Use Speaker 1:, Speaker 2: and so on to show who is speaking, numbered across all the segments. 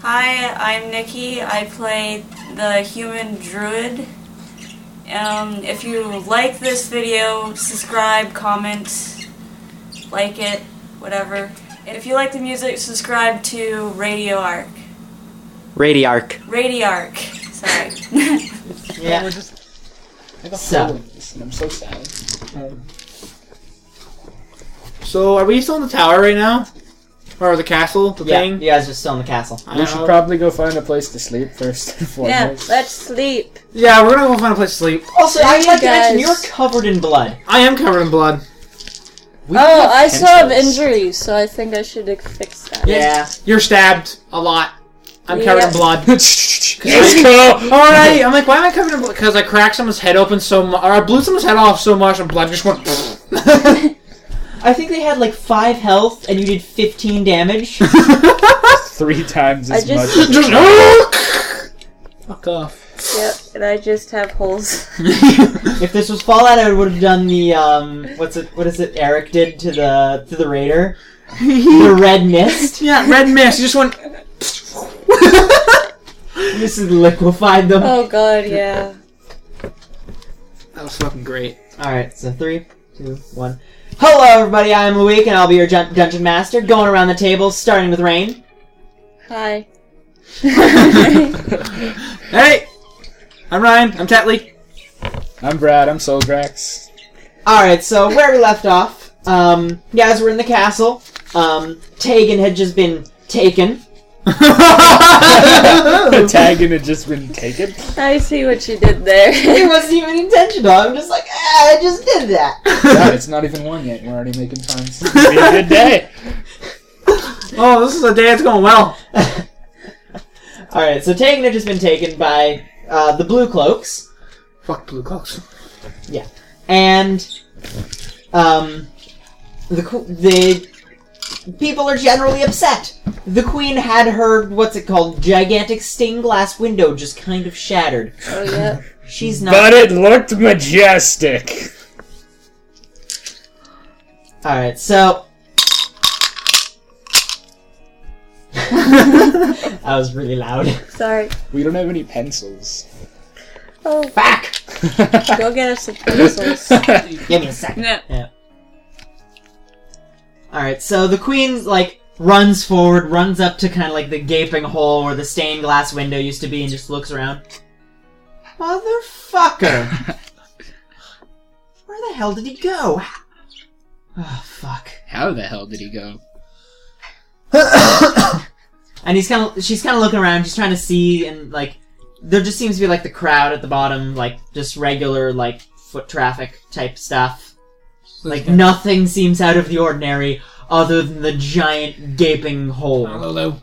Speaker 1: Hi, I'm Nikki. I play the human druid. Um, if you like this video, subscribe, comment, like it, whatever. If you like the music, subscribe to Radio Arc.
Speaker 2: Radiarch.
Speaker 1: Radiarch. Sorry.
Speaker 3: Yeah.
Speaker 4: We're just,
Speaker 3: I got
Speaker 4: So-
Speaker 3: hole in this, and I'm so sad. Um,
Speaker 5: So are we still in the tower right now? Or the castle, the
Speaker 2: Yeah,
Speaker 5: thing?
Speaker 2: you guys are still in the castle.
Speaker 5: I
Speaker 3: We
Speaker 5: don't
Speaker 3: should
Speaker 5: know.
Speaker 3: probably go find a place to sleep first and
Speaker 6: Um, Yeah,
Speaker 3: foremost.
Speaker 6: let's sleep.
Speaker 5: Yeah, we're gonna go find a place to sleep.
Speaker 2: Also, I'd
Speaker 6: You
Speaker 2: like to mention
Speaker 6: guys-
Speaker 2: you're covered in blood.
Speaker 5: I am covered in blood.
Speaker 3: We
Speaker 6: oh,
Speaker 3: have
Speaker 6: I still have
Speaker 3: pencils.
Speaker 6: injuries, so I think I should like, fix that.
Speaker 2: Yeah.
Speaker 5: You're stabbed a lot. I'm covered in
Speaker 6: Yeah.
Speaker 5: blood.
Speaker 3: Let's go!
Speaker 5: All right, I'm like, why am I covered in blood? Because I cracked someone's head open so much, or I blew someone's head off so much, and blood just went.
Speaker 2: I think they had like five health and you did 15 damage.
Speaker 3: Three times
Speaker 6: I
Speaker 3: as
Speaker 6: just-
Speaker 3: much.
Speaker 5: just fuck off.
Speaker 6: Yep, and I just have holes.
Speaker 2: if this was Fallout, I would have done the um, what's it? What is it? Eric did to the to the raider. the red mist.
Speaker 5: yeah, red mist. You just went.
Speaker 2: This is liquefied them.
Speaker 1: Uh.
Speaker 6: Oh god, yeah.
Speaker 5: That was fucking great.
Speaker 2: All right, so three, two, one. Hello, everybody. I'm Luik, and I'll be your jun- dungeon master. Going around the table, starting with Rain.
Speaker 6: Hi.
Speaker 5: Hey, I'm Ryan. I'm Tatley.
Speaker 3: I'm Brad, I'm Solgrax.
Speaker 2: All right, so where we left off, um, you guys were in the castle. Um, Tegan had just been taken.
Speaker 3: the tagging had just been taken.
Speaker 6: I see what you did there.
Speaker 2: It wasn't even intentional. I'm just like, ah, I just did that.
Speaker 3: God, it's not even one yet. We're already making puns. It's gonna be a good day.
Speaker 5: oh, this is a day. It's going well.
Speaker 2: All right, so Tegan had just been taken by uh, the Blue Cloaks.
Speaker 5: Fuck blue cloaks.
Speaker 2: and um, the qu- the people are generally upset. The queen had her what's it called gigantic stained glass window just kind of shattered.
Speaker 6: oh, yeah.
Speaker 2: She's not.
Speaker 3: But it looked majestic.
Speaker 2: All right, so that was really loud.
Speaker 6: Sorry.
Speaker 3: We don't have any pencils.
Speaker 6: Oh,
Speaker 2: Back.
Speaker 6: go get us some pencils.
Speaker 2: Give me a second.
Speaker 1: No.
Speaker 2: All right, so the queen like runs forward, runs up to kind of like the gaping hole where the stained glass window used to be, and just looks around. Motherfucker! where the hell did he go? Oh fuck!
Speaker 5: How the hell did he go?
Speaker 2: And he's kind of she's kind of looking around. She's trying to see, and like there just seems to be like the crowd at the bottom, like just regular like foot traffic type stuff. Like nothing seems out of the ordinary other than the giant gaping hole.
Speaker 5: Lolo.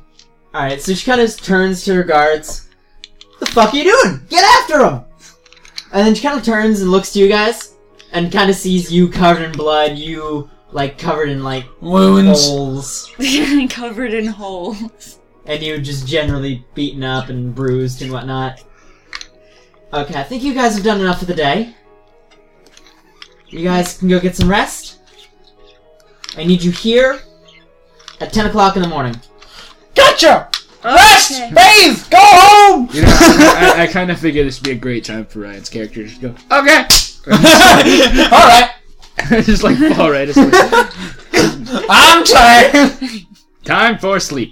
Speaker 2: All right, so she kind of turns to her guards. The fuck are you doing? Get after him! And then she kind of turns and looks to you guys, and kind of sees you covered in blood, you like covered in like
Speaker 5: Wounds.
Speaker 2: holes,
Speaker 1: Covered in hole.
Speaker 2: and you just generally beaten up and bruised and whatnot. Okay, I think you guys have done enough for the day. You guys can go get some rest. I need you here at ten o'clock in the morning.
Speaker 5: Gotcha. Rest.
Speaker 6: Okay.
Speaker 5: Bathe. Go home.
Speaker 4: you know, I, I kind of figure this would be a great time for Ryan's character to just go, okay.
Speaker 5: All right.
Speaker 4: just like fall right asleep.
Speaker 5: I'm tired.
Speaker 4: time for sleep.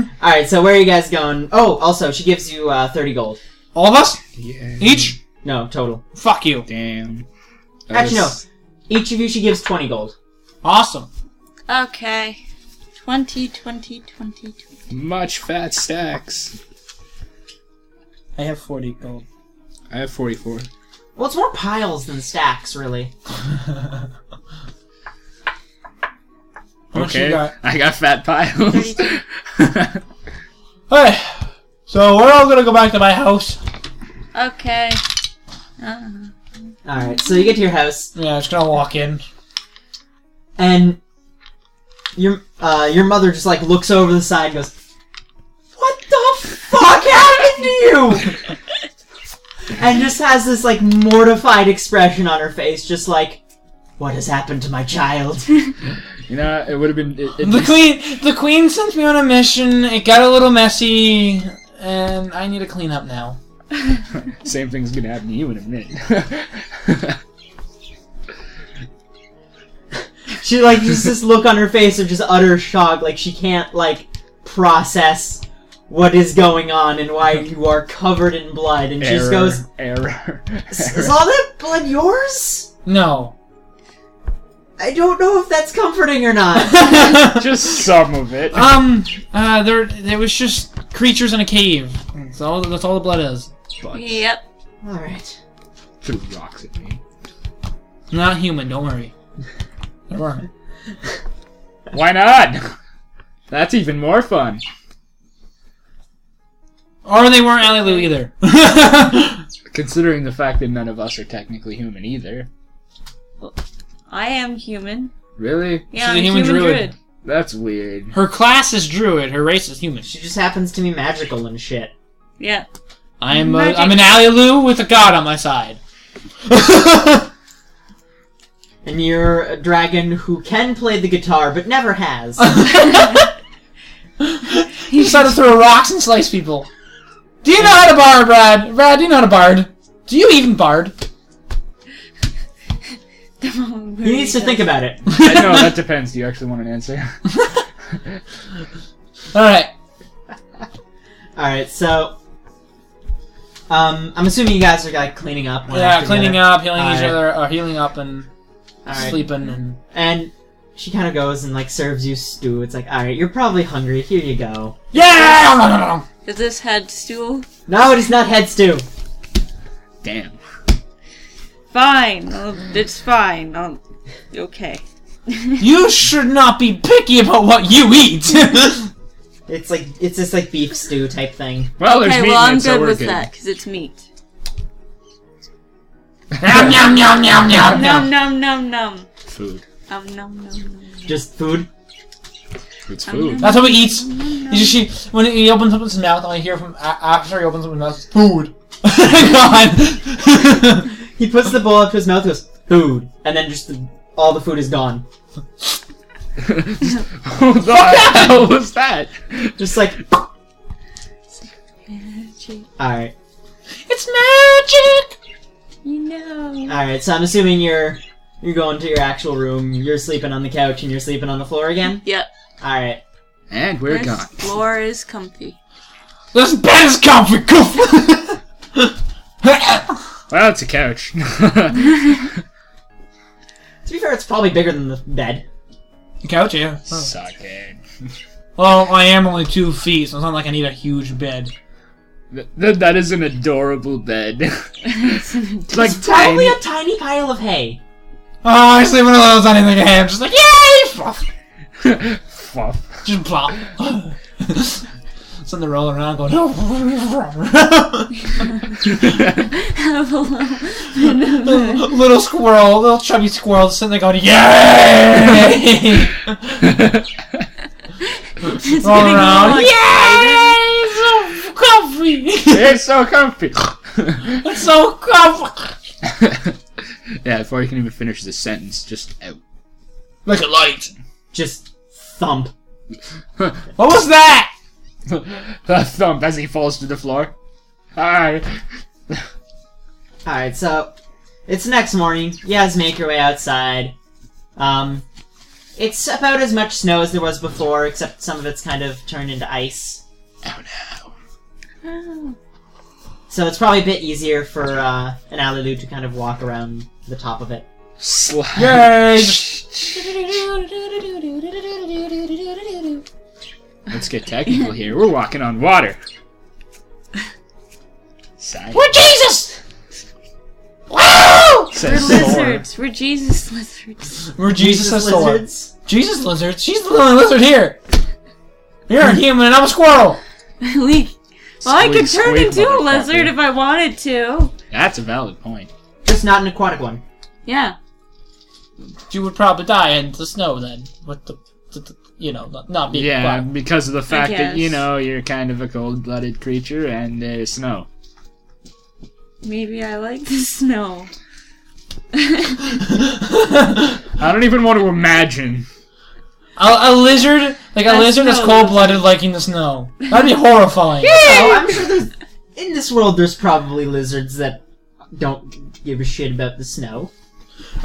Speaker 2: All right, so where are you guys going? Oh, also, she gives you uh, thirty gold.
Speaker 5: All of us?
Speaker 4: Yeah.
Speaker 5: Each?
Speaker 2: No, total.
Speaker 5: Fuck you.
Speaker 4: Damn.
Speaker 2: Actually, no.
Speaker 4: That's-
Speaker 2: Each of you, she gives twenty gold.
Speaker 5: Awesome.
Speaker 1: Okay. 20, 20, 20, 20.
Speaker 4: Much fat stacks.
Speaker 5: I have 40 gold.
Speaker 4: I have 44.
Speaker 2: Well, it's more piles than stacks, really.
Speaker 5: much you
Speaker 4: Okay.
Speaker 5: got?
Speaker 4: I got fat piles.
Speaker 5: Alright. So we're all gonna go back to my house.
Speaker 1: Okay. Uh-huh.
Speaker 2: All right, so you get to your house,
Speaker 5: Yeah, just gonna walk in.
Speaker 2: and your uh, your mother just like looks over the side, and goes, "What the fuck happened to you?" and just has this like mortified expression on her face, just like, "What has happened to my child?"
Speaker 4: You know, it would have been. It, it
Speaker 5: The queen, the queen sent me on a mission. It got a little messy, and I need to clean up now.
Speaker 4: Same thing's gonna happen to you in a minute.
Speaker 2: She like just this look on her face of just utter shock, like she can't like process what is going on and why you are covered in blood. And she
Speaker 4: error,
Speaker 2: just goes,
Speaker 4: error.
Speaker 2: "Is is
Speaker 4: error.
Speaker 2: all that blood yours?"
Speaker 5: No.
Speaker 2: I don't know if that's comforting or not.
Speaker 5: um,
Speaker 4: Just some of it.
Speaker 5: uh, there, there was just creatures in a cave. That's all. That's all the blood is.
Speaker 4: But
Speaker 1: Yep.
Speaker 2: all right.
Speaker 4: threw rocks at me.
Speaker 5: Not human. Don't worry. They're worm.
Speaker 4: Why not? That's even more fun.
Speaker 5: Or they weren't Allelu either.
Speaker 4: Considering the fact that none of us are technically human either.
Speaker 1: I am human.
Speaker 4: Really?
Speaker 1: Yeah,
Speaker 5: She's
Speaker 1: I'm
Speaker 5: a human druid.
Speaker 4: That's weird.
Speaker 5: her class is druid. Her race is human.
Speaker 2: She just happens to be magical and shit.
Speaker 1: Yeah.
Speaker 5: I'm a,
Speaker 1: Magic.
Speaker 5: I'm an Allelu with a god on my side.
Speaker 2: And you're a dragon who can play the guitar but never has.
Speaker 5: He decided to throw rocks and slice people. Do you know how to bard, Brad? Brad, do you know how to bard? Do you even bard?
Speaker 2: he needs to think about it.
Speaker 4: I know, that depends. Do you actually want an answer?
Speaker 5: All right.
Speaker 2: All right, so um, I'm assuming you guys are like cleaning up. one
Speaker 5: Yeah,
Speaker 2: after the
Speaker 5: cleaning
Speaker 2: other.
Speaker 5: up, healing each
Speaker 2: Alright.
Speaker 5: other, or healing up and
Speaker 2: All right.
Speaker 5: sleeping and
Speaker 2: And she kind of goes and like serves you stew. It's like, all right, you're probably hungry. Here you go.
Speaker 5: yeah.
Speaker 1: Is this head stool?
Speaker 2: No, it is not head stew.
Speaker 4: Damn.
Speaker 1: Fine. I'll- it's fine. I'll, okay.
Speaker 5: You should not be picky about what you eat.
Speaker 2: It's like it's this like beef stew type thing.
Speaker 4: Well, there's
Speaker 1: Okay,
Speaker 4: meat
Speaker 1: well,
Speaker 4: in
Speaker 1: I'm
Speaker 4: it, so
Speaker 1: good
Speaker 4: we're
Speaker 1: with
Speaker 4: good.
Speaker 1: that because it's meat.
Speaker 5: Nom, nom, nom, nom,
Speaker 1: Num
Speaker 5: nom,
Speaker 4: Ah.
Speaker 5: nom.
Speaker 1: num num num.
Speaker 4: Food.
Speaker 1: Um, num num num.
Speaker 2: Just food.
Speaker 4: It's food.
Speaker 5: That's what we eat. You just see when he opens up his mouth, all I hear from a- after he opens up his mouth is food. Oh God.
Speaker 2: He puts the bowl up to his mouth, goes food, and then just the, all the food is gone.
Speaker 4: what the hell was that?
Speaker 2: Just like all right,
Speaker 5: it's magic.
Speaker 1: You know.
Speaker 2: all right. So I'm assuming you're you're going to your actual room. You're sleeping on the couch and you're sleeping on the floor again.
Speaker 1: Yep.
Speaker 2: All right.
Speaker 4: And we're
Speaker 1: this
Speaker 4: gone.
Speaker 1: floor is comfy.
Speaker 5: This bed is comfy. Goof.
Speaker 4: Well, it's a couch.
Speaker 2: To be fair, it's probably bigger than the bed.
Speaker 5: Couch, yeah.
Speaker 4: Suck it.
Speaker 5: Well, I am only two feet, so it's not like I need a huge bed.
Speaker 4: Th- th- that is an adorable bed. it's like
Speaker 2: Probably
Speaker 4: tiny.
Speaker 2: a tiny pile of hay.
Speaker 5: Oh, I sleep in one of those on anything I have. Just like, yay! Fluff.
Speaker 4: Fluff.
Speaker 5: Just plop. Something to roll around going, little squirrel, little chubby squirrel sitting there going, yay!
Speaker 1: it's
Speaker 5: roll
Speaker 1: getting
Speaker 5: around.
Speaker 1: long.
Speaker 5: Yay! So comfy!
Speaker 4: it's so comfy.
Speaker 5: It's so comfy!
Speaker 4: yeah, before you can even finish the sentence, just out.
Speaker 5: Like a light.
Speaker 2: Just thump.
Speaker 5: What was that?
Speaker 4: the thump as he falls to the floor. Hi.
Speaker 2: All right, so it's the next morning. You guys make your way outside. Um, it's about as much snow as there was before, except some of it's kind of turned into ice.
Speaker 4: Oh no.
Speaker 2: So it's probably a bit easier for uh, an Alilu to kind of walk around the top of it.
Speaker 4: Slap.
Speaker 5: Yay!
Speaker 4: Let's get technical here. We're walking on water. Sigh.
Speaker 5: We're Jesus! Wow!
Speaker 1: We're
Speaker 4: Says Thor.
Speaker 1: lizards. We're Jesus lizards.
Speaker 5: We're Jesus, Jesus lizards.
Speaker 2: lizards.
Speaker 5: Jesus lizard. She's the only lizard here. You're a human and I'm a squirrel.
Speaker 1: We- well, I
Speaker 4: Squeak,
Speaker 1: could turn
Speaker 4: squeak,
Speaker 1: into a lizard
Speaker 4: motherfucker.
Speaker 1: if I wanted to.
Speaker 4: That's a valid point.
Speaker 2: Just not an aquatic one.
Speaker 1: Yeah.
Speaker 5: You would probably die in the snow then, with the, the, the- you know, not, not being
Speaker 4: Yeah,
Speaker 5: black.
Speaker 4: because of the fact that you
Speaker 1: guess.
Speaker 4: know you're kind of a cold-blooded creature and there's snow.
Speaker 1: Maybe I like the snow.
Speaker 4: I don't even want to imagine.
Speaker 5: A, a lizard, like a
Speaker 2: That's
Speaker 5: lizard that's
Speaker 2: no
Speaker 5: cold blooded, liking the snow. That'd be horrifying.
Speaker 2: Oh, I'm sure there's in this world there's probably lizards that don't give a shit about the snow.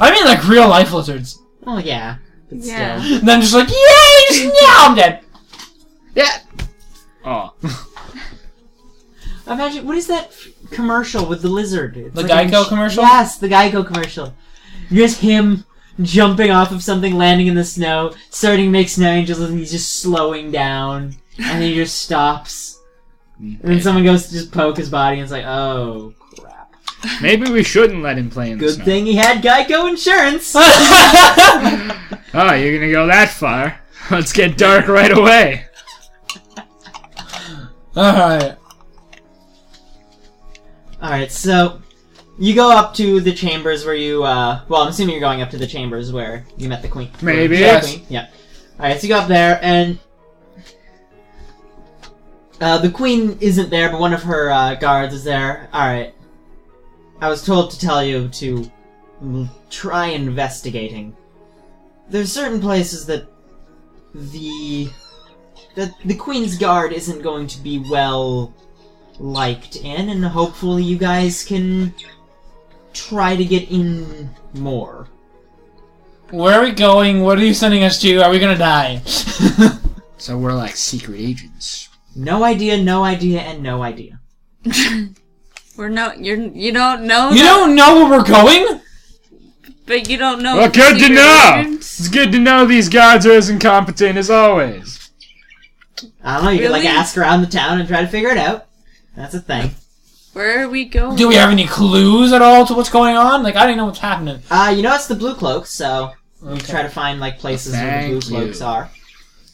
Speaker 5: I mean, like real life lizards.
Speaker 2: Oh yeah. But
Speaker 1: Yeah.
Speaker 2: still.
Speaker 5: And then just like, yay, snow! I'm dead.
Speaker 4: Yeah. Oh.
Speaker 2: Imagine what is that f- commercial with the lizard? It's
Speaker 5: The
Speaker 2: like a
Speaker 5: Geico
Speaker 2: sh-
Speaker 5: commercial?
Speaker 2: Yes, the Geico commercial. Just him jumping off of something, landing in the snow, starting to make snow angels, and he's just slowing down, and he just stops. And then someone goes to just poke his body, and it's like, oh crap!
Speaker 4: Maybe we shouldn't let him play in the
Speaker 2: Good
Speaker 4: snow.
Speaker 2: thing he had Geico insurance.
Speaker 4: Oh, you're gonna go that far? Let's get dark right away.
Speaker 5: All right.
Speaker 2: All right, so you go up to the chambers where you. Uh, well, I'm assuming you're going up to the chambers where you met the queen.
Speaker 4: Maybe.
Speaker 2: Yeah,
Speaker 5: Yes.
Speaker 2: queen. Yeah. All right, so you go up there, and uh, the queen isn't there, but one of her uh, guards is there. All right. I was told to tell you to mm, try investigating. There's certain places that the that the queen's guard isn't going to be well liked in, and hopefully you guys can try to get in more.
Speaker 5: Where are we going? What are you sending us to? Are we gonna die?
Speaker 4: So we're like secret agents.
Speaker 2: No idea, no idea, and no idea.
Speaker 1: We're no, you're you don't know.
Speaker 5: you
Speaker 1: that-
Speaker 5: don't know where we're going?
Speaker 1: but you don't know.
Speaker 4: Well,
Speaker 1: the
Speaker 4: good to
Speaker 1: secret
Speaker 4: know.
Speaker 1: agents?
Speaker 4: It's good to know these gods are as incompetent as always.
Speaker 2: I don't know, you could like
Speaker 1: Really?
Speaker 2: ask around the town and try to figure it out. That's a thing.
Speaker 1: Where are we going?
Speaker 5: Do we have any clues at all to what's going on? Like, I don't know what's happening.
Speaker 2: Uh, you know it's the blue cloaks, so you
Speaker 5: Okay.
Speaker 2: try to find like places where the
Speaker 4: Thank
Speaker 2: blue cloaks
Speaker 4: you.
Speaker 2: are.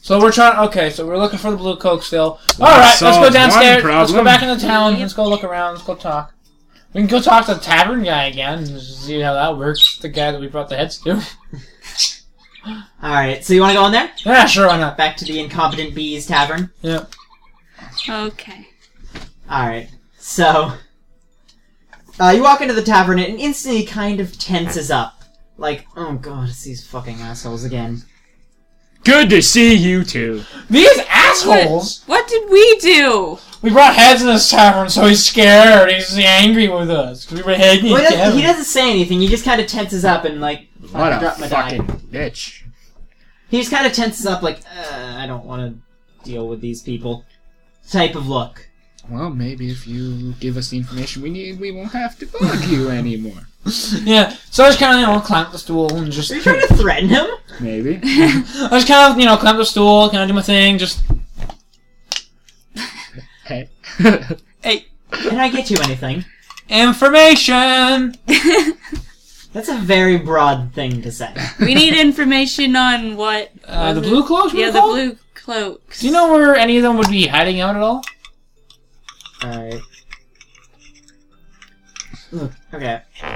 Speaker 5: So we're trying. Okay, so we're looking for the blue coke still. All right, let's go
Speaker 4: solves one
Speaker 5: downstairs. Let's go
Speaker 4: problem.
Speaker 5: back into town. Let's go look around. Let's go talk. We can go talk to the tavern guy again. and just See how that works. The guy that we brought the heads to.
Speaker 2: All right, so you want to go in there?
Speaker 5: yeah, sure, why not?
Speaker 2: Back to the incompetent bees tavern.
Speaker 5: Yeah.
Speaker 1: Okay.
Speaker 2: All right, so uh, you walk into the tavern and it instantly kind of tenses up. Like, oh god, it's these fucking assholes again.
Speaker 4: Good to see you two.
Speaker 5: These assholes.
Speaker 1: What did we do?
Speaker 5: We brought heads in this tavern, so he's scared. He's angry with us 'cause we were hanging.
Speaker 2: Well, he, doesn't, he
Speaker 5: together.
Speaker 2: doesn't say anything. He just kind of tenses up and like.
Speaker 4: What
Speaker 2: I
Speaker 4: a
Speaker 2: dropped my die.
Speaker 4: fucking bitch.
Speaker 2: He just kind of tenses up, like, uh, I don't want to deal with these people. Type of look.
Speaker 4: Well, maybe if you give us the information we need, we won't have to bug you anymore.
Speaker 5: Yeah. So I just kind of you know clamp the stool and just.
Speaker 2: Are you trying to threaten him?
Speaker 4: Maybe.
Speaker 5: I just kind of you know clamp the stool, kind of do my thing, just
Speaker 4: Hey.
Speaker 2: Can I get you anything?
Speaker 5: information.
Speaker 2: That's a very broad thing to say.
Speaker 1: we need information on what?
Speaker 5: Uh, the blue cloaks. we
Speaker 1: Yeah,
Speaker 5: were
Speaker 1: the
Speaker 5: called?
Speaker 1: blue cloaks.
Speaker 5: Do you know where any of them would be hiding out at all?
Speaker 2: Alright. Look, okay.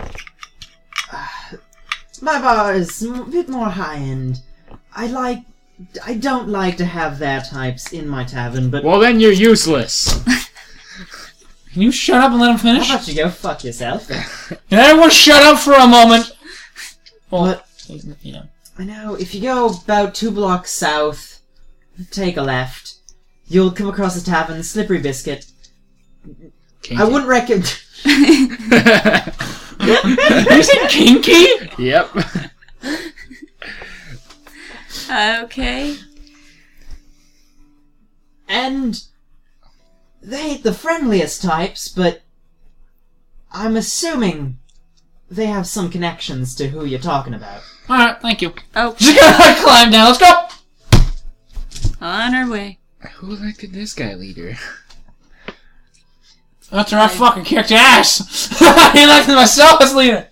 Speaker 2: Uh, my bar is a bit more high end. I like. I don't like to have their types in my tavern, but.
Speaker 4: well, then you're useless.
Speaker 5: Can you shut up and let him finish?
Speaker 1: Uh-huh.
Speaker 2: How about you go fuck yourself?
Speaker 5: Can everyone shut up for a moment? Well,
Speaker 2: What?
Speaker 5: you know.
Speaker 2: I know. If you go about two blocks south, take a left, you'll come across a tavern, Slippery Biscuit. I wouldn't recommend.
Speaker 5: Is it kinky?
Speaker 4: yep.
Speaker 1: Okay.
Speaker 2: And they ain't the friendliest types, but I'm assuming they have some connections to who you're talking about.
Speaker 5: Alright, thank you.
Speaker 1: Okay.
Speaker 5: Just gotta climb down, let's go!
Speaker 1: On our way.
Speaker 4: Who elected this guy leader?
Speaker 5: That's right, I fucking kicked your ass! he elected myself as leader!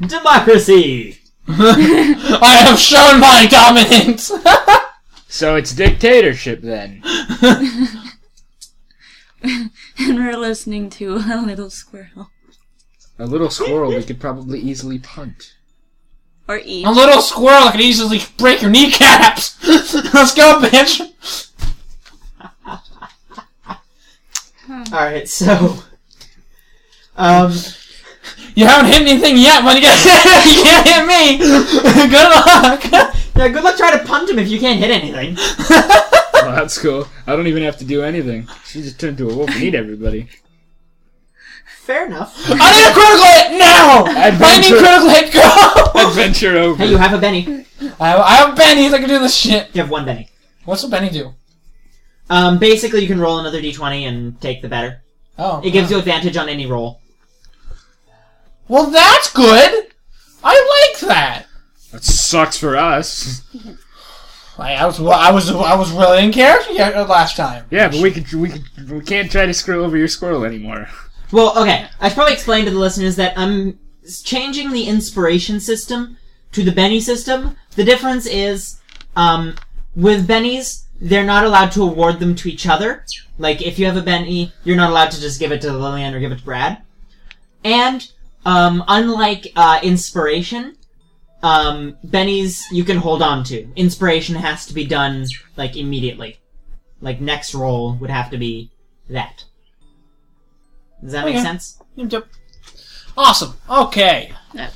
Speaker 2: Democracy.
Speaker 5: I have shown my dominance!
Speaker 4: So it's dictatorship then.
Speaker 1: And we're listening to a little squirrel.
Speaker 4: A little squirrel we could probably easily punt.
Speaker 1: Or eat.
Speaker 5: a little squirrel could easily break your kneecaps! let's go, bitch!
Speaker 2: All right, so um,
Speaker 5: You haven't hit anything yet, but you, got, you can't hit me. Good luck.
Speaker 2: Yeah, good luck trying to punt him if you can't hit anything.
Speaker 4: Well, Oh, that's cool. I don't even have to do anything. She just turned into a wolf and eat everybody.
Speaker 2: Fair enough.
Speaker 5: I need a critical hit now. I need
Speaker 4: Adventure.
Speaker 5: critical hit, girl.
Speaker 4: Adventure
Speaker 2: Hey,
Speaker 4: over.
Speaker 2: you have a Benny. You
Speaker 5: I have, I have Benny. I can do this shit.
Speaker 2: have one Benny.
Speaker 5: What's a Benny do?
Speaker 2: Um, basically, you can roll another d20 and take the better.
Speaker 5: Oh,
Speaker 2: It gives you advantage on any roll.
Speaker 5: Well, that's good. I like that.
Speaker 4: That sucks for us.
Speaker 5: I, I was well, I was I was really in character yet- uh, last time.
Speaker 4: Yeah, but we could we could, we can't try to screw over your squirrel anymore.
Speaker 2: Well, okay. I should probably explain to the listeners that I'm s- changing the inspiration system to the Benny system. The difference is, um, with Bennies, they're not allowed to award them to each other. Like, if you have a Benny, you're not allowed to just give it to Lillian or give it to Brad. And, um, unlike, uh, inspiration, um, Bennies you can hold on to. Inspiration has to be done, like, immediately. Like, next roll would have to be that. Does that make
Speaker 5: Okay.
Speaker 2: sense?
Speaker 5: Yep. Awesome. Okay.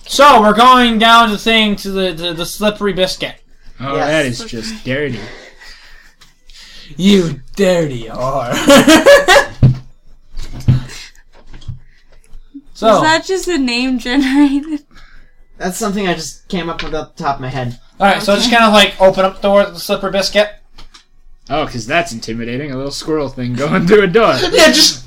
Speaker 5: So we're going down the thing to the the, the slippery biscuit.
Speaker 4: Oh,
Speaker 2: Yes.
Speaker 4: that is just dirty.
Speaker 5: You dirty are.
Speaker 1: Is
Speaker 5: so
Speaker 1: that just a name generated?
Speaker 2: That's something I just came up with off the top of my head.
Speaker 5: all right, so just kind of like open up the door to the slippery biscuit.
Speaker 4: Oh, 'cause that's intimidating. A little squirrel thing going through a door,
Speaker 5: Yeah, just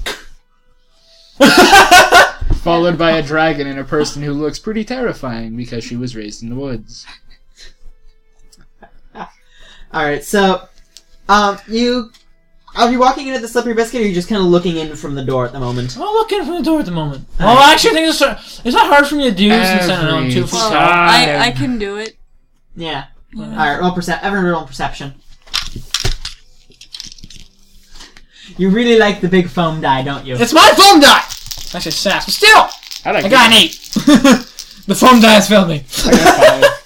Speaker 4: followed by a dragon and a person who looks pretty terrifying because she was raised in the woods.
Speaker 2: All right, so um, you are you walking into the slippery biscuit, or are you just kind of looking in from the door at the moment?
Speaker 5: I'm looking from the door at the moment. Well, I actually think it's is that hard for me to do since I don't know two feet
Speaker 4: Every
Speaker 1: Well,
Speaker 5: tall.
Speaker 4: time.
Speaker 1: I, I can do it.
Speaker 2: Yeah. All right, roll perception. Everyone roll perception. You really like the big foam die, don't you?
Speaker 5: It's my foam die. Actually, sass, but still,
Speaker 4: I, like
Speaker 5: I got an eight. the foam die has failed me.
Speaker 4: got five.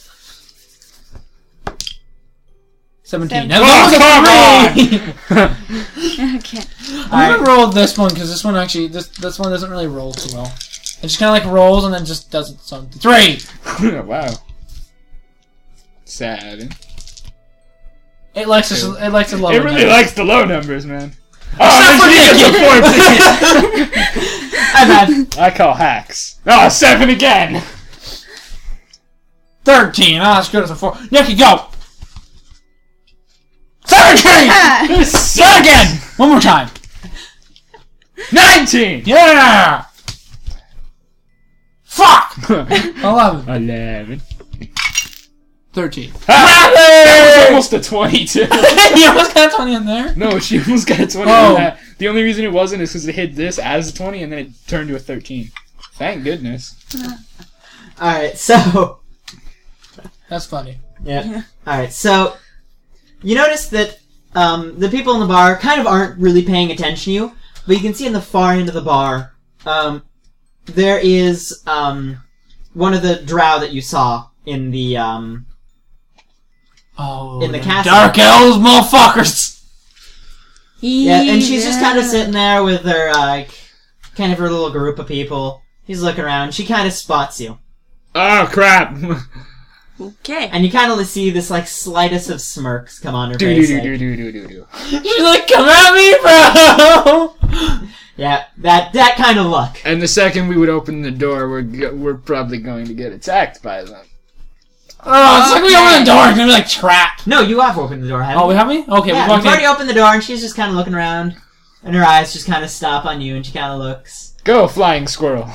Speaker 5: Seventeen.
Speaker 6: Seventeen.
Speaker 5: Now that was a three.
Speaker 6: Okay.
Speaker 5: I haven't rolled this one because this one actually this this one doesn't really roll too well. It just kind of like rolls and then just does its own. Three.
Speaker 4: wow. Sad.
Speaker 5: It likes to it likes to lower.
Speaker 4: It really
Speaker 5: down.
Speaker 4: likes the low numbers, man.
Speaker 5: Except
Speaker 4: Oh,
Speaker 5: for
Speaker 4: this
Speaker 5: Nick.
Speaker 4: is a 14.
Speaker 2: I bad.
Speaker 4: I call hacks. Oh, seven again.
Speaker 5: Thirteen. Ah, that's good as a four. Nicky, go. Thirteen. Start again. One more time.
Speaker 4: Nineteen.
Speaker 5: Yeah. Fuck. Eleven.
Speaker 4: Eleven.
Speaker 5: Thirteen.
Speaker 4: Ah, that was almost a twenty-two.
Speaker 5: you almost got twenty in there.
Speaker 4: No, she almost got a 20
Speaker 5: Oh.
Speaker 4: on that. The only reason it wasn't is because it hit this as a 20 and then it turned to a 13. Thank goodness.
Speaker 2: All right, so
Speaker 5: That's funny.
Speaker 2: yeah. All right, so you notice that um, the people in the bar kind of aren't really paying attention to you, but you can see in the far end of the bar, um, there is um, one of the drow that you saw in the um,
Speaker 5: Oh.
Speaker 2: In the
Speaker 5: them
Speaker 2: castle.
Speaker 5: Dark elves, motherfuckers.
Speaker 2: yeah, and she's just kind of sitting there with her like kind of her little group of people. She's looking around. She kind of spots you,
Speaker 4: Oh, crap.
Speaker 1: Okay.
Speaker 2: and you kind of see this like slightest of smirks come on her
Speaker 4: Do
Speaker 2: face.
Speaker 4: do
Speaker 2: like-
Speaker 4: do do do do do.
Speaker 5: She's like, come at me, bro.
Speaker 2: yeah, that that kind of look.
Speaker 4: And the second we would open the door, we're go- we're probably going to get attacked by them.
Speaker 5: Oh, it's like we open the door and we're like trapped.
Speaker 2: No, you have opened the door. Haven't
Speaker 5: Oh,
Speaker 2: you?
Speaker 5: we have me? Okay, we
Speaker 2: yeah, you've
Speaker 5: walked
Speaker 2: already
Speaker 5: in.
Speaker 2: opened the door, and she's just kind of looking around, and her eyes just kind of stop on you, and she kind of looks.
Speaker 4: Go, flying squirrel.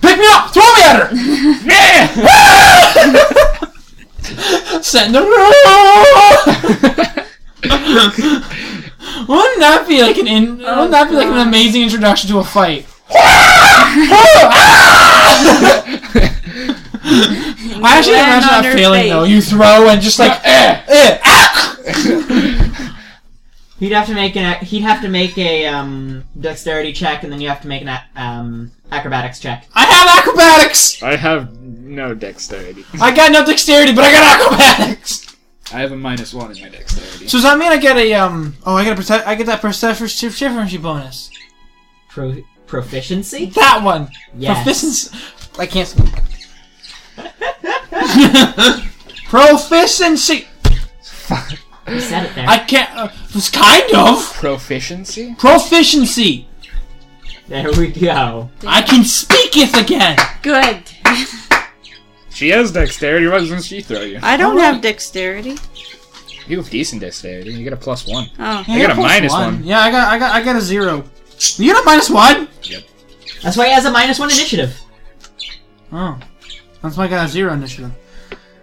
Speaker 5: Pick me up! Throw me at her!
Speaker 4: yeah!
Speaker 5: Send her. wouldn't that be like an in-
Speaker 1: Oh,
Speaker 5: wouldn't that be like an amazing introduction to a fight? I actually
Speaker 1: Land
Speaker 5: imagine
Speaker 1: on
Speaker 5: that
Speaker 1: her
Speaker 5: failing
Speaker 1: face.
Speaker 5: though. You throw and just like eh, eh, ah!
Speaker 2: He'd have to make an ac- he'd have to make a um, dexterity check, and then you have to make an ac- um, acrobatics check.
Speaker 5: I have acrobatics.
Speaker 4: I have no dexterity.
Speaker 5: I got no dexterity, but I got acrobatics.
Speaker 4: I have a minus one in my dexterity.
Speaker 5: So does that mean I get a um? Oh, I get a prote- I get that perception proficiency bonus.
Speaker 2: Pro- proficiency?
Speaker 5: That one.
Speaker 2: Yes.
Speaker 5: Proficiency. I can't. speak. Proficiency.
Speaker 2: You said it there.
Speaker 5: I can't. Uh, it's kind of
Speaker 3: Proficiency?
Speaker 5: proficiency.
Speaker 2: there we go.
Speaker 5: I can speaketh again.
Speaker 6: Good.
Speaker 4: She has dexterity. What doesn't she throw you?
Speaker 1: I don't
Speaker 5: All
Speaker 1: have
Speaker 5: right.
Speaker 1: dexterity.
Speaker 4: You have decent dexterity. You get a plus one.
Speaker 1: Oh.
Speaker 4: I got a
Speaker 5: plus
Speaker 4: minus one.
Speaker 5: Yeah, I got. I got. I got a zero. You got a minus one.
Speaker 2: That's why he has a minus one initiative.
Speaker 5: Oh, that's why I got a zero initiative.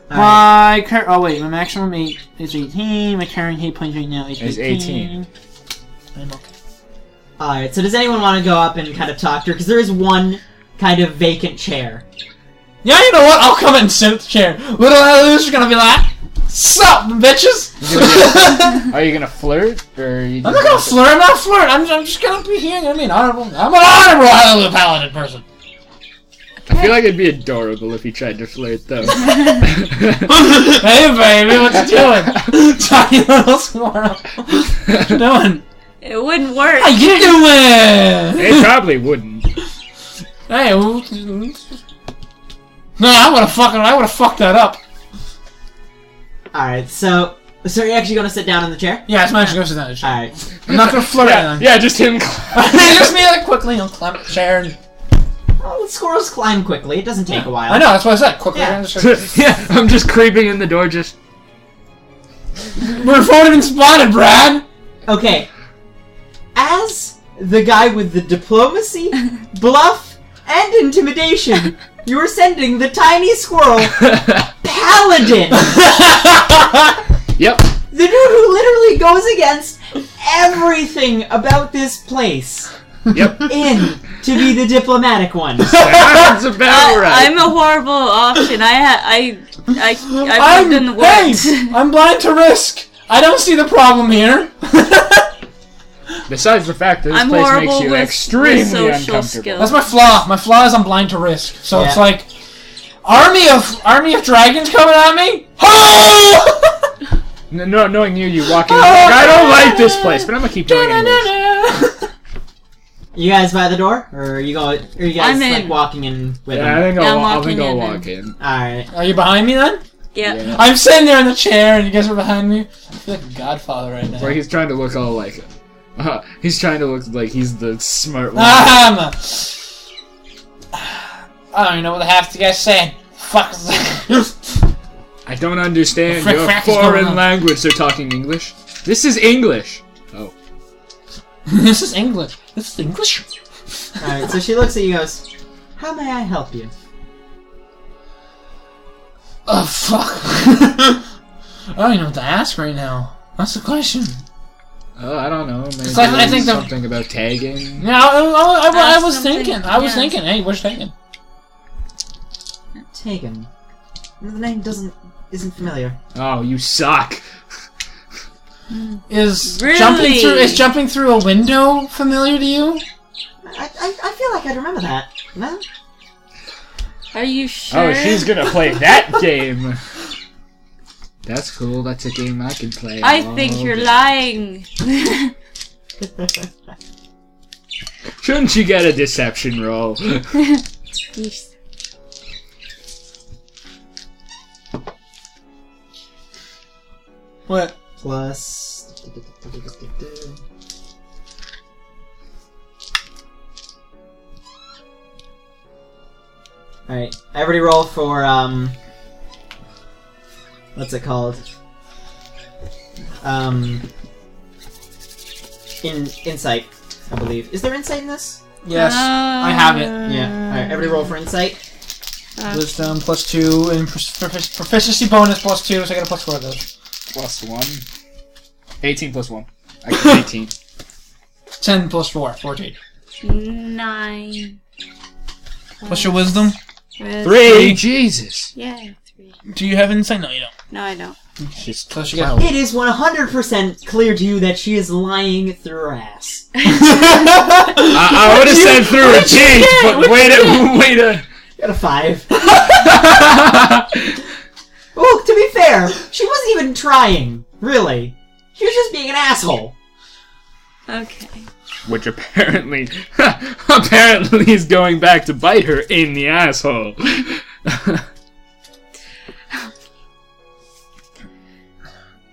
Speaker 2: All right.
Speaker 5: My cur- oh wait, my maximum eight is eighteen. My current hit points right now is
Speaker 4: Is
Speaker 5: 18.
Speaker 4: 18.
Speaker 5: I'm okay.
Speaker 2: All right. So does anyone want to go up and kind of talk to her? Because there is one kind of vacant chair.
Speaker 5: Yeah, you know what? I'll come in and sit in the chair. Little Ellie's gonna be like, "Sup, bitches."
Speaker 4: Are you gonna flirt or? Are you
Speaker 5: I'm
Speaker 4: just
Speaker 5: not gonna flirt. I'm not flirting. I'm, I'm just gonna be here. I mean, honorable. I'm an honorable Ellie Paladin person.
Speaker 4: I feel like it'd be adorable if he tried to flirt though.
Speaker 5: hey, baby, what you doing? Tiny little squirrel. What you doing?
Speaker 1: It wouldn't work.
Speaker 5: How you doing?
Speaker 4: it probably wouldn't.
Speaker 5: Hey, who- no, I would have fucking, I would have fucked that up.
Speaker 2: All right. So, so are you actually going to sit down in the chair?
Speaker 5: Yeah, it's my actually goes to that shit.
Speaker 2: All right.
Speaker 5: I'm not gonna flirt
Speaker 4: Yeah,
Speaker 5: anything.
Speaker 4: yeah, just him.
Speaker 5: I just need to quickly you know, climb up the chair and.
Speaker 2: Well, squirrels climb quickly. It doesn't take a while.
Speaker 5: I know, that's what I said. Quickly.
Speaker 2: Yeah.
Speaker 5: I'm just-
Speaker 4: yeah, I'm just creeping in the door. Just
Speaker 5: We're already been spotted, Brad!
Speaker 2: Okay. As the guy with the diplomacy, bluff, and intimidation, you are sending the tiny squirrel paladin,
Speaker 4: yep.
Speaker 2: the dude who literally goes against everything about this place,
Speaker 4: Yep.
Speaker 2: in to be the diplomatic one.
Speaker 4: Sounds about
Speaker 1: I,
Speaker 4: right.
Speaker 1: Oh, I'm a horrible option. I ha- I I I've
Speaker 5: I'm,
Speaker 1: lived in the
Speaker 5: hey,
Speaker 1: woods.
Speaker 5: I'm blind to risk! I don't see the problem here!
Speaker 4: Besides the fact that this
Speaker 1: I'm
Speaker 4: place
Speaker 1: horrible
Speaker 4: makes you
Speaker 1: with- with
Speaker 4: extremely
Speaker 1: social
Speaker 4: uncomfortable.
Speaker 1: skills.
Speaker 5: that's my flaw. My flaw is I'm blind to risk. So it's
Speaker 2: Yeah.
Speaker 5: like. Army of army of dragons coming at me? Ho!
Speaker 4: N- No, knowing you, you walk in. Like, I don't like this place, but I'm gonna keep going anyways.
Speaker 2: You guys by the door, or are you go? Are you guys
Speaker 1: I'm
Speaker 2: like
Speaker 1: in.
Speaker 2: walking in with
Speaker 4: Yeah, I
Speaker 2: him?
Speaker 4: think
Speaker 1: Yeah,
Speaker 4: I'll,
Speaker 1: I'm
Speaker 4: I think I'll
Speaker 1: walking in
Speaker 4: walk in.
Speaker 2: All right.
Speaker 5: Are you behind me then?
Speaker 1: Yeah.
Speaker 4: Yeah.
Speaker 5: I'm sitting there in the chair and you guys are behind me. I feel like a godfather right now.
Speaker 4: Where he's trying to look all like, uh, he's trying to look like he's the smart one.
Speaker 5: Um, I don't even know what the half the guy's saying. Fuck. is that?
Speaker 4: I don't understand
Speaker 5: Frick,
Speaker 4: your
Speaker 5: frack is going
Speaker 4: foreign
Speaker 5: on.
Speaker 4: language. They're talking English. This is English. Oh,
Speaker 5: this is English. This is English.
Speaker 2: All right. So she looks at you, and goes, "How may I help you?"
Speaker 5: Oh fuck. I don't even know what to ask right now. That's the question.
Speaker 4: Oh, I don't know. Maybe
Speaker 5: like, I think the-
Speaker 4: something about tagging.
Speaker 5: Yeah, I, I, I- I
Speaker 6: Ask
Speaker 5: was
Speaker 6: something,
Speaker 5: thinking. I was
Speaker 6: yeah.
Speaker 5: thinking. Hey, what's thinking?
Speaker 2: Taken. The name doesn't isn't familiar.
Speaker 4: Oh, you suck.
Speaker 5: Is
Speaker 1: Really?
Speaker 5: jumping through is jumping through a window familiar to you?
Speaker 2: I, I, I feel like I'd remember that. No?
Speaker 6: Are you sure?
Speaker 4: Oh, she's gonna play that game. That's cool. That's a game I can play.
Speaker 1: I
Speaker 4: all
Speaker 1: think you're
Speaker 4: day.
Speaker 1: lying.
Speaker 4: Shouldn't you get a deception roll?
Speaker 6: Yes.
Speaker 5: What?
Speaker 2: Plus. Alright, everybody roll for, um. What's it called? Um. In, insight, I believe. Is there insight in this?
Speaker 5: Yes, I have
Speaker 6: Uh.
Speaker 5: it.
Speaker 2: Yeah. Alright, everybody roll for insight.
Speaker 5: Wisdom plus two and profic- proficiency bonus plus two, so I got a plus four of those.
Speaker 4: plus one. 18 plus one. I got 18.
Speaker 5: Ten plus four, fourteen.
Speaker 6: Nine.
Speaker 5: What's your wisdom?
Speaker 1: With-
Speaker 4: Three. Jesus.
Speaker 6: Yeah, three.
Speaker 5: Do you have insight? No, you don't.
Speaker 1: No, I don't.
Speaker 4: She's
Speaker 5: Plus you got
Speaker 2: It is 100% clear to you that she is lying through her ass.
Speaker 4: I, I would have said through a change, but wait a wait a.
Speaker 2: Got a five. Well, to be fair, she wasn't even trying, really. She was just being an asshole.
Speaker 6: Okay.
Speaker 4: which apparently apparently is going back to bite her in the asshole.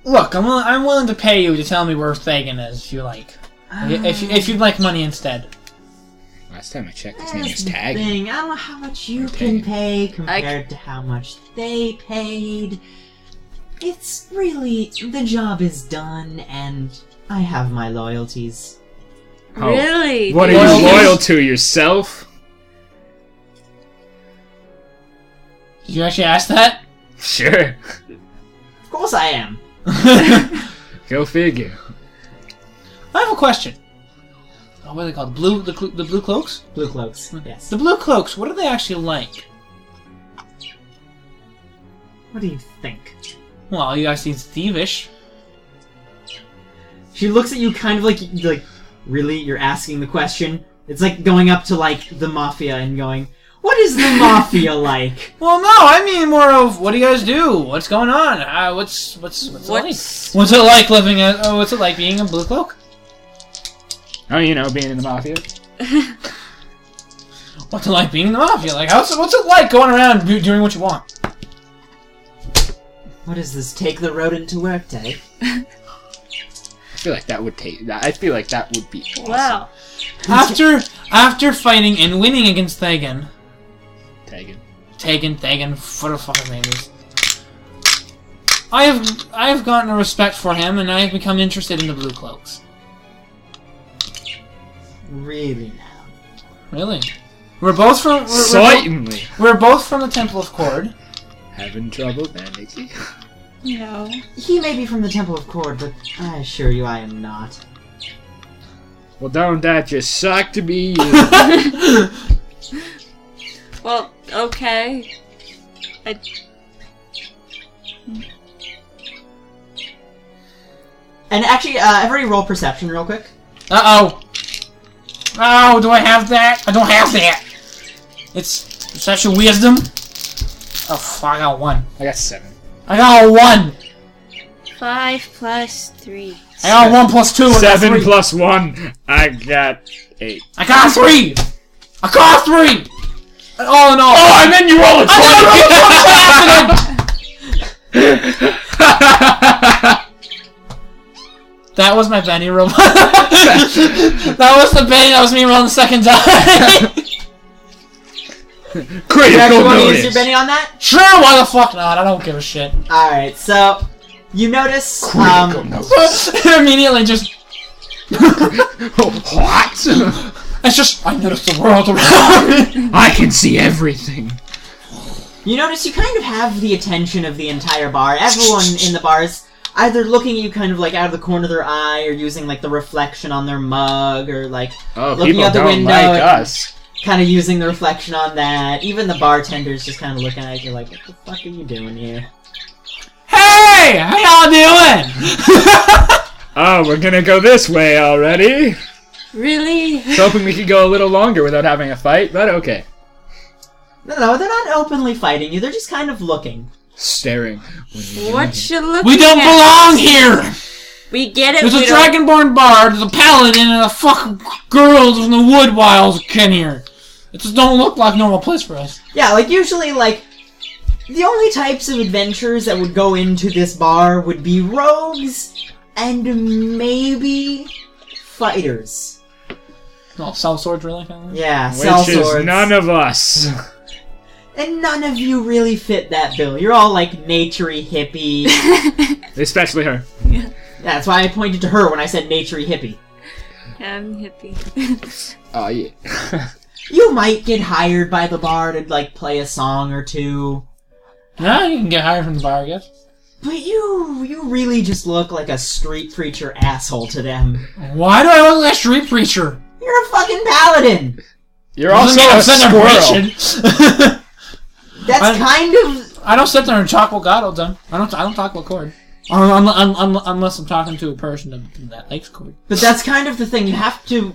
Speaker 5: Look, I'm, will- I'm willing to pay you to tell me where Fagin is if you like. If,
Speaker 6: Ah.
Speaker 5: you- if you'd like money instead.
Speaker 4: Last time I checked, his name
Speaker 2: That's
Speaker 4: was
Speaker 2: the
Speaker 4: Tag.
Speaker 2: thing. I don't know how much you
Speaker 4: Or
Speaker 2: can
Speaker 4: Tag.
Speaker 2: pay compared to how much they paid. It's really the job is done, and I have my loyalties.
Speaker 4: Oh.
Speaker 6: Really?
Speaker 4: What are
Speaker 5: Loyalty.
Speaker 4: you loyal to yourself?
Speaker 5: Did you actually ask that?
Speaker 4: Sure,
Speaker 2: Of course, I am.
Speaker 5: I
Speaker 4: go figure.
Speaker 5: have a question. Oh, what are they called? Blue the, clo- the blue cloaks?
Speaker 2: Blue cloaks. Yes.
Speaker 5: The blue cloaks. What are they actually like?
Speaker 2: What do you think?
Speaker 5: Well, you guys seem thievish.
Speaker 2: She looks at you kind of like like really you're asking the question. It's like going up to like the mafia and going, "What is the mafia like?"
Speaker 5: Well, no, I mean more of what do you guys do? What's going on? Uh, what's what's what's it like?
Speaker 1: What's
Speaker 5: What's it like living? A, oh, what's it like being a blue cloak?
Speaker 4: Oh, you know, being in the mafia.
Speaker 5: What's it like being in the mafia? Like, how's it, what's it like going around do- doing what you want?
Speaker 2: What is this? Take the rodent to work day.
Speaker 4: I feel like that would take. that- I feel like that would be awesome.
Speaker 6: Wow.
Speaker 5: After after fighting and winning against Thagan,
Speaker 4: Tagging.
Speaker 5: Taken, Thagan, what the fuck his name is. I have I have gotten a respect for him, and I have become interested in the blue cloaks.
Speaker 2: Really now.
Speaker 5: Really, we're both from we're, we're, bo-
Speaker 4: Certainly.
Speaker 5: we're both from the Temple of Cord.
Speaker 4: Having trouble bandaging.
Speaker 6: No.
Speaker 2: He may be from the Temple of Cord, but I assure you I am not.
Speaker 4: Well, don't that just suck to be you?
Speaker 6: Well, okay. I.
Speaker 2: And actually, uh, everybody roll perception real quick.
Speaker 5: Uh oh. Oh, do I have that? I don't have that. It's it's actually wisdom. Oh fuck! I got one.
Speaker 4: I got seven.
Speaker 5: I got a one.
Speaker 6: Five plus three.
Speaker 5: I got a one plus two. I got
Speaker 4: Seven
Speaker 5: three.
Speaker 4: plus one. I got eight.
Speaker 5: I got a three. I got a three. All in all.
Speaker 4: Oh, and then you roll a
Speaker 5: I got a one accident. That was my Benny roll. that was the Benny. That was me rolling the second time.
Speaker 2: You
Speaker 4: Critical
Speaker 2: actually want to use your
Speaker 4: notice.
Speaker 2: Benny on that?
Speaker 5: sure, why the fuck not? I don't give a shit.
Speaker 2: Alright, so you notice.
Speaker 4: Critical
Speaker 2: Um,
Speaker 4: notice.
Speaker 5: Immediately, just
Speaker 4: what?
Speaker 5: it's just I noticed the world around. me.
Speaker 4: I can see everything.
Speaker 2: you notice you kind of have the attention of the entire bar. Everyone in the bar is either looking at you kind of like out of the corner of their eye, or using like the reflection on their mug, or like
Speaker 4: Oh,
Speaker 2: Looking
Speaker 4: people
Speaker 2: out the
Speaker 4: don't
Speaker 2: window
Speaker 4: like
Speaker 2: and-
Speaker 4: us.
Speaker 2: kind of using the reflection on that. Even the bartender's just kind of looking at you like, what the fuck are you doing here?
Speaker 5: hey, how y'all doing?
Speaker 4: Oh, we're gonna go this way already.
Speaker 6: Really?
Speaker 4: I was hoping we could go a little longer without having a fight, but okay.
Speaker 2: No, no, they're not openly fighting you. They're just kind of looking.
Speaker 4: Staring.
Speaker 6: What you looking
Speaker 5: we don't
Speaker 6: at?
Speaker 5: belong here.
Speaker 6: We get it.
Speaker 5: There's
Speaker 6: we
Speaker 5: a
Speaker 6: don't-
Speaker 5: dragonborn bard, there's a paladin, and a fucking girls from the wood wilds can here. It just don't look like a normal place for us.
Speaker 2: Yeah, like usually, like the only types of adventurers that would go into this bar would be rogues and maybe fighters.
Speaker 5: Not self swords, really. Kind of.
Speaker 2: Yeah, sell
Speaker 4: Which is
Speaker 2: swords.
Speaker 4: none of us.
Speaker 2: and none of you really fit that bill. You're all like naturey hippie.
Speaker 4: Especially her.
Speaker 2: That's why I pointed to her when I said naturey hippie.
Speaker 6: I'm hippie.
Speaker 4: Oh, yeah.
Speaker 2: You might get hired by the bar to like play a song or two.
Speaker 5: Nah, you can get hired from the bar, I guess.
Speaker 2: But you you really just look like a street preacher asshole to them.
Speaker 5: Why do I look like a street preacher?
Speaker 2: You're a fucking paladin.
Speaker 4: You're also
Speaker 5: Doesn't mean
Speaker 4: a
Speaker 5: I'm sitting
Speaker 4: squirrel.
Speaker 5: there preaching.
Speaker 2: That's
Speaker 5: I'm-
Speaker 2: kind of
Speaker 5: I don't sit there and talk Legato done. I don't. I don't talk Lacord. Un- un- un- un- unless I'm talking to a person that- that likes Cord.
Speaker 2: But that's kind of the thing. You have to,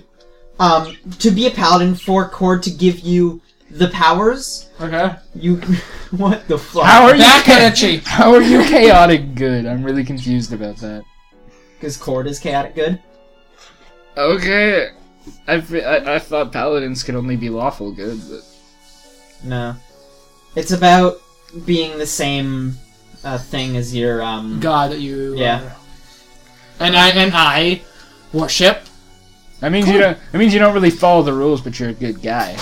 Speaker 2: um, to be a paladin for Cord to give you the powers.
Speaker 5: Okay.
Speaker 2: You, what the fuck?
Speaker 4: How are you?
Speaker 5: Back at you.
Speaker 4: How are you chaotic good? I'm really confused about that.
Speaker 2: Because Cord is chaotic good.
Speaker 4: Okay. I, fe- I, I thought paladins could only be lawful good, but
Speaker 2: No. It's about being the same uh, thing as your um
Speaker 5: God that you.
Speaker 2: Yeah.
Speaker 5: are. And I and I worship.
Speaker 4: that means you
Speaker 5: Cool.
Speaker 4: don't. That means you don't really follow the rules, but you're a good guy.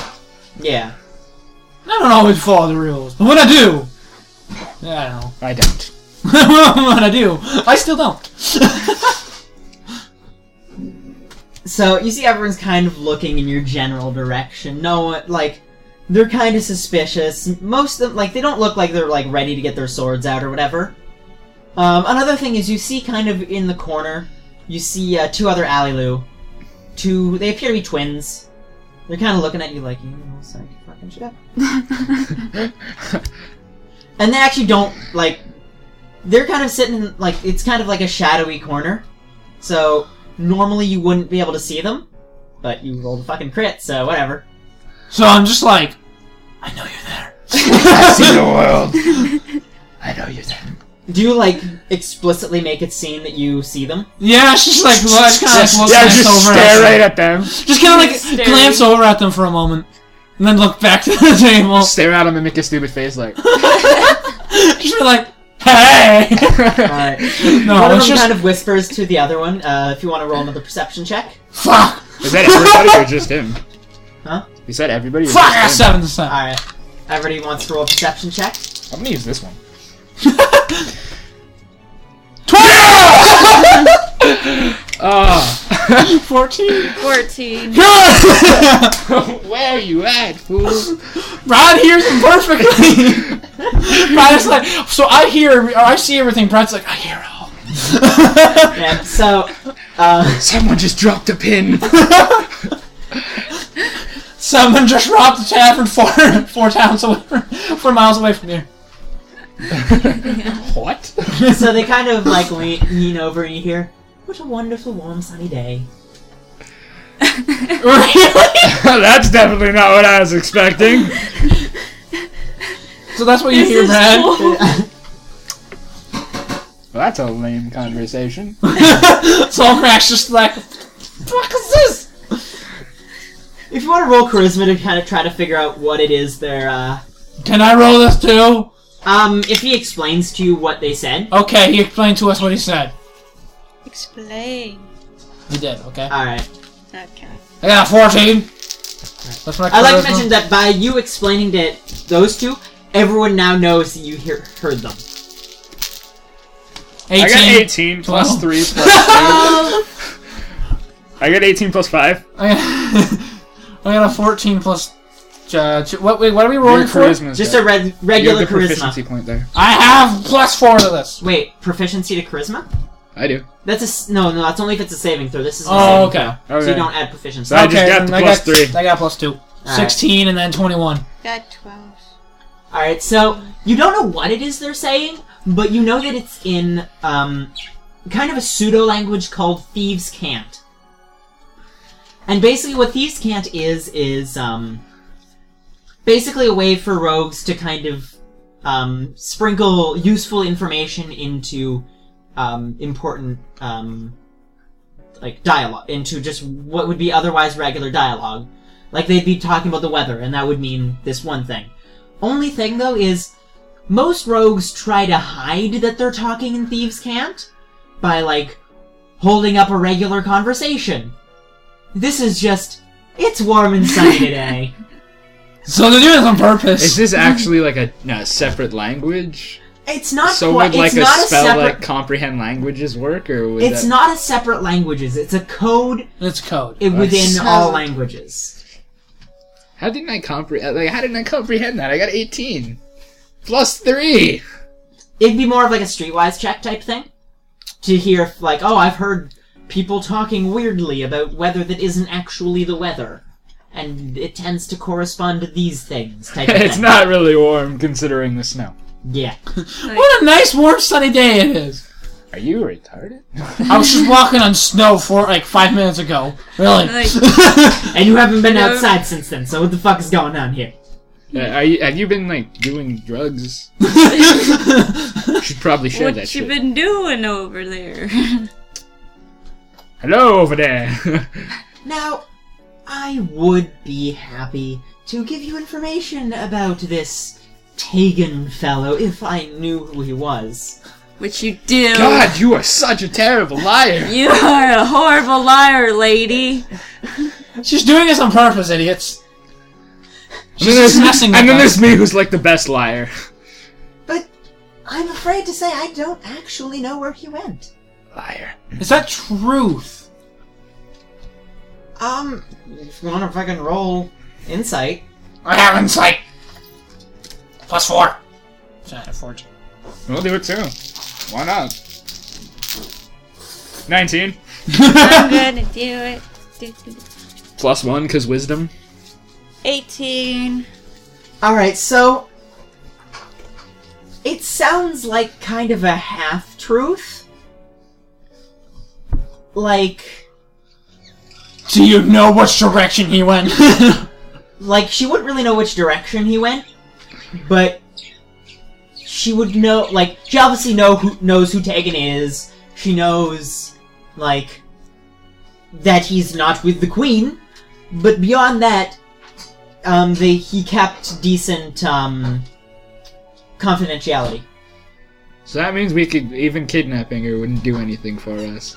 Speaker 2: yeah.
Speaker 5: I don't always follow the rules, but when I do, I don't know.
Speaker 4: I don't.
Speaker 5: what I do. I still don't.
Speaker 2: So you see everyone's kind of looking in your general direction. No one like they're kind of suspicious. Most of them like they don't look like they're like ready to get their swords out or whatever. Um, another thing is you see kind of in the corner, you see uh, two other Alilu. Two they appear to be twins. They're kind of looking at you like you know, psych fucking shit up. and they actually don't like they're kind of sitting in like it's kind of like a shadowy corner so normally you wouldn't be able to see them but you rolled a fucking crit so whatever
Speaker 5: so I'm just like, I know you're there.
Speaker 4: I see the world. I know you're there.
Speaker 2: do you like explicitly make it seem that you see them
Speaker 5: Yeah, she's like, well, just kind of like
Speaker 4: yeah,
Speaker 5: glance
Speaker 4: just
Speaker 5: over
Speaker 4: stare
Speaker 5: at
Speaker 4: right at them.
Speaker 5: Just kind of like
Speaker 6: Staring.
Speaker 5: glance over at them for a moment, and then look back to the table.
Speaker 4: Stare at them and make a stupid face like.
Speaker 5: She's like, hey.
Speaker 2: alright
Speaker 5: No,
Speaker 2: one of
Speaker 5: it's
Speaker 2: them
Speaker 5: just
Speaker 2: kind of whispers to the other one uh, if you want to roll another perception check
Speaker 5: fuck,
Speaker 4: Is that everybody or just him?
Speaker 2: Huh?
Speaker 4: You said everybody. Or
Speaker 5: fuck. I got
Speaker 4: just him?
Speaker 5: seven this time.
Speaker 2: alright everybody wants to roll a perception check
Speaker 4: I'm gonna use this one. Ah,
Speaker 5: Fourteen.
Speaker 6: 14.
Speaker 4: where you at, fool?
Speaker 5: Brad hears him perfectly. Brad is like, so I hear, or I see everything. Brad's like, I hear it all.
Speaker 2: yeah so uh,
Speaker 4: Someone just dropped a pin.
Speaker 5: Someone just robbed the tavern four four towns away from, four miles away from here.
Speaker 4: what?
Speaker 2: so they kind of like lean, lean over and you hear what a wonderful warm sunny day
Speaker 5: really?
Speaker 4: That's definitely not what I was expecting.
Speaker 5: So that's what you hear,
Speaker 6: is
Speaker 5: Brad.
Speaker 4: Well, that's a lame conversation.
Speaker 5: Soul Crash just like, fuck is this?
Speaker 2: If you want to roll charisma to kind of try to figure out what it is they're, uh,
Speaker 5: Can I roll this too?
Speaker 2: um, if he explains to you what they said,
Speaker 5: Okay, he explained to us what he said.
Speaker 6: Explain.
Speaker 5: He did. Okay.
Speaker 2: all right.
Speaker 6: Okay.
Speaker 5: I got a fourteen. That's my.
Speaker 2: I like
Speaker 4: Uh-huh.
Speaker 2: to
Speaker 5: charisma.
Speaker 2: mention that by you explaining to those two, everyone now knows that you hear, heard them.
Speaker 5: Eighteen.
Speaker 4: I got 18 plus
Speaker 5: Twelve.
Speaker 4: 3 plus 2. I got 18 plus 5.
Speaker 5: I got, I got a fourteen plus. Uh, two- what? Wait, what are we rolling
Speaker 4: Your
Speaker 5: for?
Speaker 4: charisma's
Speaker 2: Just
Speaker 4: good.
Speaker 2: a red,
Speaker 4: You have
Speaker 2: regular
Speaker 4: the
Speaker 2: charisma.
Speaker 4: proficiency point there.
Speaker 5: I have plus four to this.
Speaker 2: Wait, proficiency to charisma?
Speaker 4: I do.
Speaker 2: That's a s- no, no. That's only if it's a saving throw. This is a
Speaker 5: Oh,
Speaker 2: saving
Speaker 5: okay.
Speaker 2: throw, so
Speaker 4: Okay.
Speaker 2: you don't add proficiency.
Speaker 4: So I just
Speaker 5: okay,
Speaker 4: got the
Speaker 5: then I
Speaker 4: plus
Speaker 5: got,
Speaker 4: three.
Speaker 5: I got plus two.
Speaker 2: right.
Speaker 5: Sixteen and then twenty-one.
Speaker 6: Got 12.
Speaker 2: All right, so you don't know what it is they're saying, but you know that it's in um, kind of a pseudo language called thieves' cant. And basically, what thieves' cant is is um, basically a way for rogues to kind of um, sprinkle useful information into um, important um, like dialogue into just what would be otherwise regular dialogue. Like they'd be talking about the weather, and that would mean this one thing. Only thing though is most rogues try to hide that they're talking and thieves can't by like holding up a regular conversation. This is just it's warm and sunny today.
Speaker 5: So they're doing this on purpose.
Speaker 4: Is this actually like a no, separate language?
Speaker 2: It's not
Speaker 4: So
Speaker 2: quite,
Speaker 4: would like
Speaker 2: it's
Speaker 4: a
Speaker 2: not a
Speaker 4: spell
Speaker 2: separate
Speaker 4: like comprehend languages work, or would
Speaker 2: it's
Speaker 4: that...
Speaker 2: not a separate languages. It's a code
Speaker 5: it's code.
Speaker 2: i- within
Speaker 4: Nice.
Speaker 2: all languages.
Speaker 4: How didn't I comprehend? Like, how didn't I comprehend that? I got 18 plus three.
Speaker 2: It'd be more of like a streetwise check type thing to hear if, like, oh, I've heard people talking weirdly about weather that isn't actually the weather, and it tends to correspond to these things. Type of
Speaker 4: it's
Speaker 2: thing.
Speaker 4: not really warm considering the snow.
Speaker 2: Yeah.
Speaker 5: What a nice warm sunny day it is.
Speaker 4: Are you retarded?
Speaker 5: I was just walking on snow for like five minutes ago. Really?
Speaker 6: Like,
Speaker 2: And you haven't been
Speaker 6: No.
Speaker 2: outside since then, so what the fuck is going on here?
Speaker 4: Uh, are you, have you been like doing drugs? Should probably share that
Speaker 6: what you
Speaker 4: shit.
Speaker 6: been doing over there?
Speaker 4: Hello over there.
Speaker 2: Now, I would be happy to give you information about this Tegan fellow if I knew who he was.
Speaker 1: Which you do.
Speaker 4: God, you are such a terrible liar.
Speaker 1: You are a horrible liar, lady.
Speaker 5: She's doing this on purpose, idiots.
Speaker 4: And then there's,
Speaker 5: dismissing the
Speaker 4: and then
Speaker 5: guy.
Speaker 4: there's me, who's like the best liar.
Speaker 2: But I'm afraid to say I don't actually know where he went.
Speaker 4: Liar.
Speaker 5: Is that truth?
Speaker 2: Um, if you want to fucking roll insight,
Speaker 5: I have insight. Plus four. Sorry, four.
Speaker 4: We'll do it too. Why not? Nineteen
Speaker 6: I'm gonna do it. Do, do, do.
Speaker 4: plus one, cause wisdom.
Speaker 1: 18.
Speaker 2: All right, so it sounds like kind of a half truth. Like
Speaker 5: Do you know which direction he went?
Speaker 2: like she wouldn't really know which direction he went, but she would know like she obviously know who knows who Tegan is. She knows like that he's not with the queen, but beyond that um they he kept decent um confidentiality.
Speaker 4: So that means we could even kidnapping her wouldn't do anything for us.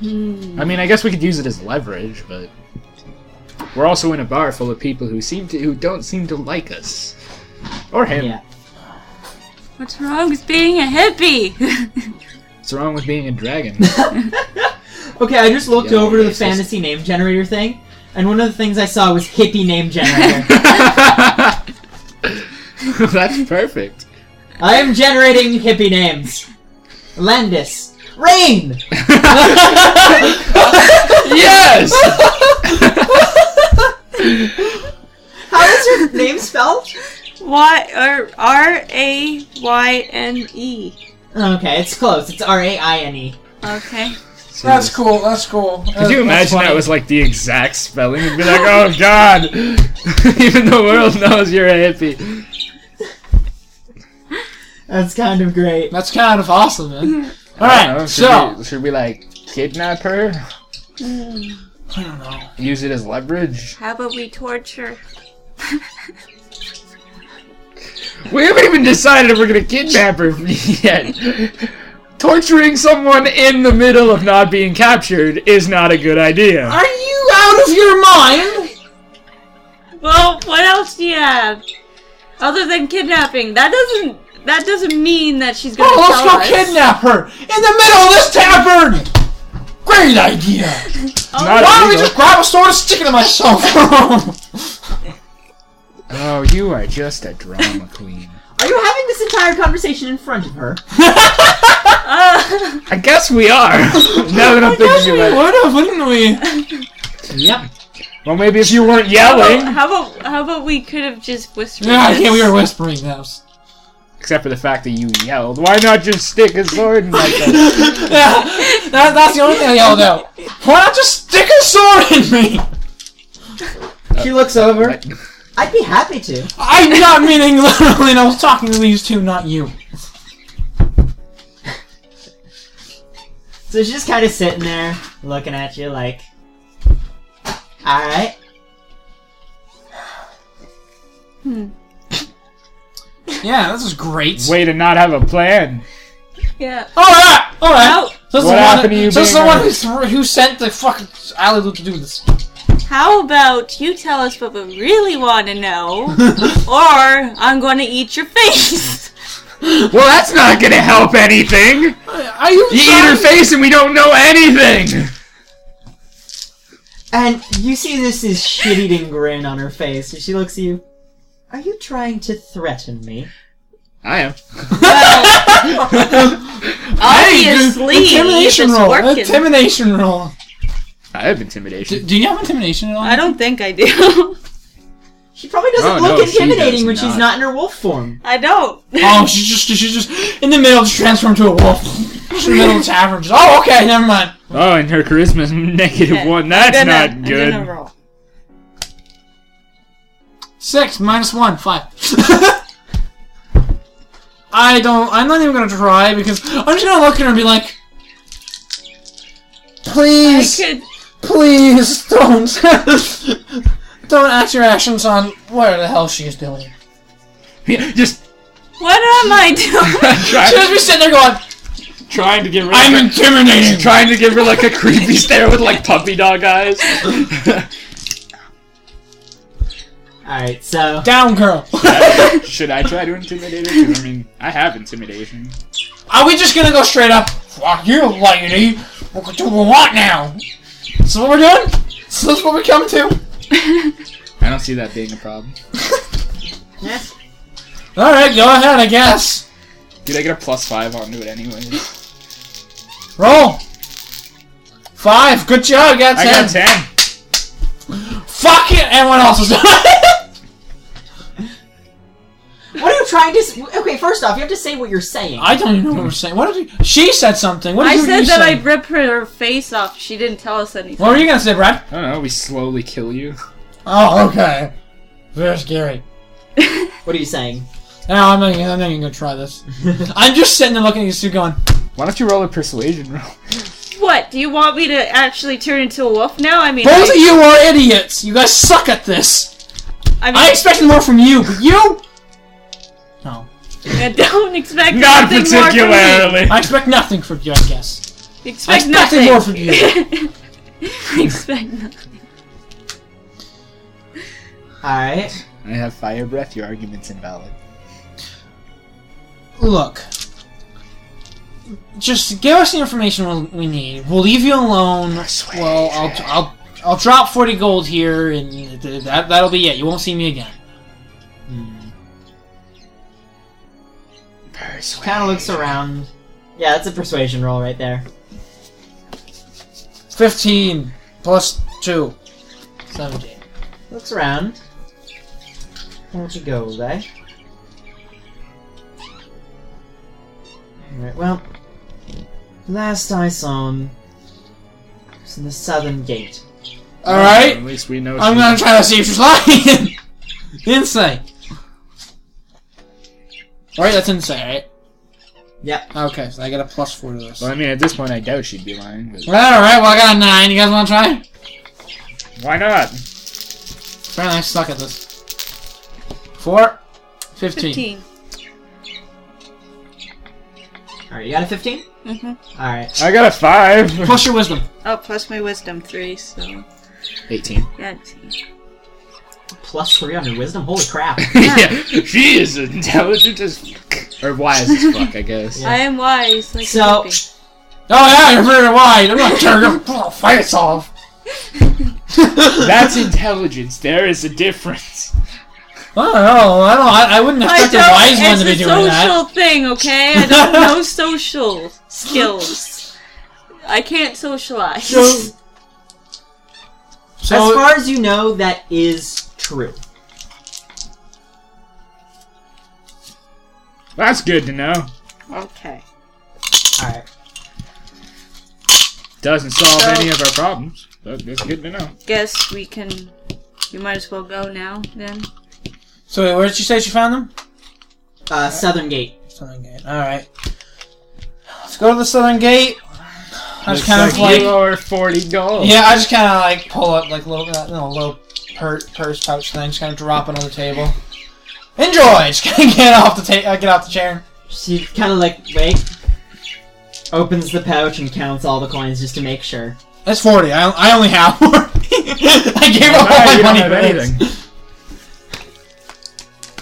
Speaker 4: I mean, I guess we could use it as leverage, but we're also in a bar full of people who seem to who don't seem to like us or him.
Speaker 2: Yeah.
Speaker 1: What's wrong with being a hippie?
Speaker 4: What's wrong with being a dragon?
Speaker 2: Okay, I just looked
Speaker 4: Yeah,
Speaker 2: over to the
Speaker 4: racist.
Speaker 2: fantasy name generator thing, and one of the things I saw was hippie name generator.
Speaker 4: That's perfect.
Speaker 2: I am generating hippie names. Landis. Rain!
Speaker 4: yes.
Speaker 2: How is your name spelled?
Speaker 6: Y R R A Y N E.
Speaker 2: Okay, it's close. It's R A I N E.
Speaker 1: okay.
Speaker 5: that's cool. That's cool.
Speaker 4: Could you imagine that was like the exact spelling? It'd be like, oh god! Even the world knows you're a hippie.
Speaker 2: That's kind of great.
Speaker 5: That's kind of awesome, man. All
Speaker 4: I don't know,
Speaker 5: right,
Speaker 4: Uh, should
Speaker 5: so
Speaker 4: we, should we like kidnap her?
Speaker 5: I don't know.
Speaker 4: Use it as leverage?
Speaker 1: How about we torture?
Speaker 4: We haven't even decided if we're gonna kidnap her yet. Torturing someone in the middle of not being captured is not a good idea.
Speaker 5: Are you out of your mind?
Speaker 1: Well, what else do you have? Other than kidnapping, that doesn't that doesn't mean that she's gonna
Speaker 5: Oh, let's
Speaker 1: tell
Speaker 5: go
Speaker 1: us.
Speaker 5: kidnap her in the middle of this tavern. Great idea.
Speaker 4: Not
Speaker 5: Why don't we
Speaker 4: illegal.
Speaker 5: just grab a sword and stick it in myself?
Speaker 4: Oh, you are just a drama queen.
Speaker 2: Are you having this entire conversation in front of her?
Speaker 1: Uh,
Speaker 4: I guess we are. now that I'm thinking about it.
Speaker 5: have, wouldn't we?
Speaker 2: Yep.
Speaker 4: Well, maybe if you weren't yelling.
Speaker 1: how about how about we could have just whispered?
Speaker 5: Yeah, I
Speaker 1: this?
Speaker 5: can't. We were whispering that. was-
Speaker 4: Except for the fact that you yelled. Why not just stick a sword in my face?
Speaker 5: yeah, that, that's the only thing I yelled out. Why not just stick a sword in me?
Speaker 2: She looks over.
Speaker 4: Uh, Like-
Speaker 2: I'd be happy to.
Speaker 5: I'm not meaning literally, and I was talking to these two, not you.
Speaker 2: So she's just kind of sitting there, looking at you like, alright.
Speaker 5: Yeah, this is great.
Speaker 4: Way to not have a plan.
Speaker 1: Yeah.
Speaker 5: All right, all right.
Speaker 1: How
Speaker 5: So this is
Speaker 4: What
Speaker 5: the one
Speaker 4: happened to you
Speaker 5: So this is the
Speaker 4: being
Speaker 5: one
Speaker 4: a-
Speaker 5: who, threw- who sent the fucking alley to do this.
Speaker 1: how about you tell us what we really want to know, or I'm gonna eat your face.
Speaker 4: Well, that's not gonna help anything.
Speaker 5: Are you?
Speaker 4: You eat her face and we don't know anything.
Speaker 2: And you see this is shit-eating grin on her face, and she looks at you. Are you trying to threaten me?
Speaker 4: I am.
Speaker 1: Obviously,
Speaker 5: Intimidation
Speaker 1: this
Speaker 5: roll.
Speaker 1: working.
Speaker 5: Intimidation roll.
Speaker 4: I have
Speaker 5: Do,
Speaker 4: intimidation.
Speaker 5: do you have intimidation at all?
Speaker 1: I don't think I do.
Speaker 2: She probably doesn't
Speaker 4: Oh,
Speaker 2: look
Speaker 4: no, she
Speaker 2: intimidating
Speaker 4: does
Speaker 2: when she's
Speaker 4: not.
Speaker 2: not in her wolf form.
Speaker 1: I don't.
Speaker 5: Oh, she's just she's just in the middle, just transformed to a wolf. Just in the middle of the tavern. Just, oh, okay, never mind.
Speaker 4: Oh, and her charisma's negative
Speaker 1: Okay,
Speaker 4: one. That's
Speaker 1: gonna-
Speaker 4: not
Speaker 1: I'm
Speaker 4: good.
Speaker 1: gonna roll.
Speaker 5: Six minus one, five. I don't. I'm not even gonna try because I'm just gonna look at her and be like, Please,
Speaker 6: I could.
Speaker 5: please don't, don't act your actions on whatever the hell she's doing.
Speaker 4: Just
Speaker 6: What am I doing?
Speaker 5: She
Speaker 4: try,
Speaker 5: just be sitting there going,
Speaker 4: trying to get rid of
Speaker 5: "I'm
Speaker 4: her-
Speaker 5: intimidating."
Speaker 4: trying to give her like a creepy stare with like puppy dog eyes.
Speaker 2: Alright, so.
Speaker 5: Down, girl.
Speaker 4: Should I try to intimidate her? 'Cause, I mean, I have intimidation.
Speaker 5: Are we just gonna go straight up? Fuck you, lady. What do we want now? This is what we're doing. This is what we come to.
Speaker 4: I don't see that being a problem.
Speaker 5: All right, go ahead, I guess.
Speaker 4: Dude, I get a plus five onto it anyway.
Speaker 5: Roll. Five. Good job. You Got
Speaker 4: I
Speaker 5: ten.
Speaker 4: got ten.
Speaker 5: Fuck it. Everyone else is.
Speaker 2: What are you trying to. s- Okay, first off, you have to say what you're saying.
Speaker 5: I don't even know what we're saying. What did you? She said something. What did
Speaker 6: I
Speaker 5: you
Speaker 6: said
Speaker 5: you
Speaker 6: that
Speaker 5: say?
Speaker 6: I'd rip her face off. She didn't tell us anything.
Speaker 5: What were you gonna say, Brad?
Speaker 4: I don't know. We slowly kill you.
Speaker 5: Oh, okay. Very scary.
Speaker 2: What are you saying?
Speaker 5: No, I'm not. even- I'm not even gonna try this. I'm just sitting there looking at you two, going,
Speaker 4: Why don't you roll a persuasion roll?
Speaker 6: What? Do you want me to actually turn into a wolf now? I mean,
Speaker 5: "Both
Speaker 6: I,
Speaker 5: of you are idiots. You guys suck at this.
Speaker 6: I, mean,
Speaker 5: I expected more from you, but you." No.
Speaker 6: I don't expect
Speaker 4: Not
Speaker 6: nothing more from me.
Speaker 4: particularly.
Speaker 5: I expect nothing from you, I guess. I
Speaker 6: Expect
Speaker 5: expect
Speaker 6: nothing
Speaker 5: more from you.
Speaker 6: expect nothing.
Speaker 2: Alright.
Speaker 4: I have fire breath. Your argument's invalid.
Speaker 5: Look. Just give us the information we'll, we need. We'll leave you alone. Well, I'll, I'll, I'll drop 40 gold here, and th- that, that'll be it. You won't see me again.
Speaker 4: Persuasion.
Speaker 2: Kind of looks around. Yeah, that's a persuasion roll right there.
Speaker 5: 15 plus 2. 17.
Speaker 2: Looks around. Where'd you go, guy? Alright, well. Last I saw him was in the southern gate.
Speaker 5: Alright?
Speaker 4: At least we know.
Speaker 5: I'm
Speaker 4: she-
Speaker 5: gonna try to see if she's lying! insight. Alright, that's insight, right?
Speaker 2: Yep.
Speaker 5: Okay, so I got a plus 4 to this.
Speaker 4: Well,
Speaker 5: Alright,
Speaker 4: I mean, at this point, I doubt she'd be lying. But
Speaker 5: alright, well, I got a 9. You guys wanna try?
Speaker 4: why not?
Speaker 5: Apparently I suck at this. Four. Fifteen.
Speaker 6: Fifteen.
Speaker 2: Alright, you got a 15?
Speaker 6: Mhm.
Speaker 2: Alright.
Speaker 4: I got a five.
Speaker 5: Plus your wisdom.
Speaker 6: Oh, plus my wisdom three, so
Speaker 4: Eighteen.
Speaker 6: yeah.
Speaker 2: Plus 3 on your wisdom? Holy crap.
Speaker 4: yeah, she is intelligent as fuck. or wise as fuck, I guess.
Speaker 6: I am wise. Like
Speaker 2: So-
Speaker 6: a puppy.
Speaker 5: Oh yeah, you're very wide. I'm not sure you're gonna fight us off.
Speaker 4: That's intelligence. There is a difference.
Speaker 5: I don't know. I don't. I, I wouldn't
Speaker 6: I
Speaker 5: expect a wise
Speaker 6: don't.
Speaker 5: one
Speaker 6: It's
Speaker 5: to
Speaker 6: a
Speaker 5: be doing
Speaker 6: social
Speaker 5: that.
Speaker 6: thing, okay? I don't know social skills. I can't socialize.
Speaker 2: So- as
Speaker 5: So
Speaker 2: far as you know, that is true.
Speaker 4: That's good to know.
Speaker 6: okay.
Speaker 2: Alright.
Speaker 4: Doesn't solve
Speaker 6: So-
Speaker 4: any of our problems, but it's good to know.
Speaker 6: Guess we can. You might as well go now then.
Speaker 5: so wait, where did you say she found them?
Speaker 2: Uh, southern gate.
Speaker 5: Southern Gate. All right. Let's go to the Southern Gate. I just
Speaker 4: Looks
Speaker 5: kind of like.
Speaker 4: you owe her forty gold.
Speaker 5: Yeah,
Speaker 6: Oh.
Speaker 5: I just kind of like pull up like little that little, little per- purse pouch thing, just kind of drop it on the table. Enjoy. Just kind of get off the ta- uh, get off the chair.
Speaker 2: She kind of like, wait. Opens the pouch and counts all the coins just to make sure.
Speaker 5: That's forty. I, I only have. one. I gave
Speaker 4: All
Speaker 5: up all
Speaker 4: right,
Speaker 5: my
Speaker 4: you don't
Speaker 5: money
Speaker 4: have
Speaker 5: for this.
Speaker 4: anything.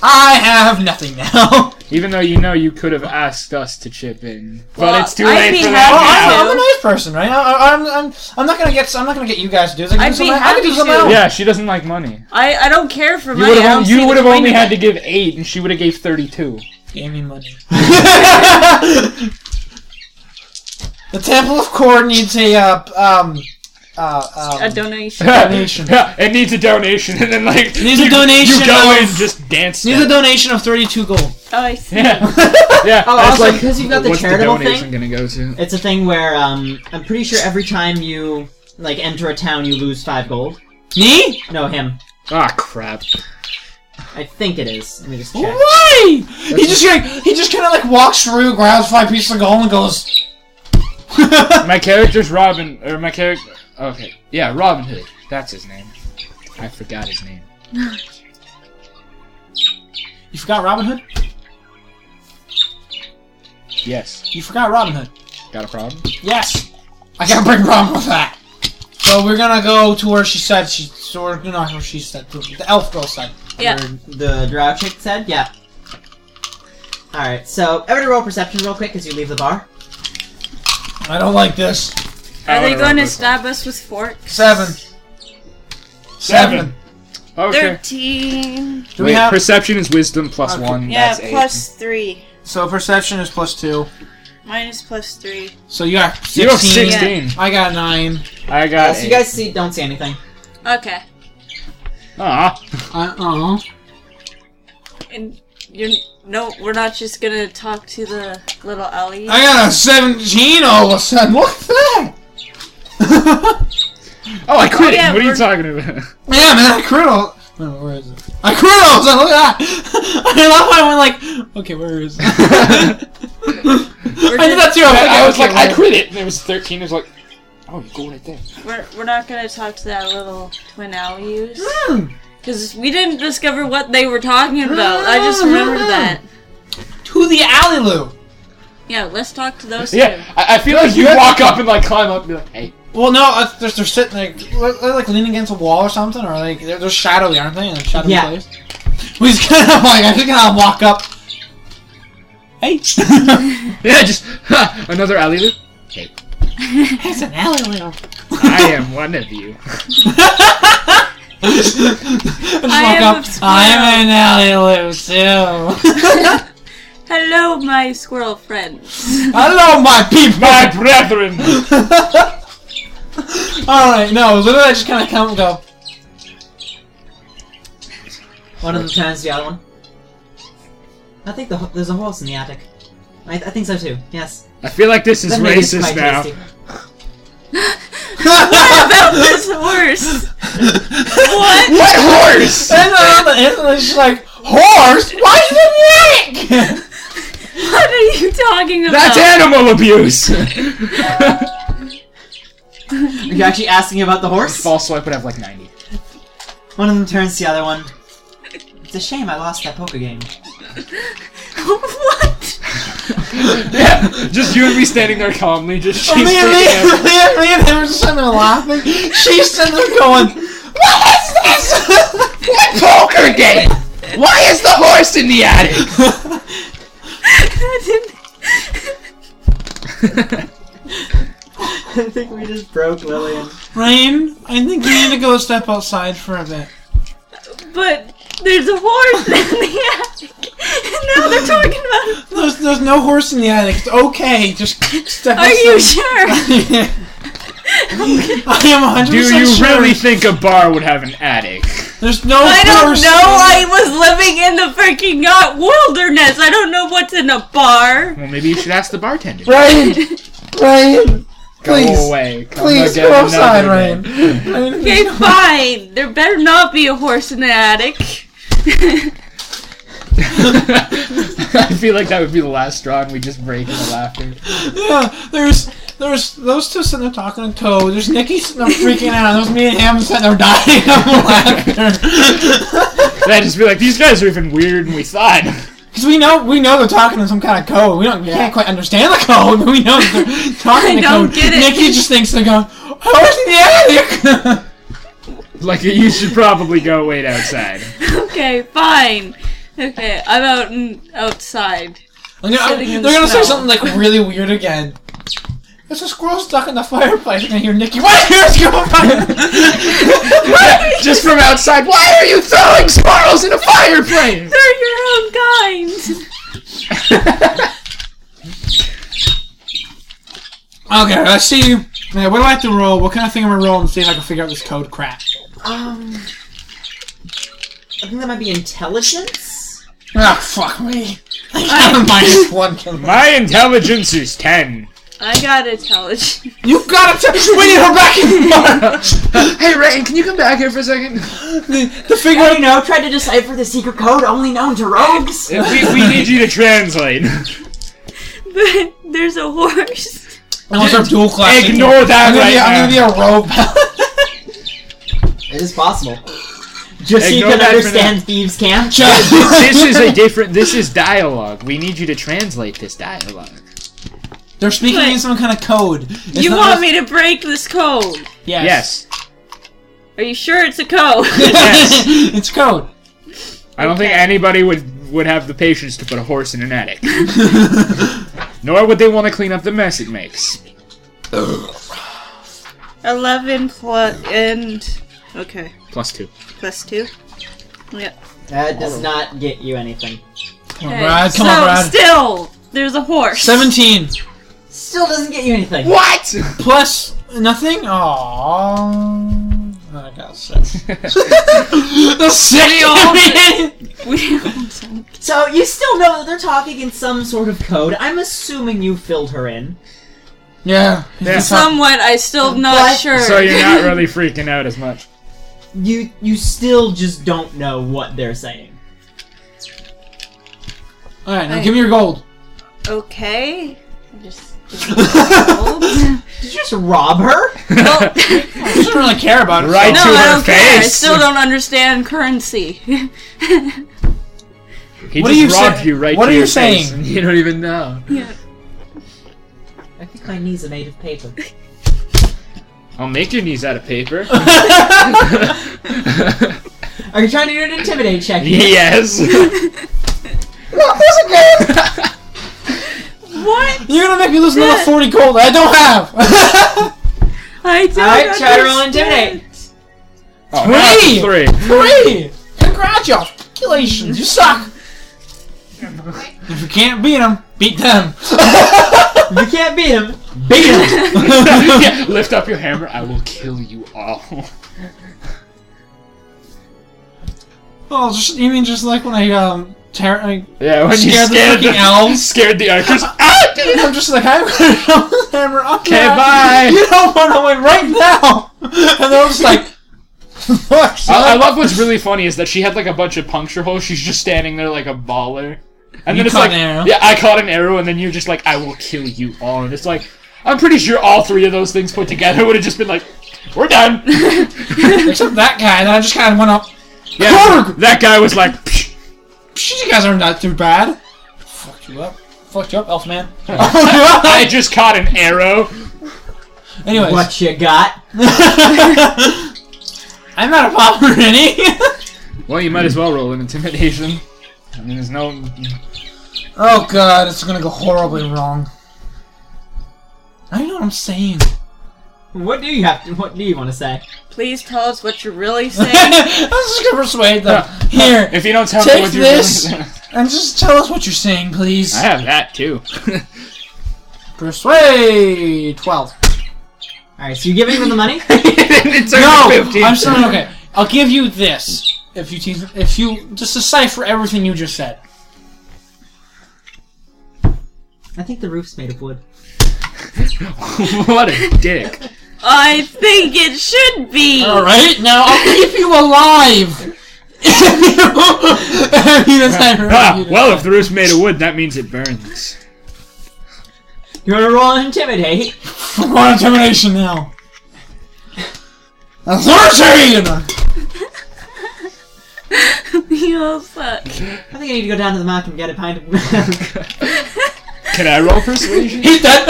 Speaker 5: I have nothing now.
Speaker 4: Even though you know you could have asked us to chip in,
Speaker 6: Well,
Speaker 4: but it's too
Speaker 6: I'd
Speaker 4: late
Speaker 6: be
Speaker 4: for
Speaker 5: Oh,
Speaker 6: happy
Speaker 4: that
Speaker 5: I'm,
Speaker 6: to.
Speaker 5: I'm a nice person, right? I, I'm, I'm, I'm not gonna get. I'm not gonna get you guys to do this. I can
Speaker 6: I'd
Speaker 5: do
Speaker 6: be
Speaker 5: something. I can do
Speaker 6: happy
Speaker 5: something
Speaker 6: to.
Speaker 4: now.
Speaker 5: else.
Speaker 4: Yeah, she doesn't like money.
Speaker 6: I I don't care for
Speaker 4: You
Speaker 6: money.
Speaker 4: would
Speaker 6: I
Speaker 4: have
Speaker 6: don't
Speaker 4: only,
Speaker 6: see
Speaker 4: you
Speaker 6: the
Speaker 4: would have
Speaker 6: point
Speaker 4: only
Speaker 6: of
Speaker 4: had to
Speaker 6: it.
Speaker 4: give eight, and she would have gave thirty-two.
Speaker 5: Gave me money. the Temple of Cord needs a uh, um uh
Speaker 6: a
Speaker 5: um.
Speaker 6: donation. Oh,
Speaker 5: Donation.
Speaker 4: it needs a donation, and then like
Speaker 5: Needs a
Speaker 4: you-
Speaker 5: donation
Speaker 4: You go
Speaker 5: of-
Speaker 4: and just dance.
Speaker 5: Needs a
Speaker 4: step.
Speaker 5: donation of thirty-two gold.
Speaker 6: Oh, I see.
Speaker 4: Yeah, yeah.
Speaker 2: Oh,
Speaker 4: that's
Speaker 2: also,
Speaker 4: like,
Speaker 2: because you've got the
Speaker 4: what's
Speaker 2: charitable
Speaker 4: the donation gonna go to?
Speaker 2: It's a thing where um, I'm pretty sure every time you like enter a town, you lose five gold.
Speaker 5: Me?
Speaker 2: No, him.
Speaker 4: Ah, crap.
Speaker 2: I think it is. Let me just check.
Speaker 5: Why? He just like, he just kind of like walks through, grabs five pieces of gold, and goes.
Speaker 4: My character's Robin, or my character. Okay, yeah, Robin Hood. That's his name. I forgot his name.
Speaker 5: You forgot Robin Hood?
Speaker 4: Yes.
Speaker 5: You forgot Robin Hood.
Speaker 4: Got a problem?
Speaker 5: Yes. I got a big problem with that. So we're gonna go to where she said she. So we're not where she said. to The elf girl said.
Speaker 6: Yeah.
Speaker 2: Or the drow chick said, yeah. Alright, so everybody roll perception real quick as you leave the bar.
Speaker 5: I don't like this.
Speaker 4: I
Speaker 6: Are they
Speaker 4: wanna
Speaker 6: going to
Speaker 4: roll
Speaker 6: stab us with forks?
Speaker 5: Seven.
Speaker 4: Seven. Okay.
Speaker 6: Thirteen.
Speaker 5: Do
Speaker 4: Wait,
Speaker 5: we have?
Speaker 4: perception is wisdom plus
Speaker 5: Okay.
Speaker 4: one.
Speaker 1: Yeah,
Speaker 4: that's eight.
Speaker 1: plus three.
Speaker 5: so perception is plus two.
Speaker 1: Minus plus three.
Speaker 5: So you got sixteen.
Speaker 4: You have sixteen.
Speaker 5: I got nine.
Speaker 4: I
Speaker 2: Yeah,
Speaker 4: got.
Speaker 2: so
Speaker 4: eight.
Speaker 2: you guys see, don't see anything.
Speaker 6: Okay.
Speaker 4: Aw.
Speaker 5: Uh oh.
Speaker 6: And you're no, we're not just gonna talk to the little Ellie.
Speaker 5: I got a seventeen all of a sudden. Look at that.
Speaker 4: Oh, I quit.
Speaker 6: yeah,
Speaker 4: what are you
Speaker 6: we're-
Speaker 4: talking about?
Speaker 5: Yeah, man, I crit all. Wait, Where is it? I crit all. of a sudden, Look at that. I love how I went like, okay, where is it?
Speaker 6: We're,
Speaker 5: I did that
Speaker 6: just,
Speaker 5: too. I'm like,
Speaker 4: I, was
Speaker 5: okay,
Speaker 4: like, I
Speaker 5: where-
Speaker 4: quit it. And it was thirteen. It was like, oh, you go right there.
Speaker 6: we're, we're not gonna talk to that little twin Ellie's
Speaker 5: Hmm.
Speaker 6: because we didn't discover what they were talking about. I just remembered that.
Speaker 5: to the alley loo.
Speaker 6: Yeah, let's talk to those
Speaker 4: Yeah, I, I feel like you walk up and like climb up and be like, hey.
Speaker 5: Well, no, uh, they're, they're sitting like they're, they're, like leaning against a wall or something, or like they're, they're shadowy, aren't they? In a shadowy
Speaker 2: Yeah.
Speaker 5: place. We just gonna like I'm just gonna walk up. Hey,
Speaker 4: Yeah, just ha, another alley loop. Hey,
Speaker 5: it's an alley loo.
Speaker 4: I am one of you.
Speaker 5: I just
Speaker 6: I
Speaker 5: walk
Speaker 6: am
Speaker 5: up.
Speaker 6: a squirrel."
Speaker 5: I'm an alley loo too.
Speaker 6: two. Hello, my squirrel friends.
Speaker 5: Hello, my people.
Speaker 4: My brethren.
Speaker 5: All right, no, literally, I just kind of come and go.
Speaker 2: One of them turns to the other one. I think the, ho- there's a horse in the attic. I, I think so too, yes.
Speaker 4: I feel like this is
Speaker 2: That maybe it's
Speaker 4: racist
Speaker 2: quite
Speaker 4: now.
Speaker 2: tasty.
Speaker 6: what about this horse? What?
Speaker 4: What horse?
Speaker 5: And then on the end, she's like, "Horse? Why is it neck?"
Speaker 6: What are you talking
Speaker 5: Oh.
Speaker 6: about?
Speaker 4: That's animal abuse.
Speaker 2: Are you actually asking about the horse?
Speaker 4: False swipe would have like ninety.
Speaker 2: One of them turns to the other one. It's a shame I lost that poker game.
Speaker 6: what?
Speaker 4: Yeah, just you and me standing there calmly, just she's
Speaker 5: Oh, me, and me,
Speaker 4: taking it.
Speaker 5: me, and me and him are just sitting there laughing. She's sitting there going, "What is this?"
Speaker 4: What poker game? Why is the horse in the attic?
Speaker 6: I didn't-
Speaker 2: I think we just broke Lillian.
Speaker 5: Rain, I think we need to go step outside for a bit.
Speaker 6: but there's a horse in the attic. now they're talking about.
Speaker 5: There's, there's no horse in the attic. It's okay. Just step
Speaker 6: Are
Speaker 5: outside.
Speaker 6: you sure?
Speaker 5: I am 100
Speaker 4: Do you
Speaker 5: sure.
Speaker 4: really think a bar would have an attic?
Speaker 5: There's no
Speaker 6: I don't
Speaker 5: horse.
Speaker 6: know. I was living in the freaking uh, wilderness. I don't know what's in a bar.
Speaker 4: Well, maybe you should ask the bartender.
Speaker 5: Rain, Rain, please,
Speaker 4: go away. Come
Speaker 5: please
Speaker 4: again
Speaker 5: go outside, Rain.
Speaker 4: another day.
Speaker 5: Rain,
Speaker 6: Okay, fine. There better not be a horse in the attic.
Speaker 4: I feel like that would be the last straw, and we just break into laughter.
Speaker 5: Yeah, there's there's those two sitting there talking to Toad. There's Nikki sitting there freaking out. There's me and him sitting there dying of laughter.
Speaker 4: And I just be like, these guys are even weirder than we thought.
Speaker 5: Because we know we know they're talking in some kind of code. We don't we can't quite understand the code, but we know that they're talking
Speaker 6: I
Speaker 5: in
Speaker 6: don't
Speaker 5: code.
Speaker 6: get it.
Speaker 5: Nikki just thinks they're going, "Oh, it's the attic."
Speaker 4: Like, you should probably go wait outside.
Speaker 6: Okay, fine. Okay, I'm out and outside.
Speaker 5: And they're-
Speaker 6: Sitting in
Speaker 5: they're
Speaker 6: the
Speaker 5: gonna say
Speaker 6: snow.
Speaker 5: something like really weird again. There's a squirrel stuck in the fireplace. You're gonna hear Nikki. What? Here's your fire.
Speaker 4: just from outside, why are you throwing squirrels in a fireplace?
Speaker 6: They're your own kind.
Speaker 5: Okay, let's see. Now, what do I have to roll? What kind of thing am I rolling to see if I can figure out this code crap?
Speaker 2: Um, I think that might be intelligence.
Speaker 5: Ah, fuck me. I got a minus one. kill.
Speaker 4: My intelligence is 10.
Speaker 6: I got intelligence.
Speaker 5: You gotta tell We need her back in the
Speaker 4: Hey, Rain, can you come back here for a second?
Speaker 5: The figure.
Speaker 2: I don't know. Tried to decipher the secret code only known to rogues.
Speaker 4: we, we need you to translate.
Speaker 6: But there's a horse.
Speaker 5: I want to start dual classing.
Speaker 4: Ignore that
Speaker 5: I'm gonna, be,
Speaker 4: right
Speaker 5: I'm
Speaker 4: now.
Speaker 5: gonna be a rogue.
Speaker 2: It is possible. Just so you
Speaker 4: Ignore
Speaker 2: can
Speaker 4: that for
Speaker 2: understand thieves' camp.
Speaker 4: this is a different. This is dialogue. We need you to translate this dialogue.
Speaker 5: They're speaking
Speaker 6: Wait.
Speaker 5: in some kind of code. It's
Speaker 6: You
Speaker 5: not
Speaker 6: want
Speaker 5: just-
Speaker 6: me to break this code?
Speaker 5: Yes.
Speaker 4: Yes.
Speaker 6: Are you sure it's a code?
Speaker 4: Yes.
Speaker 5: it's code.
Speaker 4: I don't think
Speaker 6: Okay.
Speaker 4: anybody would would have the patience to put a horse in an attic. Nor would they want to clean up the mess it makes.
Speaker 6: 11 plus and. Okay,
Speaker 4: Plus two.
Speaker 6: plus 2. Yep.
Speaker 2: That does not get you anything.
Speaker 5: Come on, Brad. Come
Speaker 6: so
Speaker 5: on, Brad.
Speaker 6: still, there's a horse.
Speaker 5: 17
Speaker 2: Still doesn't get you anything.
Speaker 4: What?
Speaker 5: plus nothing? Aww. I got six. the city
Speaker 6: We-
Speaker 2: So you still know that they're talking in some sort of code. I'm assuming you filled her in.
Speaker 5: Yeah.
Speaker 4: Yeah.
Speaker 6: Somewhat, I still not
Speaker 2: But-
Speaker 6: sure.
Speaker 4: So you're not really freaking out as much.
Speaker 2: You you still just don't know what they're saying.
Speaker 5: Alright, now give me your gold.
Speaker 6: okay. I Just.
Speaker 2: Did you just rob her?
Speaker 6: Well,
Speaker 5: I don't really care about it.
Speaker 4: Right
Speaker 6: no,
Speaker 4: to
Speaker 6: I
Speaker 4: her
Speaker 6: don't care. I
Speaker 4: face.
Speaker 6: still don't understand currency.
Speaker 4: He
Speaker 5: What
Speaker 4: just
Speaker 5: are you
Speaker 4: robbed
Speaker 5: say-
Speaker 4: you right
Speaker 5: what
Speaker 4: to
Speaker 5: are
Speaker 4: your
Speaker 5: you
Speaker 4: face,
Speaker 5: saying?
Speaker 4: and You don't even know.
Speaker 2: I think my knees are made of paper.
Speaker 4: I'll make your knees out of paper.
Speaker 2: Are you trying to do an intimidate check?
Speaker 4: yes.
Speaker 6: what?
Speaker 5: You're gonna make me lose another 40 gold that I don't have!
Speaker 6: I don't
Speaker 2: Alright, try to roll
Speaker 6: understand.
Speaker 4: Oh, that's a
Speaker 5: Three! Three!
Speaker 4: three.
Speaker 5: Congratulations, you suck! If you can't beat them, beat them!
Speaker 2: You can't beat him.
Speaker 5: Beat them!
Speaker 4: Yeah, Lift up your hammer. I will kill you all.
Speaker 5: Oh, just, you mean just like when I, um, ter- I
Speaker 4: Yeah, when
Speaker 5: scared,
Speaker 4: scared
Speaker 5: the freaking elves?
Speaker 4: scared the archers. Ah,
Speaker 5: I'm just like, I'm gonna roll the hammer up
Speaker 4: Okay,
Speaker 5: there.
Speaker 4: bye.
Speaker 5: You don't want to win right now! And they're just like, fuck, son.
Speaker 4: I, I love what's really funny is that she had like a bunch of puncture holes. She's just standing there like a baller. And
Speaker 5: You
Speaker 4: then it's
Speaker 5: caught
Speaker 4: like,
Speaker 5: an arrow.
Speaker 4: yeah, I caught an arrow, and then you're just like, I will kill you all. And it's like, I'm pretty sure all three of those things put together would have just been like, we're done.
Speaker 5: Except that guy, and I just kind of went up.
Speaker 4: yeah, that guy was like, "Psh."
Speaker 5: Psh, you guys are not too bad. Fucked you up. Fucked you up, elf man.
Speaker 4: I just caught an arrow.
Speaker 5: Anyways,
Speaker 2: What you got?
Speaker 5: I'm not a popper any.
Speaker 4: Well, you might as well roll an intimidation. I mean, there's no.
Speaker 5: oh god, it's gonna go horribly wrong. I know what I'm saying.
Speaker 2: What do you have? To, what do you want to say?
Speaker 6: Please tell us what you're really saying.
Speaker 5: I'm just gonna persuade them. Here,
Speaker 4: If you don't tell me
Speaker 5: Take
Speaker 4: what you're
Speaker 5: this.
Speaker 4: Really...
Speaker 5: and just tell us what you're saying, please.
Speaker 4: I have that too.
Speaker 5: Persuade twelve.
Speaker 2: All right, so you're giving them the money.
Speaker 4: it's only
Speaker 5: No,
Speaker 4: 15.
Speaker 5: I'm sorry. Okay, I'll give you this. If you te- if you just decipher everything you just said.
Speaker 2: I think the roof's made of wood.
Speaker 4: what a dick.
Speaker 6: I think it should be.
Speaker 5: All right, now I'll keep you alive. I mean, it's not
Speaker 4: Ah,
Speaker 5: right.
Speaker 4: well, if the roof's made of wood, that means it burns.
Speaker 2: You want to roll an intimidate?
Speaker 5: We're on termination now. Authoritarian.
Speaker 6: you all suck.
Speaker 2: I think I need to go down to the market and get a pint of.
Speaker 4: Can I roll persuasion?
Speaker 5: Eat that.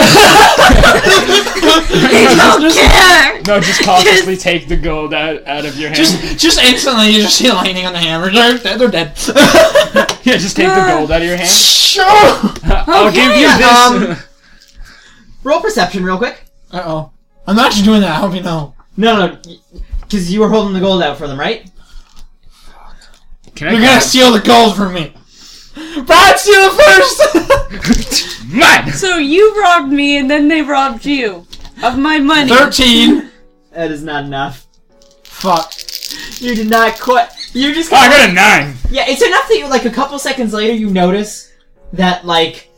Speaker 6: Don't care.
Speaker 4: no, just cautiously take the gold out, out of your hand.
Speaker 5: just, just instantly, you just see lightning on the hammer. They're, dead- they're dead.
Speaker 4: yeah, just take the gold out of your hand.
Speaker 5: sure. Uh
Speaker 4: I'll give you this.
Speaker 2: roll perception real quick.
Speaker 5: oh. I'm not actually doing that. I hope you know.
Speaker 2: No, no, because you were holding the gold out for them, right?
Speaker 4: Can
Speaker 5: You're gonna
Speaker 4: I
Speaker 5: steal the gold from me. Brad, steal it first.
Speaker 4: Man!
Speaker 6: So you robbed me, and then they robbed you of my money.
Speaker 5: Thirteen.
Speaker 2: That is not enough.
Speaker 5: Fuck.
Speaker 2: You did not quit. You just.
Speaker 4: I got a nine.
Speaker 2: Yeah, it's enough that you like a couple seconds later you notice that like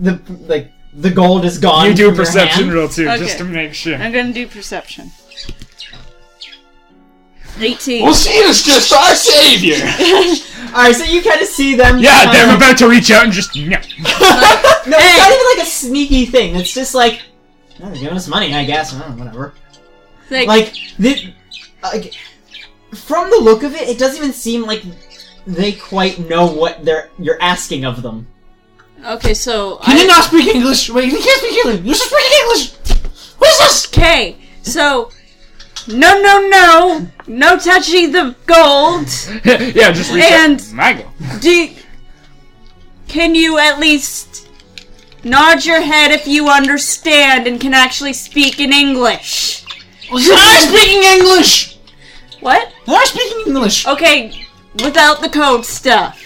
Speaker 2: the like the gold is gone.
Speaker 4: You do a
Speaker 2: from your
Speaker 4: perception
Speaker 2: hand.
Speaker 4: roll too,
Speaker 6: Okay.
Speaker 4: just to make sure.
Speaker 6: I'm gonna do perception. 18.
Speaker 4: is just our savior.
Speaker 2: All right, so you kind of see them.
Speaker 4: Yeah,
Speaker 2: kinda-
Speaker 4: they're about to reach out and just. Yeah.
Speaker 2: No, it's not even like a sneaky thing. It's just like Oh, they're giving us money, I guess. Oh, whatever.
Speaker 6: Like,
Speaker 2: Like the, like, from the look of it, it doesn't even seem like they quite know what they're you're asking of them.
Speaker 6: okay, so
Speaker 5: Can you not speak English? Wait, you can't speak English. You should speak English. What is this?
Speaker 6: Okay, so no, no, no, no touching the gold.
Speaker 4: yeah, just reset.
Speaker 6: And-
Speaker 4: Michael.
Speaker 6: Do can you at least nod your head if you understand and can actually speak in English?
Speaker 5: I'm speaking English.
Speaker 6: What?
Speaker 5: I'm speaking English.
Speaker 6: Okay, without the code stuff.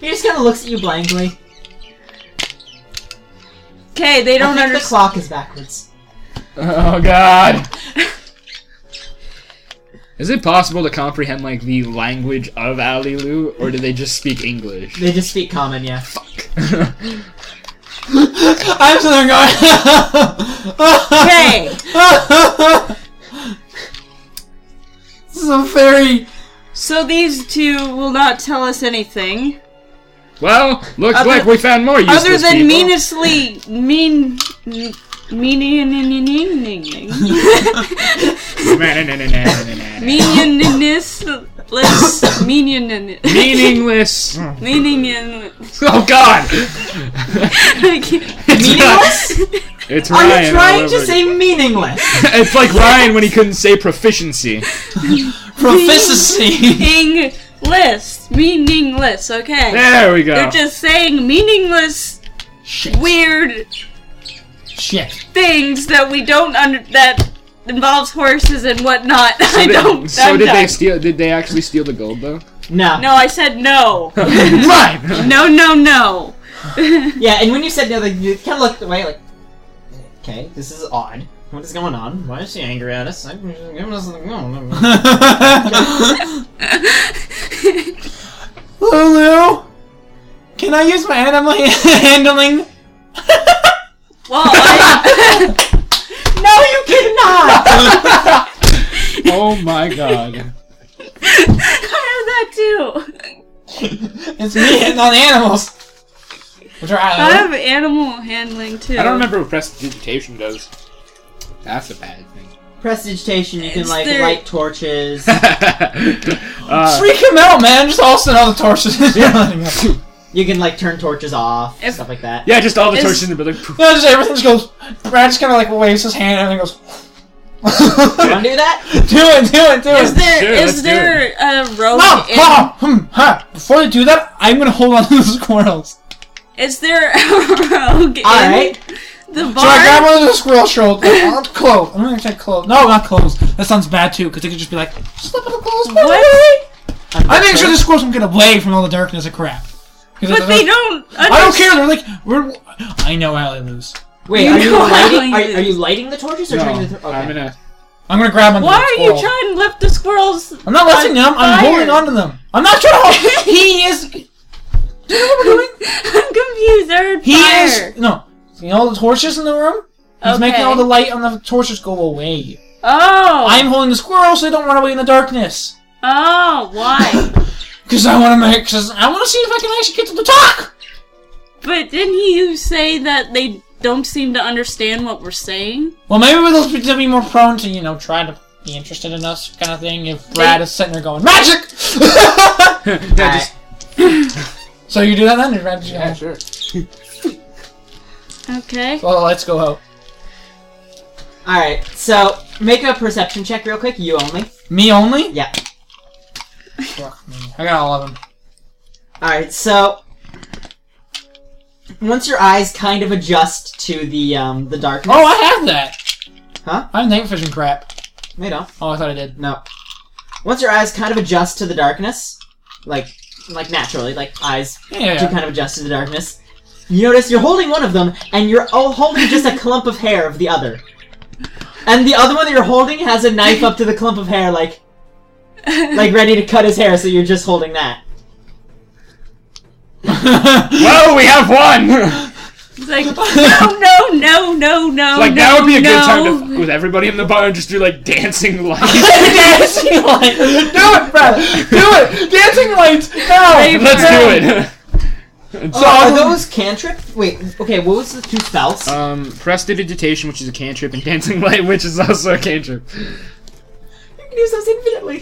Speaker 2: He just kind of looks at you blankly.
Speaker 6: Okay, they
Speaker 2: I
Speaker 6: don't
Speaker 2: think the
Speaker 6: understand.
Speaker 2: clock is backwards.
Speaker 4: Oh God. Is it possible to comprehend like the language of Ali Lu, or do they just speak English?
Speaker 2: They just speak common, yeah.
Speaker 5: I'm sitting there going.
Speaker 6: Okay,
Speaker 5: this is a very.
Speaker 6: so these two will not tell us anything
Speaker 4: well, looks
Speaker 6: Other-
Speaker 4: like we found more useless
Speaker 6: other than
Speaker 4: people.
Speaker 6: meanestly mean. mean- Meaning, meaningless, meaning,
Speaker 4: Meaningless.
Speaker 6: meaning.
Speaker 4: Oh God. It's
Speaker 2: Meaningless?
Speaker 4: Ryan. It's
Speaker 2: Are
Speaker 4: Ryan.
Speaker 2: you trying
Speaker 4: all
Speaker 2: to
Speaker 4: over
Speaker 2: say meaningless?
Speaker 4: again. It's like Ryan when he couldn't say proficiency.
Speaker 5: Proficiency.
Speaker 6: meaningless, meaningless. Okay,
Speaker 4: There we go.
Speaker 6: they're just saying meaningless,
Speaker 5: Shit.
Speaker 6: weird
Speaker 5: Shit.
Speaker 6: things that we don't under that involves horses and whatnot. I
Speaker 4: Did-
Speaker 6: don't.
Speaker 4: So
Speaker 6: I'm
Speaker 4: did they
Speaker 6: done.
Speaker 4: steal? Did they actually steal the gold though?
Speaker 2: No.
Speaker 6: No, I said no.
Speaker 4: Right.
Speaker 6: no, no, no.
Speaker 2: Yeah, and when you said no, like, you kind of looked away, like, okay, this is odd. What is going on? Why is she angry at us? I'm giving us the
Speaker 5: Lulu, can I use my animal handling?
Speaker 6: well, I,
Speaker 2: No, you cannot.
Speaker 4: Oh my God.
Speaker 6: I have that too.
Speaker 5: It's me hitting on the animals. Which are
Speaker 6: I
Speaker 5: I
Speaker 6: have animal handling too.
Speaker 4: I don't remember what prestidigitation does. That's a bad thing.
Speaker 2: Prestidigitation, you can
Speaker 6: It's
Speaker 2: like
Speaker 6: their-
Speaker 2: light torches.
Speaker 4: uh,
Speaker 5: Freak him out, man! Just all of a sudden all the torches.
Speaker 4: Yeah.
Speaker 5: yeah,
Speaker 2: You can like turn torches off,
Speaker 6: If-
Speaker 2: stuff like that.
Speaker 4: yeah, just all the
Speaker 6: Is-
Speaker 4: torches in the building. Oh, Poof.
Speaker 5: just everything just goes. Brad just kind of like waves his hand and then goes.
Speaker 2: Want to do that?
Speaker 5: do it, do it, do
Speaker 6: Is
Speaker 5: it.
Speaker 6: there
Speaker 4: Sure,
Speaker 6: is
Speaker 4: let's do
Speaker 6: there a road?
Speaker 5: Mom,
Speaker 6: in-
Speaker 5: mom, hmm, huh. Before you do that, I'm gonna hold on to the squirrels.
Speaker 6: Is there a rogue
Speaker 2: All
Speaker 6: in
Speaker 2: right.
Speaker 6: the
Speaker 5: So I grab
Speaker 6: bar?
Speaker 5: one of the squirrel shorts. Like, oh, it's clothes. I'm gonna check clothes. No, not clothes. That sounds bad too, because they could just be like, slip in the clothes. man."
Speaker 6: What?
Speaker 5: I make sure the squirrels can get away from all the darkness and crap. 'Cause
Speaker 6: But they don't.
Speaker 5: I don't care. They're like, we're. I know Ally lose.
Speaker 2: Wait,
Speaker 6: You
Speaker 2: are you
Speaker 6: know how
Speaker 2: lighting?
Speaker 6: you
Speaker 2: Are,
Speaker 6: do
Speaker 2: are you lighting the torches or turning the?
Speaker 4: No,
Speaker 2: Tor-
Speaker 4: I'm
Speaker 2: okay.
Speaker 4: gonna.
Speaker 5: I'm gonna grab onto
Speaker 6: Why
Speaker 5: the
Speaker 6: are
Speaker 5: squirrel.
Speaker 6: you trying to lift the squirrels?
Speaker 5: I'm not letting them. I'm
Speaker 6: Fire.
Speaker 5: holding onto them. I'm not trying to hold. he is. Do you know what we're doing?
Speaker 6: I'm confused. They're on
Speaker 5: He
Speaker 6: fire.
Speaker 5: is. No. You know all the torches in the room? He's making
Speaker 6: Okay.
Speaker 5: all the light on the torches go away.
Speaker 6: Oh.
Speaker 5: I'm holding the squirrels so they don't run away in the darkness.
Speaker 6: Oh, why?
Speaker 5: Because I want to make. Because I want to see if I can actually get them to talk.
Speaker 6: but didn't you say that they don't seem to understand what we're saying?
Speaker 5: Well, maybe they'll be- they'll be more prone to, you know, trying to be interested in us kind of thing if Brad is sitting there going, Magic!
Speaker 4: yeah, just,
Speaker 5: so you do that then? Brad just
Speaker 4: yeah,
Speaker 5: goes,
Speaker 4: sure.
Speaker 6: Okay.
Speaker 5: Well, let's go out.
Speaker 2: All right. So make a perception check real quick. You only.
Speaker 5: Me only?
Speaker 2: Yeah.
Speaker 5: Fuck me. I got all of them.
Speaker 2: Alright, so once your eyes kind of adjust to the um the darkness.
Speaker 5: Oh, I have that!
Speaker 2: Huh?
Speaker 5: I have night vision crap.
Speaker 2: Wait, no.
Speaker 5: Oh, I thought I did.
Speaker 2: No. Once your eyes kind of adjust to the darkness, like like naturally, like eyes do
Speaker 5: Yeah.
Speaker 2: kind of adjust to the darkness. You notice you're holding one of them, and you're oh, holding just a clump of hair of the other. And the other one that you're holding has a knife up to the clump of hair, like, like ready to cut his hair. So you're just holding that.
Speaker 4: Whoa, we have one.
Speaker 6: It's like, no, no, no, no, no.
Speaker 4: like
Speaker 6: no,
Speaker 4: now would be a good time
Speaker 6: no.
Speaker 4: to fuck with everybody in the bar and just do like dancing lights.
Speaker 5: Dancing lights! Do it, Brad! Do it! Dancing lights! No!
Speaker 4: Let's do it. It's
Speaker 2: Oh, are
Speaker 4: all-
Speaker 2: those cantrip? Wait, okay, what was the two spells?
Speaker 5: Uh.
Speaker 4: Um, prestidigitation, which is a cantrip, and dancing light, which is also a cantrip.
Speaker 2: you can use those infinitely.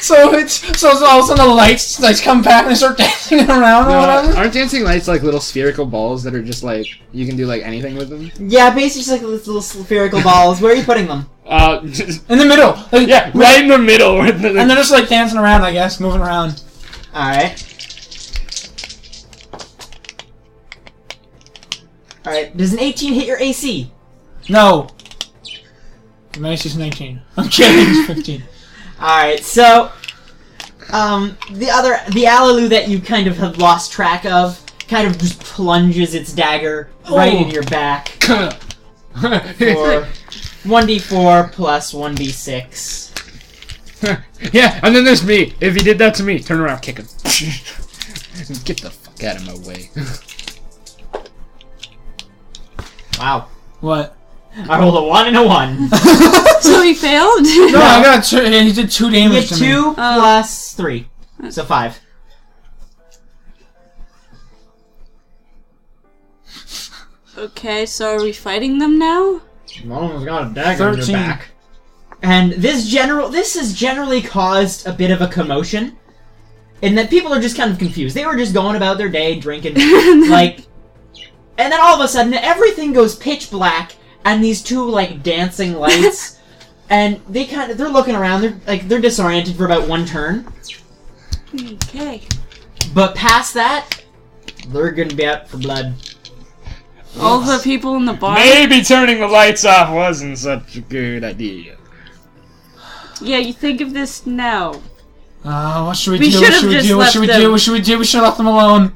Speaker 5: So it's so it's all of a sudden the lights like come back and they start dancing around or
Speaker 4: Uh,
Speaker 5: whatever.
Speaker 4: aren't dancing lights like little spherical balls that are just like you can do like anything with them?
Speaker 2: yeah, basically just like those little spherical balls. Where are you putting them?
Speaker 4: Uh, just,
Speaker 5: In the middle. Like,
Speaker 4: yeah, right in the middle. where the-
Speaker 5: And they're just like dancing around, I guess, moving around.
Speaker 2: Alright. Alright, does an 18 hit your AC?
Speaker 5: No. My is 19. I'm kidding, it's 15.
Speaker 2: Alright, so um the other the Alalu that you kind of have lost track of kind of just plunges its dagger right in
Speaker 5: Oh.
Speaker 2: your back. for 1d4 plus 1d6.
Speaker 4: yeah, and then there's me. If he did that to me, turn around, kick him. Get the fuck out of my way.
Speaker 2: Wow.
Speaker 5: What?
Speaker 2: I rolled a 1 and a 1.
Speaker 6: So he failed?
Speaker 5: No, I got two. yeah, He did two
Speaker 2: You
Speaker 5: damage
Speaker 2: get
Speaker 5: to
Speaker 2: 2
Speaker 5: me.
Speaker 2: plus 3. So 5.
Speaker 6: okay, so are we fighting them now?
Speaker 2: One of them's got a dagger
Speaker 5: in your 13. back.
Speaker 2: And this general this has generally caused a bit of a commotion. And that people are just kind of confused. They were just going about their day drinking like and then all of a sudden everything goes pitch black and these two like dancing lights and they kind of they're looking around they're like they're disoriented for about one turn
Speaker 6: Okay.
Speaker 2: But past that, they're gonna be out for blood.
Speaker 6: All the people in the bar?
Speaker 4: Maybe turning the lights off wasn't such a good idea.
Speaker 6: Yeah, you think of this now.
Speaker 5: Uh, what should we,
Speaker 6: We
Speaker 5: do?
Speaker 6: should
Speaker 5: What
Speaker 6: have
Speaker 5: should we
Speaker 6: just
Speaker 5: do? What
Speaker 6: left
Speaker 5: should we
Speaker 6: them.
Speaker 5: do? What should we do? We should have left them alone.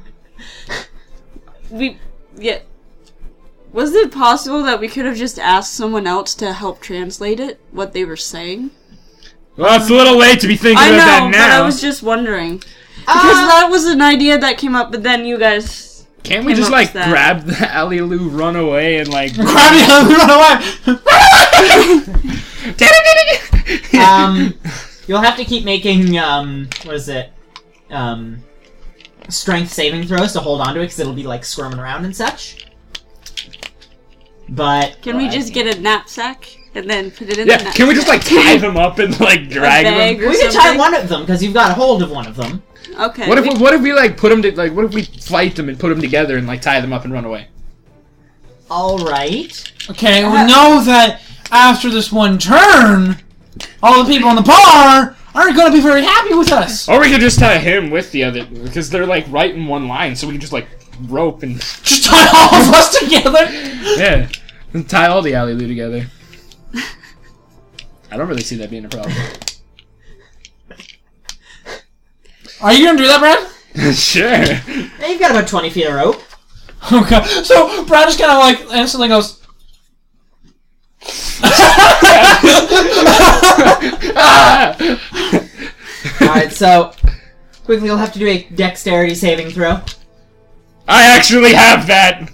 Speaker 6: We. Yeah. Was it possible that we could have just asked someone else to help translate it? What they were saying?
Speaker 4: Well, it's a little late to be thinking
Speaker 6: I
Speaker 4: about that
Speaker 6: know, but
Speaker 4: now.
Speaker 6: I was just wondering. Because that was an idea that came up, but then you guys.
Speaker 4: Can't we
Speaker 6: came
Speaker 4: just
Speaker 6: up with
Speaker 4: like
Speaker 6: that.
Speaker 4: grab the alley Lou, run away, and like?
Speaker 5: Grab him and run away.
Speaker 2: Um, you'll have to keep making um, what is it? Um, strength saving throws to hold onto it because it'll be like squirming around and such. But
Speaker 6: Can we just get a knapsack and then put it in the
Speaker 4: yeah,
Speaker 6: knapsack?
Speaker 4: can we just like tie them up and like drag
Speaker 6: bag
Speaker 4: them?
Speaker 6: or
Speaker 2: we can tie
Speaker 6: something?
Speaker 2: one of them because you've got a hold of one of them.
Speaker 6: Okay.
Speaker 4: What if
Speaker 6: we-
Speaker 4: we, what if we like put them to like what if we fight them and put them together and like tie them up and run away?
Speaker 2: All right.
Speaker 5: Okay, we know that after this one turn, all the people in the bar aren't going to be very happy with us.
Speaker 4: Or we could just tie him with the other because they're like right in one line, so we can just like rope and
Speaker 5: Just tie all of us together.
Speaker 4: yeah, and tie all the alley Lou together. I don't really see that being a problem.
Speaker 5: Are you going to do that, Brad?
Speaker 4: sure.
Speaker 2: Now you've got about twenty feet of rope.
Speaker 5: Oh god. So Brad just kind of like instantly goes.
Speaker 4: Ah!
Speaker 2: All right. So quickly, you'll have to do a dexterity saving throw.
Speaker 4: I actually have that.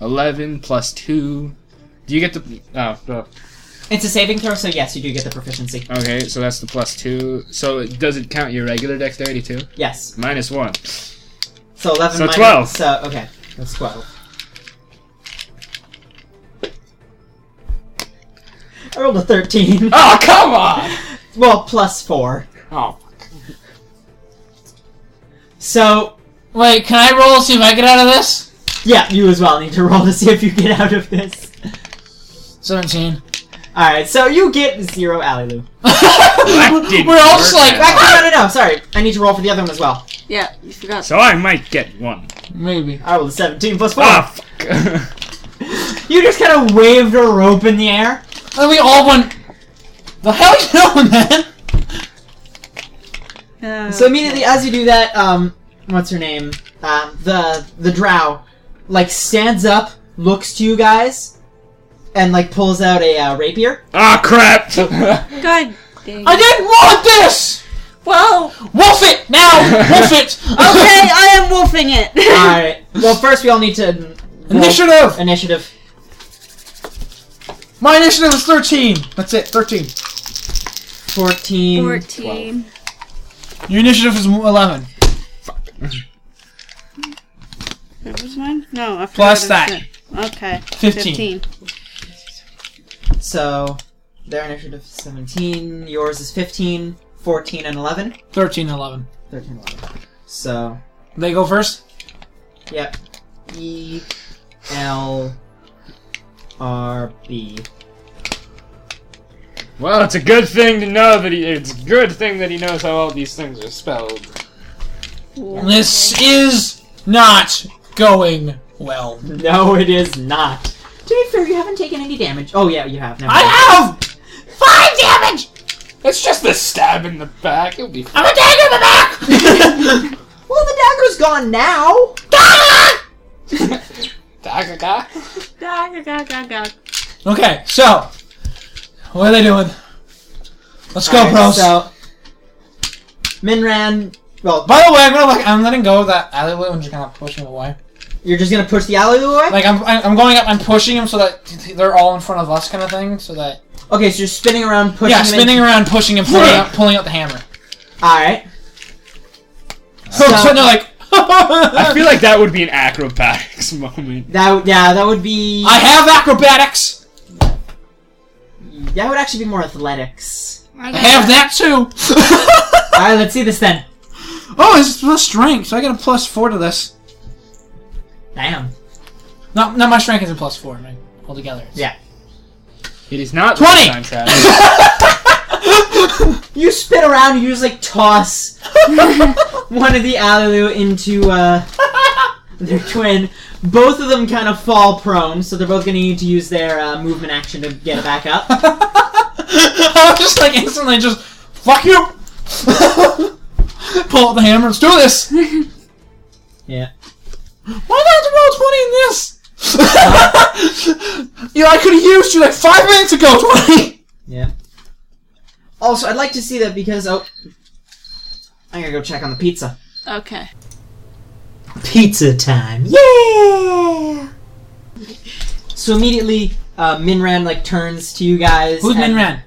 Speaker 4: Eleven plus two. Do you get the? Oh, oh.
Speaker 2: It's a saving throw, so yes, you do get the proficiency.
Speaker 4: okay. So that's the plus two. So it- does it count your regular dexterity too?
Speaker 2: Yes.
Speaker 4: Minus one.
Speaker 2: So eleven.
Speaker 4: So
Speaker 2: minus,
Speaker 4: 12.
Speaker 2: So okay, that's twelve. I rolled a thirteen.
Speaker 4: Oh come on!
Speaker 2: Well, plus four.
Speaker 4: Oh.
Speaker 2: So
Speaker 5: Wait, can I roll see if I get out of this?
Speaker 2: yeah, you as well need to roll to see if you get out of this.
Speaker 5: Seventeen.
Speaker 2: All right, so you get zero, Alilu.
Speaker 4: didn't
Speaker 5: We're all just
Speaker 4: work.
Speaker 5: like "Ah,
Speaker 2: Actually, no, no, no. Sorry, I need to roll for the other one as well.
Speaker 6: yeah, you forgot.
Speaker 4: So I might get one.
Speaker 5: maybe.
Speaker 2: I rolled a seventeen plus four.
Speaker 4: Ah, fuck.
Speaker 2: You just kind of waved a rope in the air.
Speaker 5: And we all went. The hell you know, man?
Speaker 6: Uh,
Speaker 2: So immediately as you do that, um, what's her name? Uh, the the Drow, like stands up, looks to you guys, and like pulls out a uh, rapier.
Speaker 4: Ah, crap.
Speaker 6: God dang.
Speaker 5: I didn't want this.
Speaker 6: Well,
Speaker 5: Wolf it now. Wolf it.
Speaker 6: okay, I am wolfing it.
Speaker 2: All right. Well, first we all need to roll
Speaker 5: Initiative.
Speaker 2: Initiative.
Speaker 5: My initiative is thirteen. That's it. Thirteen.
Speaker 2: 14.
Speaker 1: 14.
Speaker 5: Your initiative is 11.
Speaker 1: That was mine? No, I forgot
Speaker 5: Plus
Speaker 1: it was
Speaker 5: that.
Speaker 1: it. Okay.
Speaker 5: 15.
Speaker 1: 15.
Speaker 2: So their initiative is 17. Yours is 15, 14, and 11.
Speaker 5: 13, 11.
Speaker 2: 13, 11. So,
Speaker 5: They go first?
Speaker 2: yep. E L R B.
Speaker 4: Well, it's a good thing to know that he. It's a good thing that he knows how all these things are spelled.
Speaker 5: This is not going well.
Speaker 2: No, it is not. To be fair, you haven't taken any damage. Oh, yeah, you have. Never
Speaker 5: I have five damage!
Speaker 4: It's just a stab in the back. It'll be
Speaker 5: I'm
Speaker 4: fine.
Speaker 5: a dagger in the back!
Speaker 2: well, the dagger's gone now!
Speaker 4: Dagaga.
Speaker 1: Gah, gah, gah, gah, gah.
Speaker 5: Okay, so. What are they doing? Let's go,
Speaker 2: Alright,
Speaker 5: pros.
Speaker 2: So, Minran. Well,
Speaker 5: By the way, I'm gonna like I'm letting go of that alleyway. I'm just gonna push him away.
Speaker 2: you're just gonna push the alley away?
Speaker 5: Like I'm I'm I'm going up. I'm pushing him so that they're all in front of us, kind of thing. So that
Speaker 2: okay, so you're spinning around, pushing
Speaker 5: yeah,
Speaker 2: him in-
Speaker 5: spinning around, pushing him, pulling out, pulling out the hammer.
Speaker 2: Alright.
Speaker 5: So, so they're like,
Speaker 4: I
Speaker 5: I,
Speaker 4: feel like that would be an acrobatics moment.
Speaker 2: That, would- yeah, that would be.
Speaker 5: have acrobatics.
Speaker 2: That would actually be more athletics.
Speaker 5: I have that too.
Speaker 2: Alright, let's see this then.
Speaker 5: oh, this is plus strength. So I get a plus four to this.
Speaker 2: Damn.
Speaker 5: Not not my strength is a plus four. Man, altogether. It's-
Speaker 2: Yeah.
Speaker 4: It is not
Speaker 5: 20.
Speaker 4: time travel.
Speaker 2: You spin around, you just like toss one of the Alilu into uh, their twin. Both of them kind of fall prone, so they're both going to need to use their uh, movement action to get back up.
Speaker 5: I was just like instantly just fuck you. Pull out the hammer. Let's do this.
Speaker 2: Yeah.
Speaker 5: Why did I have to roll 20 in this? you know, I could have used you like five minutes ago, 20!
Speaker 2: Yeah. Also, I'd like to see that because oh, I'm gonna go check on the pizza.
Speaker 1: Okay.
Speaker 2: Pizza time! Yeah. So immediately, uh, Minran like turns to you guys.
Speaker 5: Who's
Speaker 2: and-
Speaker 5: Minran?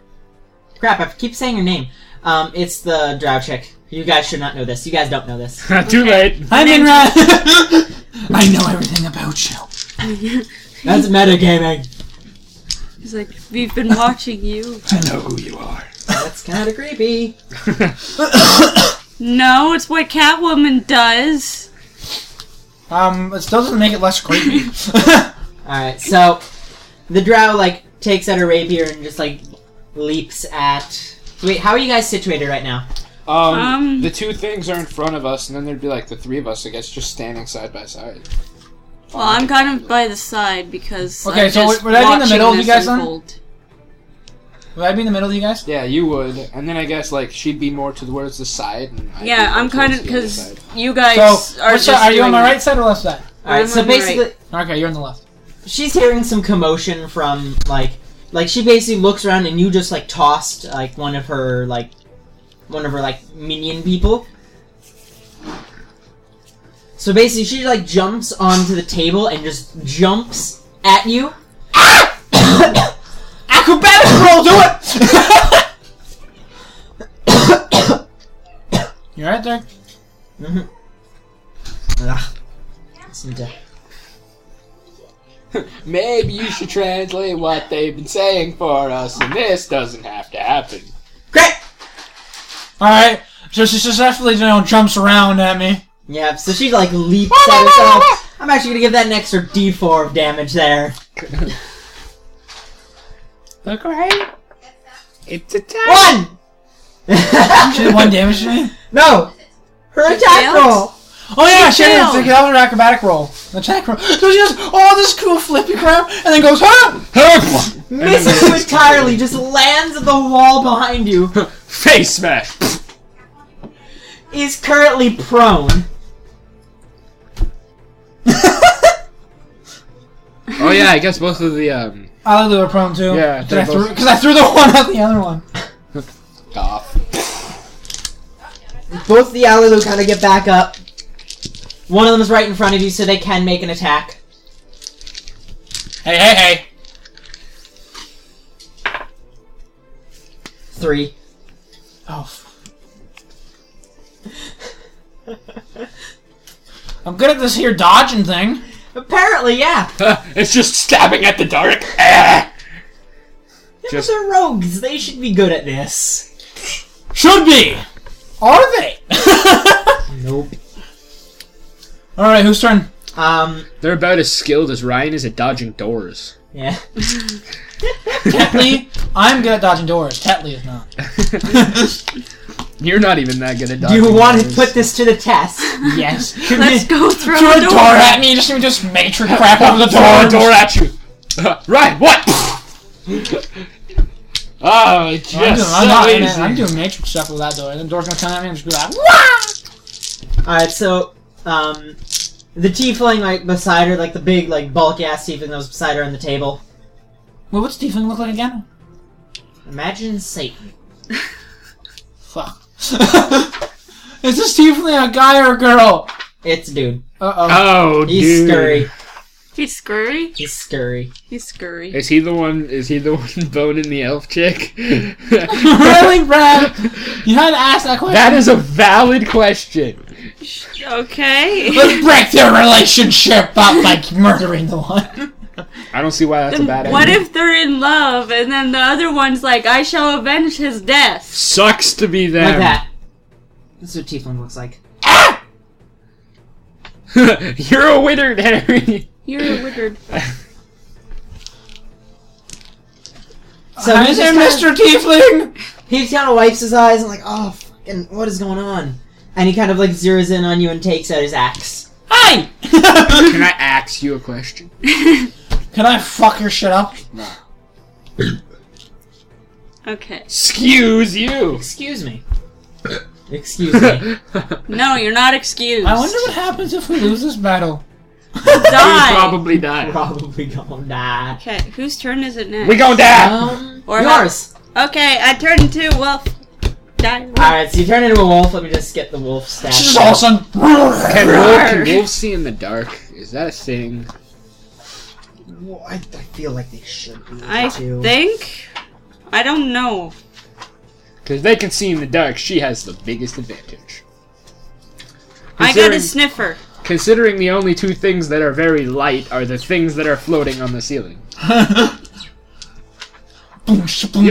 Speaker 2: Crap! I keep saying your name. Um, it's the Drow chick. You guys should not know this. You guys don't know this.
Speaker 4: Too late.
Speaker 5: Hi, Minran! I know everything about you.
Speaker 2: That's metagaming.
Speaker 1: He's like, we've been watching you.
Speaker 4: I know who you are.
Speaker 2: That's kind of creepy.
Speaker 1: No, it's what Catwoman does.
Speaker 5: Um, it still doesn't make it less creepy.
Speaker 2: All right, so the Drow like takes out her rapier and just like leaps at. Wait, how are you guys situated right now?
Speaker 4: Um,
Speaker 1: Um.
Speaker 4: the two things are in front of us, and then there'd be like the three of us, I guess, just standing side by side.
Speaker 1: Well, I'm kind of by the side because.
Speaker 5: Okay,
Speaker 1: I'm
Speaker 5: so
Speaker 1: just
Speaker 5: would I be in the
Speaker 1: watching
Speaker 5: middle of
Speaker 1: this
Speaker 5: you guys then?
Speaker 1: unfold.
Speaker 5: Would I be in the middle of you guys?
Speaker 4: Yeah, you would, and then I guess like she'd be more towards the side. And I'd be
Speaker 1: Yeah,
Speaker 4: more
Speaker 1: I'm kind of
Speaker 4: towards the other
Speaker 1: because
Speaker 4: side.
Speaker 1: you guys
Speaker 5: So,
Speaker 1: are
Speaker 5: are,
Speaker 1: just.
Speaker 5: are you on my
Speaker 1: doing-
Speaker 5: right side or left side?
Speaker 2: All right,
Speaker 1: I'm
Speaker 2: so
Speaker 1: on the right.
Speaker 2: basically,
Speaker 5: Okay, you're on the left.
Speaker 2: she's hearing some commotion from like like she basically looks around and you just like tossed like one of her like one of her like minion people so basically she like jumps onto the table and just jumps at you
Speaker 5: Acrobatics roll, do it! you right there?
Speaker 2: Ugh. Some de-
Speaker 4: Maybe you should translate what they've been saying for us, and this doesn't have to happen.
Speaker 2: great
Speaker 5: Alright, so she successfully, you know, jumps around at me.
Speaker 2: yeah so she like leaps at herself i'm actually gonna give that an extra d4 of damage there
Speaker 4: Look right. It's a time.
Speaker 2: one
Speaker 5: She did one damage to me?
Speaker 2: no her attack
Speaker 1: failed?
Speaker 2: roll
Speaker 5: Oh yeah, she had
Speaker 1: failed.
Speaker 5: to that was an acrobatic roll. An attack roll. So she does all this cool flippy crap and then goes, huh?
Speaker 2: misses you entirely just lands at the wall behind you
Speaker 4: Face smash.
Speaker 2: is currently prone.
Speaker 4: oh yeah, I guess both of the um.
Speaker 5: I'll do a prone too.
Speaker 4: Yeah,
Speaker 5: Because I,
Speaker 4: they're both-
Speaker 5: threw- 'cause I threw the one at the other one.
Speaker 4: Off.
Speaker 2: Both the Alilu kind of get back up. One of them is right in front of you, so they can make an attack.
Speaker 5: Hey, hey, hey.
Speaker 2: Three.
Speaker 5: Oh. f- I'm good at this here dodging thing.
Speaker 2: Apparently, yeah.
Speaker 4: it's just stabbing at the dark. Ah!
Speaker 2: But
Speaker 4: Just
Speaker 2: they're rogues. They should be good at this.
Speaker 5: Should be. Are they?
Speaker 2: Nope.
Speaker 5: All right, whose turn?
Speaker 2: Um.
Speaker 4: they're about as skilled as Ryan is at dodging doors.
Speaker 2: Yeah.
Speaker 5: Tetley. I'm good at dodging doors. Tetley is not.
Speaker 4: You're not even that good at
Speaker 2: Do
Speaker 4: dodging.
Speaker 2: you want to
Speaker 4: doors.
Speaker 2: put this to the test?
Speaker 5: Yes.
Speaker 6: Let's go through
Speaker 5: Throw a
Speaker 6: the
Speaker 5: door at me. Just just matrix crap over the
Speaker 4: Throw
Speaker 5: door.
Speaker 4: a door at you. Ryan, what? oh, it's
Speaker 5: I'm doing,
Speaker 4: just
Speaker 5: I'm, not,
Speaker 4: so
Speaker 5: man,
Speaker 4: easy.
Speaker 5: I'm doing matrix stuff with that door. And the door's gonna come at me. I'm just gonna be like, Wah!
Speaker 2: Alright, so um the tiefling like beside her, like the big like bulky ass tiefling that was beside her on the table.
Speaker 5: Well, what's Stephen look like again?
Speaker 2: Imagine Satan.
Speaker 5: Fuck. Is this Tiefling a guy or a girl?
Speaker 2: It's a dude.
Speaker 5: Uh oh.
Speaker 4: Oh,
Speaker 2: He's
Speaker 4: dude.
Speaker 2: scurry.
Speaker 6: He's scurry.
Speaker 2: He's scurry.
Speaker 6: He's scurry.
Speaker 4: Is he the one? Is he the one boning the elf chick?
Speaker 5: really, Brad? You had to ask that question.
Speaker 4: That is a valid question.
Speaker 6: Okay.
Speaker 5: Let's break their relationship up by murdering the one.
Speaker 4: I don't see why that's a bad idea.
Speaker 6: Then what if they're in love and then the other one's like, I shall avenge his death?
Speaker 4: Sucks to be
Speaker 2: Like
Speaker 5: Um,
Speaker 4: them.
Speaker 2: that. This is what tiefling looks like.
Speaker 4: You're a winner, Harry.
Speaker 6: You're a wizard.
Speaker 2: So
Speaker 5: Hi
Speaker 2: he's
Speaker 5: there,
Speaker 2: just
Speaker 5: Mr. Tiefling!
Speaker 2: Kinda, he kind of wipes his eyes and like, oh, fucking, what is going on? And he kind of like zeroes in on you and takes out his axe.
Speaker 5: Hi!
Speaker 4: Can I ask you a question?
Speaker 5: Can I fuck your shit up?
Speaker 6: Okay.
Speaker 4: Excuse you.
Speaker 2: Excuse me. Excuse me.
Speaker 6: No, you're not excused.
Speaker 5: I wonder what happens if we lose this battle.
Speaker 4: We
Speaker 6: Die.
Speaker 4: probably die.
Speaker 2: Probably gonna die.
Speaker 6: Okay, whose turn is it next?
Speaker 4: We gonna die.
Speaker 2: Um,
Speaker 6: Or how-
Speaker 2: yours.
Speaker 6: Okay, I turn into wolf. Die.
Speaker 2: Alright, so you turn into a wolf. Let me just get the wolf stat.
Speaker 5: This is awesome.
Speaker 4: Can, wolf, can wolves see in the dark? Is that a thing?
Speaker 2: Well, I, I feel like they should be.
Speaker 6: I
Speaker 2: too.
Speaker 6: think. I don't know.
Speaker 4: Because they can see in the dark. She has the biggest advantage.
Speaker 6: I got a
Speaker 4: Considering-
Speaker 6: sniffer.
Speaker 4: Considering the only two things that are very light are the things that are floating on the ceiling.
Speaker 5: you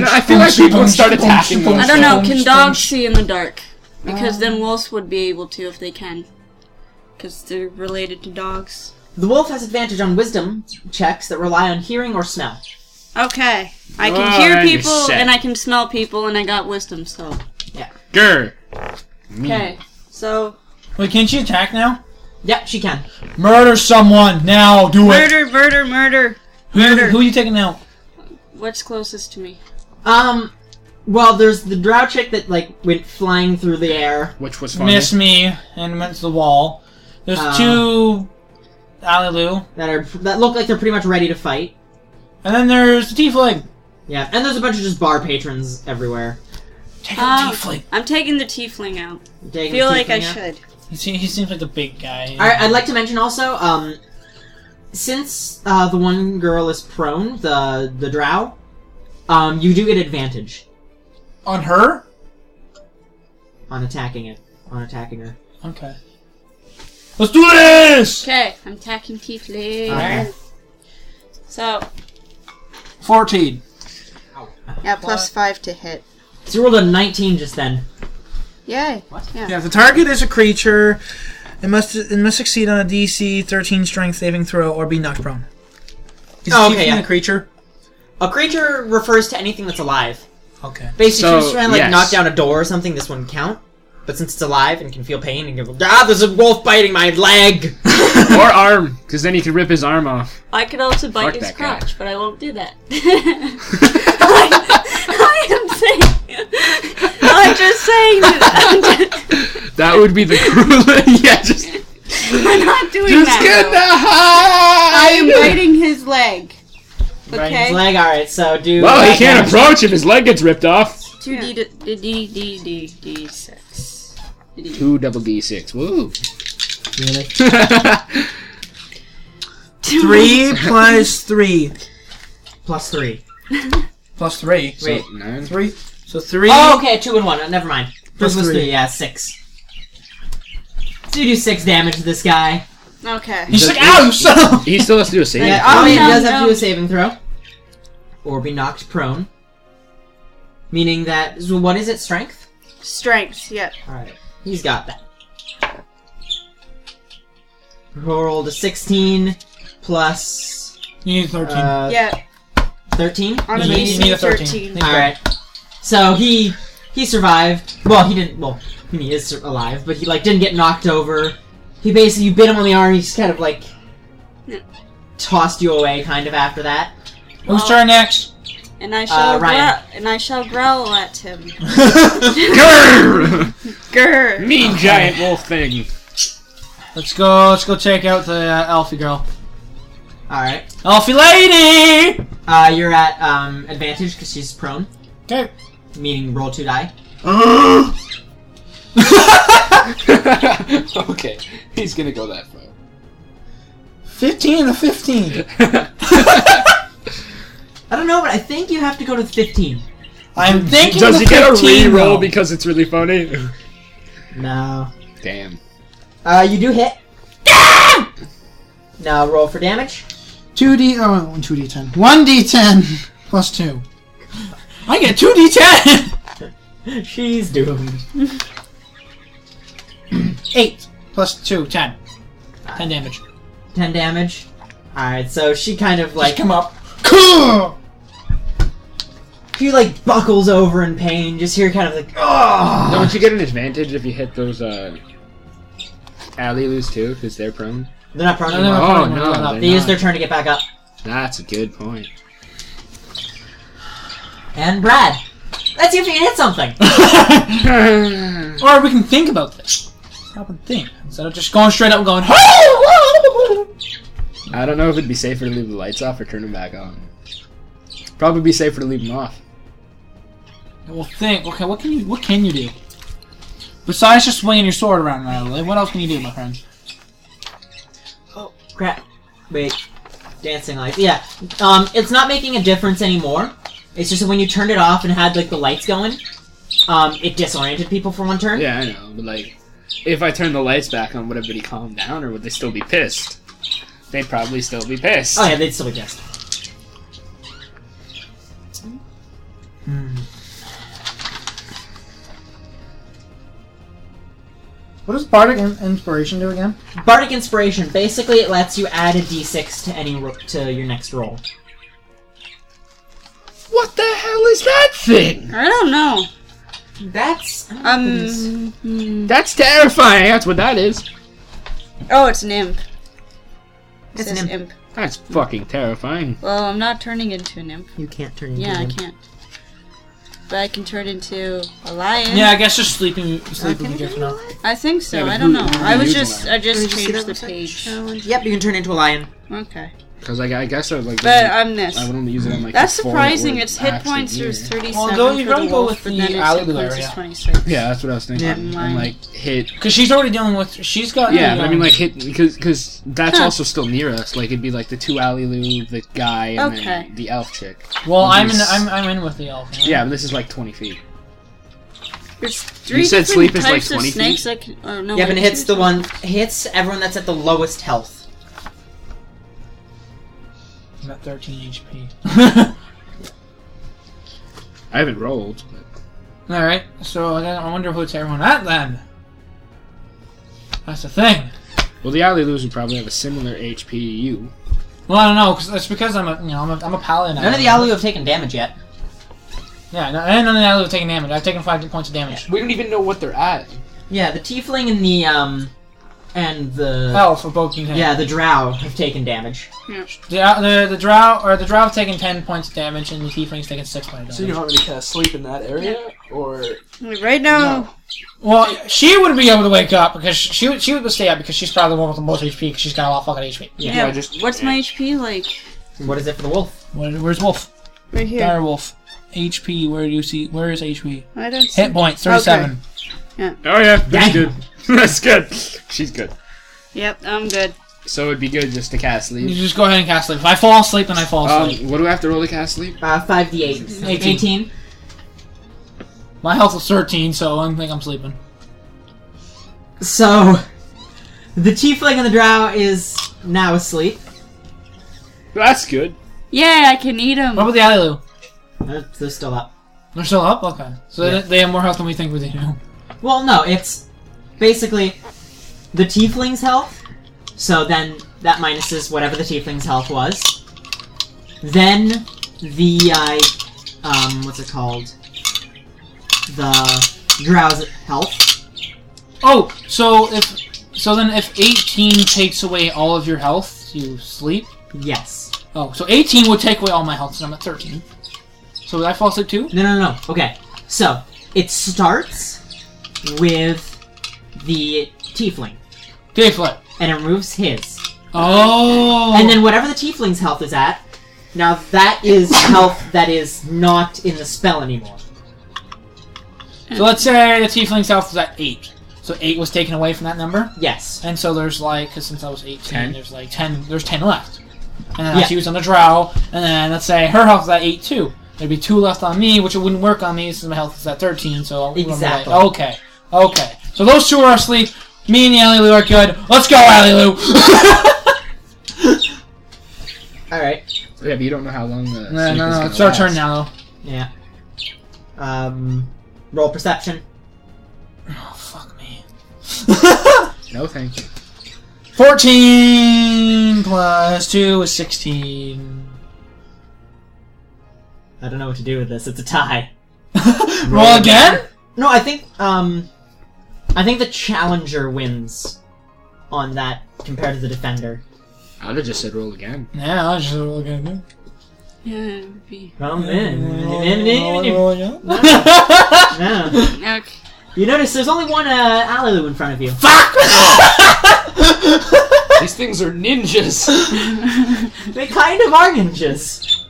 Speaker 4: know, I feel like people would start attacking
Speaker 6: I don't know. Can dogs see in the dark? Because then wolves would be able to if they can. Because they're related to dogs.
Speaker 2: the wolf has advantage on wisdom checks that rely on hearing or smell.
Speaker 6: Okay. I can
Speaker 4: Well,
Speaker 6: hear
Speaker 4: then you're
Speaker 6: people
Speaker 4: set.
Speaker 6: and I can smell people and I got wisdom, so.
Speaker 4: Grr.
Speaker 6: Okay. So,
Speaker 5: Wait, can't she attack now?
Speaker 2: Yep, she can.
Speaker 5: Murder someone now. Do it.
Speaker 6: murder, murder, murder.
Speaker 5: Who, who are you taking out?
Speaker 6: What's closest to me?
Speaker 2: Um, well, there's the drow chick that like went flying through the air.
Speaker 4: Which was funny.
Speaker 5: Miss me and went to the wall. There's
Speaker 2: Uh.
Speaker 5: two. Alleluia.
Speaker 2: That are that look like they're pretty much ready to fight.
Speaker 5: And then there's the tiefling.
Speaker 2: Yeah, and there's a bunch of just bar patrons everywhere.
Speaker 5: Take
Speaker 6: Um,
Speaker 5: out tiefling.
Speaker 6: I'm taking the tiefling out. I
Speaker 2: Taking
Speaker 6: feel
Speaker 2: the
Speaker 6: like I
Speaker 2: tiefling out.
Speaker 6: should.
Speaker 5: He, se- he seems like the big guy.
Speaker 2: All right, I'd like to mention also, um, since uh, the one girl is prone, the the drow, um, you do get advantage
Speaker 5: On her?
Speaker 2: on attacking it, on attacking her.
Speaker 5: Okay. Let's do this!
Speaker 6: Okay, I'm attacking tiefling.
Speaker 2: Okay.
Speaker 6: So,
Speaker 5: 14.
Speaker 6: yeah, plus five to hit.
Speaker 2: So you rolled a 19 just then.
Speaker 6: Yay.
Speaker 7: Yeah, if the target is a creature, it must it must succeed on a DC 13 strength saving throw or be knocked prone. Is
Speaker 2: Oh,
Speaker 7: it
Speaker 2: okay,
Speaker 7: keeping
Speaker 2: yeah.
Speaker 7: a creature?
Speaker 2: A creature refers to anything that's alive.
Speaker 7: Okay.
Speaker 2: Basically,
Speaker 4: So,
Speaker 2: if she was trying to like
Speaker 4: yes.
Speaker 2: knock down a door or something, this one count. But since it's alive and can feel pain and can go, ah, there's a wolf biting my leg.
Speaker 4: or arm, because then he could rip his arm off.
Speaker 6: I could also bite
Speaker 4: Fuck
Speaker 6: his
Speaker 4: that guy.
Speaker 6: crotch, but I won't do that. I, I am saying. I'm just saying that. I'm, just,
Speaker 4: That would be the cruelest. yeah, just
Speaker 6: I'm not doing
Speaker 4: just
Speaker 6: that.
Speaker 4: get
Speaker 6: though.
Speaker 4: the hide.
Speaker 6: I am biting his leg.
Speaker 2: His
Speaker 6: Okay.
Speaker 2: leg. All right, so do.
Speaker 4: Well, he
Speaker 2: that
Speaker 4: can't
Speaker 2: damage.
Speaker 4: approach if his leg gets ripped off.
Speaker 6: Two D D D D D D six.
Speaker 4: Two double d6. Woo.
Speaker 2: Really?
Speaker 7: Three plus three.
Speaker 2: Plus three.
Speaker 5: Plus 3.
Speaker 2: Wait,
Speaker 4: Nine.
Speaker 5: Three. So three.
Speaker 2: Oh, okay, two and one. Uh, never mind.
Speaker 7: Plus
Speaker 2: First was
Speaker 7: three.
Speaker 2: three. Yeah, six. So you do six damage to this guy.
Speaker 6: Okay.
Speaker 5: He's like, ow, you suck!
Speaker 4: He still has to do a save.
Speaker 2: Yeah,
Speaker 4: throw.
Speaker 2: oh, he
Speaker 6: no,
Speaker 2: does have to do
Speaker 6: no.
Speaker 2: a saving throw, or be knocked prone. Meaning that so what is it? Strength.
Speaker 6: Strength. Yeah.
Speaker 2: All right, he's got that. Rolled a sixteen plus
Speaker 5: You need 13.
Speaker 2: uh,
Speaker 6: Yeah.
Speaker 2: thirteen.
Speaker 6: On a
Speaker 5: You need- you need
Speaker 6: DC
Speaker 5: a 13.
Speaker 6: 13.
Speaker 2: All right. So he he survived. Well, he didn't. Well, I mean, he is sur- alive, but he like didn't get knocked over. He basically you bit him on the arm. He just kind of like
Speaker 6: No.
Speaker 2: tossed you away, kind of after that.
Speaker 5: Who's turn next?
Speaker 6: And I shall
Speaker 2: Uh, Ryan.
Speaker 6: growl, and I shall growl at him.
Speaker 4: Grrr!
Speaker 6: Grr.
Speaker 4: Mean giant wolf thing.
Speaker 5: Let's go. Let's go check out the uh, Alfie girl.
Speaker 2: All right.
Speaker 5: Alfie lady.
Speaker 2: Uh, you're at um, advantage because she's prone,
Speaker 5: Okay.
Speaker 2: meaning roll two die.
Speaker 4: okay, he's gonna go that far.
Speaker 5: Fifteen and a fifteen.
Speaker 2: I don't know, but I think you have to go to fifteen.
Speaker 5: I'm thinking.
Speaker 4: Does
Speaker 5: the
Speaker 4: he get a
Speaker 5: 15,
Speaker 4: re-roll
Speaker 5: though.
Speaker 4: because it's really funny?
Speaker 2: No.
Speaker 4: Damn.
Speaker 2: Uh, you do hit. now roll for damage.
Speaker 5: Two D oh two D ten. One D ten plus two. I get two D ten.
Speaker 2: She's doomed.
Speaker 5: Eight plus two ten. Ten damage.
Speaker 2: Ten damage. All right, so she kind of like
Speaker 5: come up. Cool.
Speaker 2: He like buckles over in pain. Just hear kind of like, oh.
Speaker 4: Don't you get an advantage if you hit those uh, Alley-Loos too, because they're prone?
Speaker 2: They're not prone
Speaker 5: No, no,
Speaker 2: anymore.
Speaker 5: no.
Speaker 4: Oh,
Speaker 5: prone,
Speaker 4: no,
Speaker 5: they're not.
Speaker 4: they're
Speaker 2: They use
Speaker 4: not.
Speaker 2: their turn to get back up.
Speaker 4: That's a good point.
Speaker 2: And Brad, let's see if you can hit something.
Speaker 5: or we can think about this. Stop and think instead of just going straight up and going. "Oh,
Speaker 4: I don't know if it'd be safer to leave the lights off or turn them back on. Probably be safer to leave them off.
Speaker 5: whoa." Well, think. Okay, what can you what can you do? Besides just swinging your sword around randomly, what else can you do, my friend? Oh.
Speaker 2: Crap. Wait. Dancing lights. Yeah. Um, it's not making a difference anymore. It's just that when you turned it off and had like the lights going, um, it disoriented people for one turn.
Speaker 4: Yeah, I know, but like, if I turn the lights back on, would everybody calm down or would they still be pissed? They'd probably still be pissed.
Speaker 2: Oh yeah, they'd still adjust.
Speaker 5: What does bardic inspiration do again?
Speaker 2: Bardic inspiration. Basically, it lets you add a d6 to any ro- to your next roll.
Speaker 4: What the hell is that thing?
Speaker 6: I don't know.
Speaker 2: That's
Speaker 6: Um.
Speaker 4: That's terrifying. That's what that is.
Speaker 6: Oh, it's an imp. It
Speaker 2: It's an
Speaker 6: says
Speaker 2: imp.
Speaker 6: imp.
Speaker 4: That's fucking terrifying.
Speaker 6: Well, I'm not turning into an imp.
Speaker 2: you can't turn. into
Speaker 6: Yeah, I
Speaker 2: them.
Speaker 6: can't. But I can turn into a lion.
Speaker 5: Yeah, I guess just sleeping sleep would be good for now.
Speaker 6: I think so.
Speaker 4: Yeah, but
Speaker 6: I don't
Speaker 4: who-
Speaker 6: know.
Speaker 4: who
Speaker 6: I was
Speaker 4: used
Speaker 6: just
Speaker 4: one?
Speaker 6: I just
Speaker 2: Did you see that
Speaker 6: changed the
Speaker 2: website?
Speaker 6: page.
Speaker 2: Challenge? Yep, you can turn into a lion.
Speaker 6: Okay.
Speaker 4: Because like, I guess I would like.
Speaker 6: But I'm this.
Speaker 4: I would only use it on like.
Speaker 6: That's
Speaker 4: the four
Speaker 6: surprising.
Speaker 4: that
Speaker 6: Its
Speaker 4: were
Speaker 6: hit
Speaker 4: actually
Speaker 6: points
Speaker 4: here.
Speaker 6: is 37
Speaker 5: Although you
Speaker 6: for
Speaker 5: gotta
Speaker 6: the
Speaker 5: go
Speaker 6: wolf,
Speaker 5: with
Speaker 6: but
Speaker 5: the
Speaker 6: then its hit
Speaker 5: Alibaba
Speaker 6: points is
Speaker 5: area.
Speaker 6: 26.
Speaker 4: Yeah, that's what I was thinking.
Speaker 2: Yeah.
Speaker 4: And
Speaker 6: Mine.
Speaker 4: like hit.
Speaker 5: Because she's already dealing with. She's got.
Speaker 4: Yeah,
Speaker 5: the,
Speaker 4: but I mean
Speaker 5: um,
Speaker 4: like hit because because that's
Speaker 6: oh Huh.
Speaker 4: also still near us. Like it'd be like the two alley loo, the guy, and
Speaker 6: Okay.
Speaker 4: then the elf chick.
Speaker 5: Well, I'm in.
Speaker 4: these-
Speaker 5: I'm, I'm in with the elf. right?
Speaker 4: Yeah, but this is like twenty feet.
Speaker 6: There's three
Speaker 4: said
Speaker 6: different
Speaker 4: sleep is like
Speaker 6: types of
Speaker 4: 20 feet?
Speaker 6: snakes I can, or no,
Speaker 2: Yeah, but
Speaker 6: wait,
Speaker 2: it hits the
Speaker 6: two different-
Speaker 2: one hits everyone that's at the lowest health.
Speaker 5: I'm at 13 HP.
Speaker 4: I haven't rolled. But...
Speaker 5: All right. So then I wonder who's everyone at then. That's the thing.
Speaker 4: Well, the alley loos would probably have a similar HPU.
Speaker 5: Well, I don't know. Cause that's because I'm a. You know, I'm a, I'm a paladin.
Speaker 2: None of the Alu have taken damage yet.
Speaker 5: Yeah, no, and none of the alley have taken damage. I've taken five points of damage.
Speaker 4: We don't even know what they're at.
Speaker 2: Yeah, the Tiefling and the um and the
Speaker 5: Elf for both taking
Speaker 2: yeah the Drow have taken damage.
Speaker 5: The, uh, the the drow or the drow have taken ten points of damage, and the tiefling's taken six points of
Speaker 8: So you
Speaker 5: damage.
Speaker 8: want me to kind of sleep in that area, or
Speaker 6: Wait, Right now,
Speaker 5: well, she would be able to wake up because she would she would stay up because she's probably the one with the most HP because she's got a lot of fucking HP.
Speaker 2: Yeah.
Speaker 6: yeah.
Speaker 8: I just-
Speaker 6: what's my HP like?
Speaker 2: What is it for the wolf?
Speaker 5: Where, where's Wolf?
Speaker 6: Right here.
Speaker 5: Dire Wolf. HP. Where do you see? Where is HP?
Speaker 6: I don't see.
Speaker 5: Hit points. Thirty-seven.
Speaker 4: Oh yeah, that's
Speaker 2: Dang.
Speaker 4: good. that's good. She's good.
Speaker 6: Yep, I'm good.
Speaker 4: So it'd be good just to cast
Speaker 5: You
Speaker 4: sleep.
Speaker 5: just go ahead and cast sleep. If I fall asleep, then I fall
Speaker 4: Um,
Speaker 5: asleep.
Speaker 4: what do I have to roll to cast sleep?
Speaker 2: Uh, five d eight.
Speaker 5: Eighteen.
Speaker 2: Eighteen.
Speaker 5: My health was 13, so I don't think I'm sleeping.
Speaker 2: So, the tiefling and the drow is now asleep.
Speaker 4: That's good.
Speaker 6: Yeah, I can eat them.
Speaker 5: What about the Alilu?
Speaker 2: They're, they're still up.
Speaker 5: They're still up? Okay. So
Speaker 2: Yeah.
Speaker 5: they, they have more health than we think we do.
Speaker 2: Well, no, it's basically the tiefling's health. So then that minuses whatever the tiefling's health was. Then the uh, um, what's it called? The drow's health.
Speaker 5: Oh, so if so then if 18 takes away all of your health, you sleep.
Speaker 2: Yes.
Speaker 5: Oh, so 18 would take away all my health, so I'm at 13. So would I fall asleep too?
Speaker 2: No, no, no. Okay. So it starts with the tiefling,
Speaker 5: Day flip.
Speaker 2: and it removes his.
Speaker 5: Oh.
Speaker 2: And then whatever the tiefling's health is at, now that is health that is not in the spell anymore.
Speaker 5: so let's say the tiefling's health was at 8. So 8 was taken away from that number.
Speaker 2: Yes.
Speaker 5: And so there's like, because since I was 18,
Speaker 4: Ten.
Speaker 5: there's like 10, there's 10 left. And then
Speaker 2: Yeah.
Speaker 5: she was on the drow, and then let's say her health is at 8 too. There'd be 2 left on me, which it wouldn't work on me since my health is at 13, so I'm like,
Speaker 2: Exactly.
Speaker 5: okay, okay. So those two are asleep, me and Ally Lou are good. Let's go, Ally Lou!
Speaker 2: All right.
Speaker 4: Yeah, but you don't know how long the
Speaker 5: no,
Speaker 4: sleep
Speaker 5: no,
Speaker 4: is
Speaker 5: no, uh,
Speaker 4: gonna
Speaker 5: it's our
Speaker 4: last.
Speaker 5: turn now. though.
Speaker 2: Yeah. Um, roll perception.
Speaker 5: Oh, fuck me.
Speaker 4: No, thank you.
Speaker 5: 14 plus 2 is 16.
Speaker 2: I don't know what to do with this. It's a tie.
Speaker 5: Roll again?
Speaker 2: No, I think um, I think the challenger wins on that compared to the defender.
Speaker 4: I'd have just said roll again.
Speaker 5: Yeah, I just roll again.
Speaker 6: Yeah, it would be-
Speaker 2: Well,
Speaker 5: Mm,
Speaker 2: Mm,
Speaker 5: Roll again. mm.
Speaker 2: Yeah. mm,
Speaker 6: Okay.
Speaker 2: You notice there's only one uh, Alalu in front of you.
Speaker 8: These things are ninjas.
Speaker 2: They kind of are ninjas.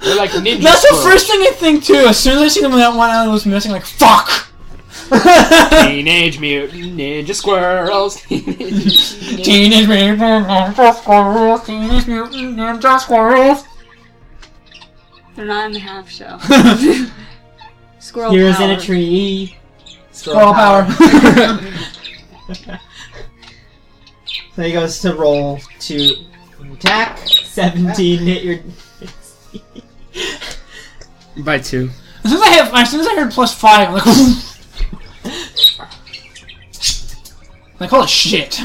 Speaker 8: They're like ninja
Speaker 5: That's the
Speaker 8: squirrels.
Speaker 5: first thing I think too. As soon as I see them with that one eye that was missing, like fuck.
Speaker 8: Teenage Mutant Ninja Squirrels.
Speaker 5: Teenage mutant ninja squirrels. Teenage mutant ninja squirrels.
Speaker 6: They're not in the half shell. Squirrel
Speaker 2: Heroes
Speaker 6: power.
Speaker 2: in a tree. Scroll
Speaker 5: Squirrel power.
Speaker 2: So he goes to roll to attack. 17 hit your.
Speaker 4: By two.
Speaker 5: as soon as I have, as soon as I heard plus five, I'm like, like holy shit.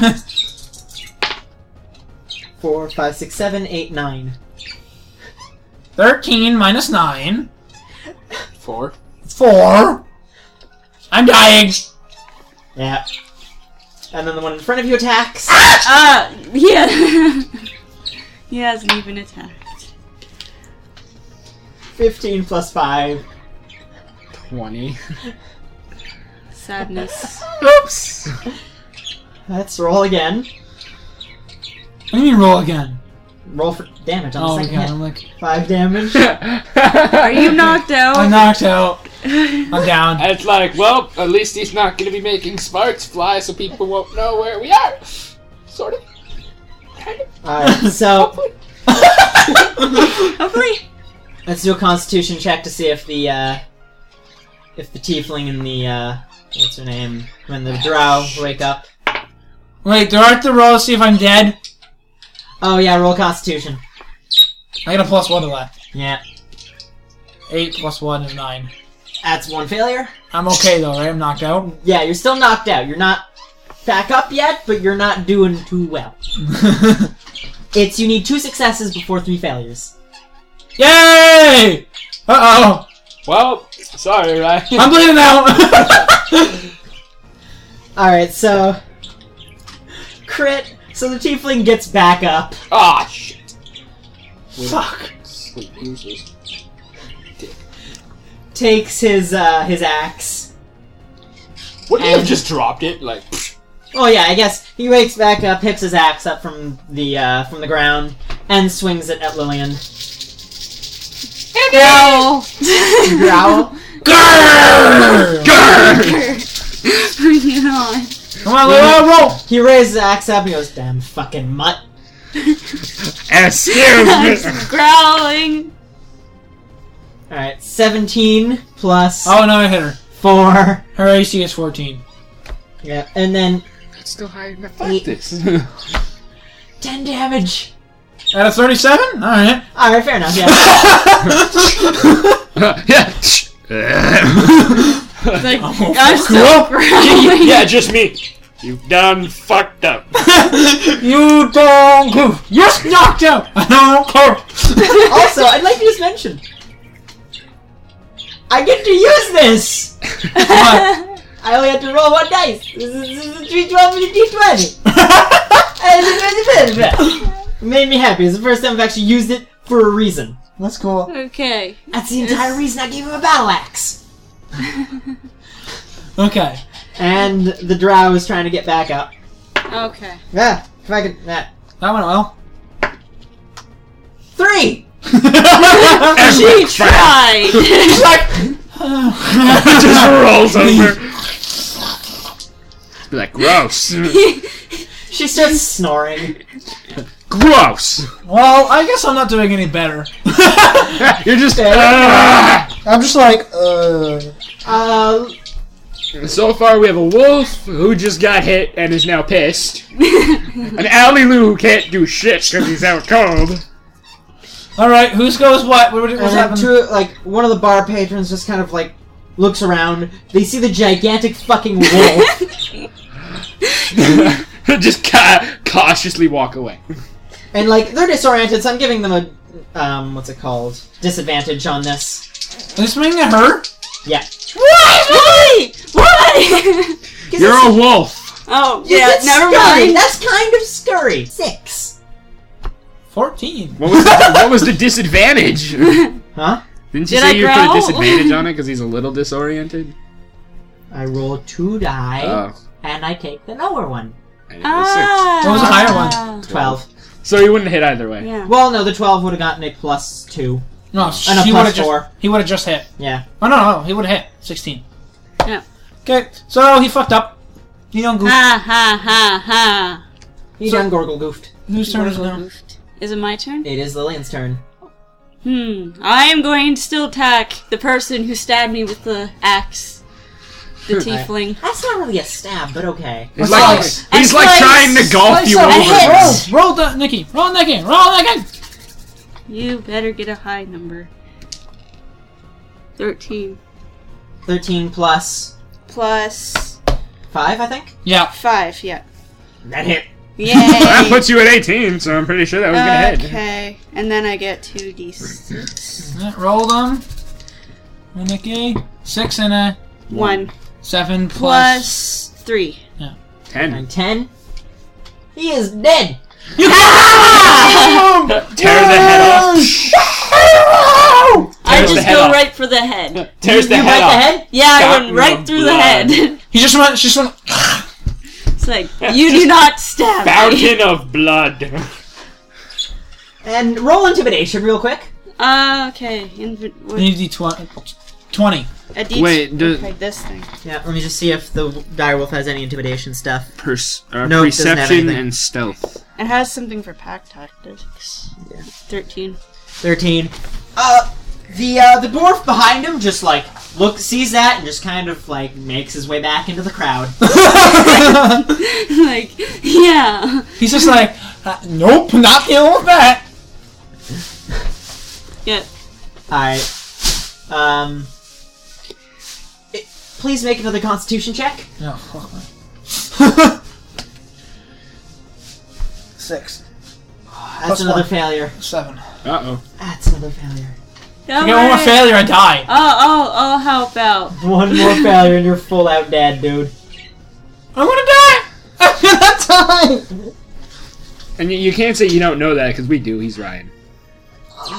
Speaker 2: 4, 5, 6, 7, 8, 9.
Speaker 5: Thirteen minus nine,
Speaker 8: Four.
Speaker 5: four. I'm dying.
Speaker 2: Yeah. And then the one in front of you attacks.
Speaker 6: Uh, yeah. he hasn't even attacked.
Speaker 2: 15 plus 5.
Speaker 4: Twenty.
Speaker 6: Sadness.
Speaker 4: Oops.
Speaker 2: Let's roll again.
Speaker 5: What do you mean roll again?
Speaker 2: Roll for damage on
Speaker 5: Oh
Speaker 2: the
Speaker 5: my
Speaker 2: second
Speaker 5: god, I'm
Speaker 2: hit.
Speaker 5: like,
Speaker 2: 5 damage.
Speaker 6: Are you knocked out?
Speaker 5: I'm knocked out. I'm down.
Speaker 8: And it's like, well, at least he's not going to be making sparks fly so people won't know where we are. Sort of. Kind of.
Speaker 2: Alright, so
Speaker 8: Hopefully.
Speaker 6: Hopefully.
Speaker 2: let's do a constitution check to see if the, uh. If the tiefling and the, uh. What's her name? When the drow wake up.
Speaker 5: Wait, do I have to roll to see if I'm dead?
Speaker 2: Oh, yeah, roll constitution.
Speaker 5: I got a plus one to that.
Speaker 2: Yeah.
Speaker 5: Eight plus one is nine.
Speaker 2: That's one failure.
Speaker 5: I'm okay though, right? I'm knocked out.
Speaker 2: Yeah, you're still knocked out. You're not back up yet, but you're not doing too well. It's you need two successes before three failures.
Speaker 5: Yay! Uh oh,
Speaker 8: Well, sorry, Ryan.
Speaker 5: I'm bleeding out.
Speaker 2: All right, so crit. So the tiefling gets back up.
Speaker 8: Ah, shit.
Speaker 2: Fuck.
Speaker 8: Sweet losers.
Speaker 2: Takes his uh, his axe.
Speaker 8: Wouldn't you have
Speaker 2: And-
Speaker 8: just dropped it? Like,
Speaker 2: Oh yeah, I guess he wakes back up, picks his axe up from the uh, from the ground, and swings it at Lillian.
Speaker 6: No.
Speaker 2: Growl.
Speaker 6: Bring it on.
Speaker 5: Come on, let roll.
Speaker 2: he raises his axe up and he goes, "Damn fucking mutt."
Speaker 4: Excuse me.
Speaker 6: I'm growling.
Speaker 2: All right, seventeen plus
Speaker 5: Oh no, I hit her.
Speaker 2: four.
Speaker 5: Her AC is 14.
Speaker 2: Yeah, and then
Speaker 8: That's still higher than the
Speaker 2: Eight.
Speaker 8: this.
Speaker 2: ten damage.
Speaker 5: Out of 37? Alright.
Speaker 2: All right, fair enough. Yeah,
Speaker 4: yeah.
Speaker 6: Like,
Speaker 5: Oh,
Speaker 6: I'm still growling.
Speaker 8: yeah, just me. You done fucked up.
Speaker 5: You don't move. Yes, doctor! I don't care.
Speaker 2: also, I'd like to just mention I get to use this.
Speaker 5: What?
Speaker 2: I only have to roll one dice. This is, this is a D12 and a D20. And it's a bit of it. Made me happy. It's the first time I've actually used it for a reason.
Speaker 3: That's cool.
Speaker 6: okay.
Speaker 2: That's the entire reason I gave him a battle axe.
Speaker 5: okay.
Speaker 2: And the drow is trying to get back up.
Speaker 6: Okay.
Speaker 2: Yeah, if I could. Yeah.
Speaker 5: That went well.
Speaker 2: Three!
Speaker 6: She tried.
Speaker 4: just rolls over. Be like, gross.
Speaker 2: She starts snoring.
Speaker 4: gross.
Speaker 5: Well, I guess I'm not doing any better.
Speaker 4: You're just. Ah!
Speaker 3: I'm just like, uh.
Speaker 2: Uh,
Speaker 4: So far, we have a wolf who just got hit and is now pissed. An alley Lou who can't do shit because he's out cold.
Speaker 5: Alright, whose goes what? What, what
Speaker 2: and
Speaker 3: Uh,
Speaker 2: then
Speaker 5: happened?
Speaker 2: two, like, one of the bar patrons just kind of, like, looks around. They see the gigantic fucking wolf.
Speaker 4: just ca- cautiously walk away.
Speaker 2: and, like, they're disoriented, so I'm giving them a, um, what's it called? Disadvantage on this.
Speaker 5: Is this meaning to her?
Speaker 2: Yeah.
Speaker 6: Why? Why? Why?
Speaker 2: 'Cause
Speaker 4: You're
Speaker 2: it's-
Speaker 4: a wolf.
Speaker 6: oh,
Speaker 2: you
Speaker 6: yeah,
Speaker 2: get
Speaker 6: never
Speaker 2: scurry.
Speaker 6: mind.
Speaker 2: That's kind of scurry. Six.
Speaker 5: 14.
Speaker 4: What was the, what was the disadvantage?
Speaker 2: Huh?
Speaker 4: Didn't you
Speaker 6: Did
Speaker 4: say
Speaker 6: I
Speaker 4: you
Speaker 6: growl?
Speaker 4: put a disadvantage on it because he's a little disoriented?
Speaker 2: I roll two die,
Speaker 4: Oh,
Speaker 2: and I take the lower one.
Speaker 4: I didn't know, six.
Speaker 6: Ah.
Speaker 5: What was the higher one?
Speaker 2: Twelve.
Speaker 4: So you wouldn't hit either way.
Speaker 6: Yeah.
Speaker 2: Well, no, the twelve would have gotten a plus two.
Speaker 5: No,
Speaker 2: And a
Speaker 5: she would
Speaker 2: plus
Speaker 5: have just.
Speaker 2: four.
Speaker 5: He would have just hit.
Speaker 2: Yeah.
Speaker 5: Oh no, no, he would have hit. 16.
Speaker 6: Yeah.
Speaker 5: Okay, so he fucked up. You don't
Speaker 2: Ah.
Speaker 5: goof.
Speaker 6: Ha ha ha ha.
Speaker 2: You
Speaker 5: So-
Speaker 2: done gorgle goofed.
Speaker 5: Whose turn is it now?
Speaker 6: Is it my turn?
Speaker 2: It is Lillian's turn.
Speaker 6: Hmm. I am going to still attack the person who stabbed me with the axe. The tiefling.
Speaker 2: That's not really a stab, but okay.
Speaker 4: He's
Speaker 5: Well,
Speaker 4: like,
Speaker 5: slice.
Speaker 4: he's like
Speaker 6: Slice.
Speaker 4: trying to
Speaker 5: Oh,
Speaker 4: golf you
Speaker 5: Slice
Speaker 4: over.
Speaker 5: up.
Speaker 6: hit.
Speaker 5: Roll, roll the Nikki. Roll Nikki. Roll Nikki.
Speaker 6: You better get a high number. Thirteen
Speaker 2: Thirteen plus
Speaker 6: plus
Speaker 2: five, I think.
Speaker 5: Yeah.
Speaker 6: five. Yeah.
Speaker 2: That hit.
Speaker 4: That
Speaker 6: Yay.
Speaker 4: puts you at 18, so I'm pretty sure that was gonna hit.
Speaker 6: Okay, and then I get two d6.
Speaker 5: Yeah, Roll them. Roll Nikki. Six and a
Speaker 6: One
Speaker 5: seven plus.
Speaker 6: plus three.
Speaker 4: Ten.
Speaker 2: And ten. He is dead.
Speaker 4: Tears the head off.
Speaker 6: I
Speaker 4: Tears the
Speaker 6: just
Speaker 4: head
Speaker 6: go
Speaker 4: off.
Speaker 6: right for the head.
Speaker 4: Tears the
Speaker 2: you
Speaker 4: head
Speaker 2: bite
Speaker 4: off.
Speaker 2: the head.
Speaker 6: Yeah, I
Speaker 4: Got
Speaker 6: went
Speaker 4: no
Speaker 6: right through the
Speaker 4: blood.
Speaker 6: head.
Speaker 5: He just went. She just went.
Speaker 6: It's like you do not stab me.
Speaker 4: Fountain of blood.
Speaker 2: And roll intimidation real quick.
Speaker 6: Uh, okay, inv- what-
Speaker 5: Need D twenty. Twenty.
Speaker 6: a D-
Speaker 4: Wait, do-
Speaker 6: okay, this thing.
Speaker 2: Yeah. Let me just see if the direwolf has any intimidation stuff.
Speaker 4: Pers- uh,
Speaker 2: No, it doesn't have
Speaker 4: perception
Speaker 2: anything.
Speaker 4: and stealth.
Speaker 6: It has something for pack tactics. Yeah. Thirteen.
Speaker 2: Thirteen. Uh, the uh, the dwarf behind him just like look sees that and just kind of like makes his way back into the crowd.
Speaker 6: like, yeah,
Speaker 5: He's just like, uh, nope, not dealing with that.
Speaker 6: yeah.
Speaker 2: Alright. Um. it- Please make another constitution check.
Speaker 5: No. fuck me.
Speaker 3: Six.
Speaker 2: That's
Speaker 5: Plus
Speaker 2: another
Speaker 5: one.
Speaker 2: failure.
Speaker 5: Seven.
Speaker 4: Uh oh.
Speaker 2: That's another failure.
Speaker 6: Don't
Speaker 5: I get one more
Speaker 6: worry.
Speaker 5: failure, I die.
Speaker 6: I'll, I'll, I'll help out.
Speaker 2: One more failure and you're full out dead, dude.
Speaker 5: I'm gonna die. I'm gonna die.
Speaker 4: And y- you can't say you don't know that because we do. He's Ryan.
Speaker 2: Oh.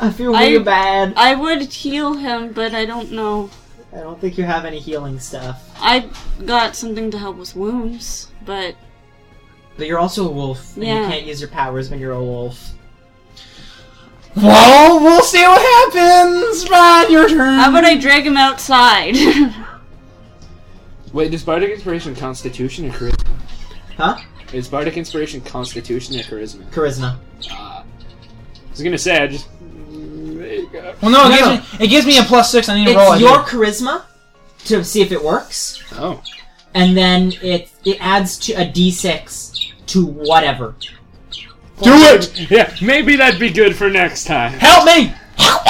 Speaker 2: I feel really
Speaker 6: I-
Speaker 2: bad.
Speaker 6: I would heal him, but I don't know.
Speaker 2: I don't think you have any healing stuff.
Speaker 6: I got something to help with wounds, but
Speaker 2: But you're also a wolf, and
Speaker 6: Yeah.
Speaker 2: you can't use your powers when you're a wolf.
Speaker 5: Well, we'll see what happens. Ryan, your turn.
Speaker 6: how about I drag him outside?
Speaker 8: Wait, does Bardic Inspiration Constitution or Charisma?
Speaker 2: Huh?
Speaker 8: Is Bardic Inspiration Constitution or Charisma?
Speaker 4: Uh,
Speaker 2: Charisma.
Speaker 8: Ah. I was gonna say, I just. There you go.
Speaker 5: Well, no, it,
Speaker 2: No,
Speaker 5: gives Me, it gives me a plus six. I need to roll.
Speaker 2: It's
Speaker 5: it.
Speaker 2: your charisma to see if it works,
Speaker 4: Oh.
Speaker 2: and then it it adds to a d6 to whatever.
Speaker 4: Do it! Yeah, maybe that'd be good for next time.
Speaker 5: Help me!
Speaker 2: All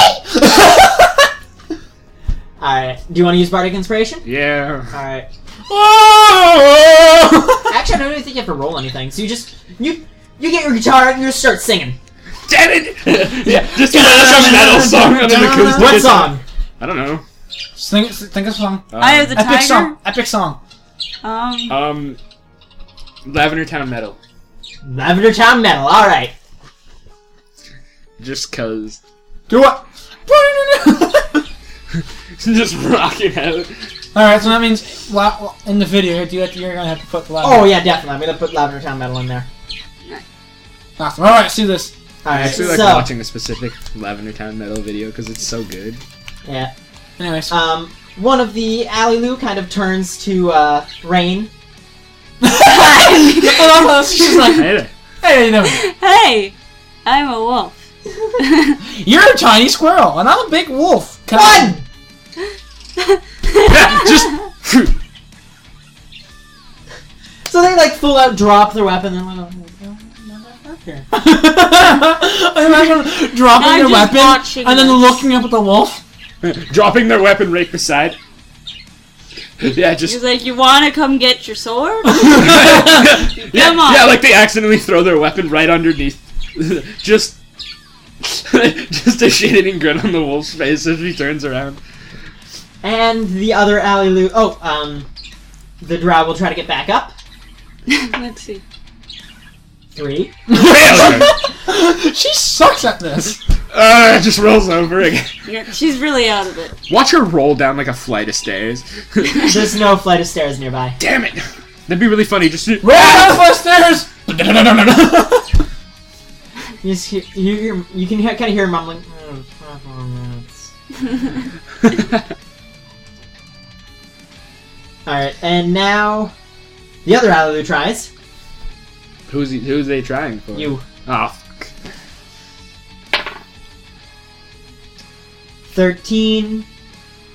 Speaker 2: right. Do you want to use bardic inspiration?
Speaker 4: Yeah.
Speaker 2: All right.
Speaker 4: Oh!
Speaker 2: Actually, I don't even think you have to roll anything. So you just you you get your guitar and you just start singing.
Speaker 4: Damn it! yeah, just do some metal song on an acoustic.
Speaker 2: What
Speaker 4: guitar.
Speaker 2: song?
Speaker 4: I don't know.
Speaker 5: Just think, think of a song.
Speaker 4: Um,
Speaker 1: I have the
Speaker 5: Epic
Speaker 1: tiger.
Speaker 5: song. Epic song.
Speaker 1: Um,
Speaker 4: Um, Lavender Town Metal.
Speaker 2: Lavender Town Metal. All right.
Speaker 4: Just cause.
Speaker 5: Do it.
Speaker 4: just rocking out.
Speaker 5: All right, so that means well, well, in the video, do you have to, you're gonna have to put the loud.
Speaker 2: Oh yeah, definitely. I'm gonna put Lavender Town Metal in there.
Speaker 5: Awesome. All right, see this.
Speaker 2: All
Speaker 4: I
Speaker 2: right.
Speaker 4: actually like
Speaker 2: so
Speaker 4: watching a specific Lavender Town Metal video because it's so good.
Speaker 2: yeah.
Speaker 5: Anyways,
Speaker 2: Um, one of the Alley Lou kind of turns to uh, Rain.
Speaker 5: she's like,
Speaker 4: Hey there.
Speaker 5: hey, you know,
Speaker 1: hey, I'm a wolf.
Speaker 5: you're a tiny squirrel, and I'm a big wolf. Can I-
Speaker 2: One.
Speaker 4: Yeah, just.
Speaker 2: So they like full out drop their weapon and like, oh,
Speaker 5: Imagine dropping
Speaker 1: I'm
Speaker 5: your
Speaker 1: just
Speaker 5: weapon
Speaker 1: watching
Speaker 5: and then
Speaker 1: this.
Speaker 5: looking up at the wolf.
Speaker 4: dropping their weapon right beside. yeah, just
Speaker 1: He's like, you wanna come get your sword?
Speaker 4: yeah,
Speaker 1: Come on.
Speaker 4: yeah, like they accidentally throw their weapon right underneath. just, just a shitting grin on the wolf's face as he turns around.
Speaker 2: And the other alley loo. Oh, um, the drow will try to get back up.
Speaker 1: Let's see.
Speaker 2: Three.
Speaker 4: Failure.
Speaker 5: She sucks at this.
Speaker 4: Uh, just rolls over again.
Speaker 1: You're- she's really out of it.
Speaker 4: Watch her roll down like a flight of stairs.
Speaker 2: There's no flight of stairs nearby.
Speaker 4: Damn it! That'd be really funny. Just
Speaker 5: Roll down the first stairs.
Speaker 2: You just hear, you, hear, you can kind of hear mumbling. "Mm, All right, and now the other alley loo tries.
Speaker 4: who's he, who's they trying for?
Speaker 2: You
Speaker 4: Oh, fuck.
Speaker 2: thirteen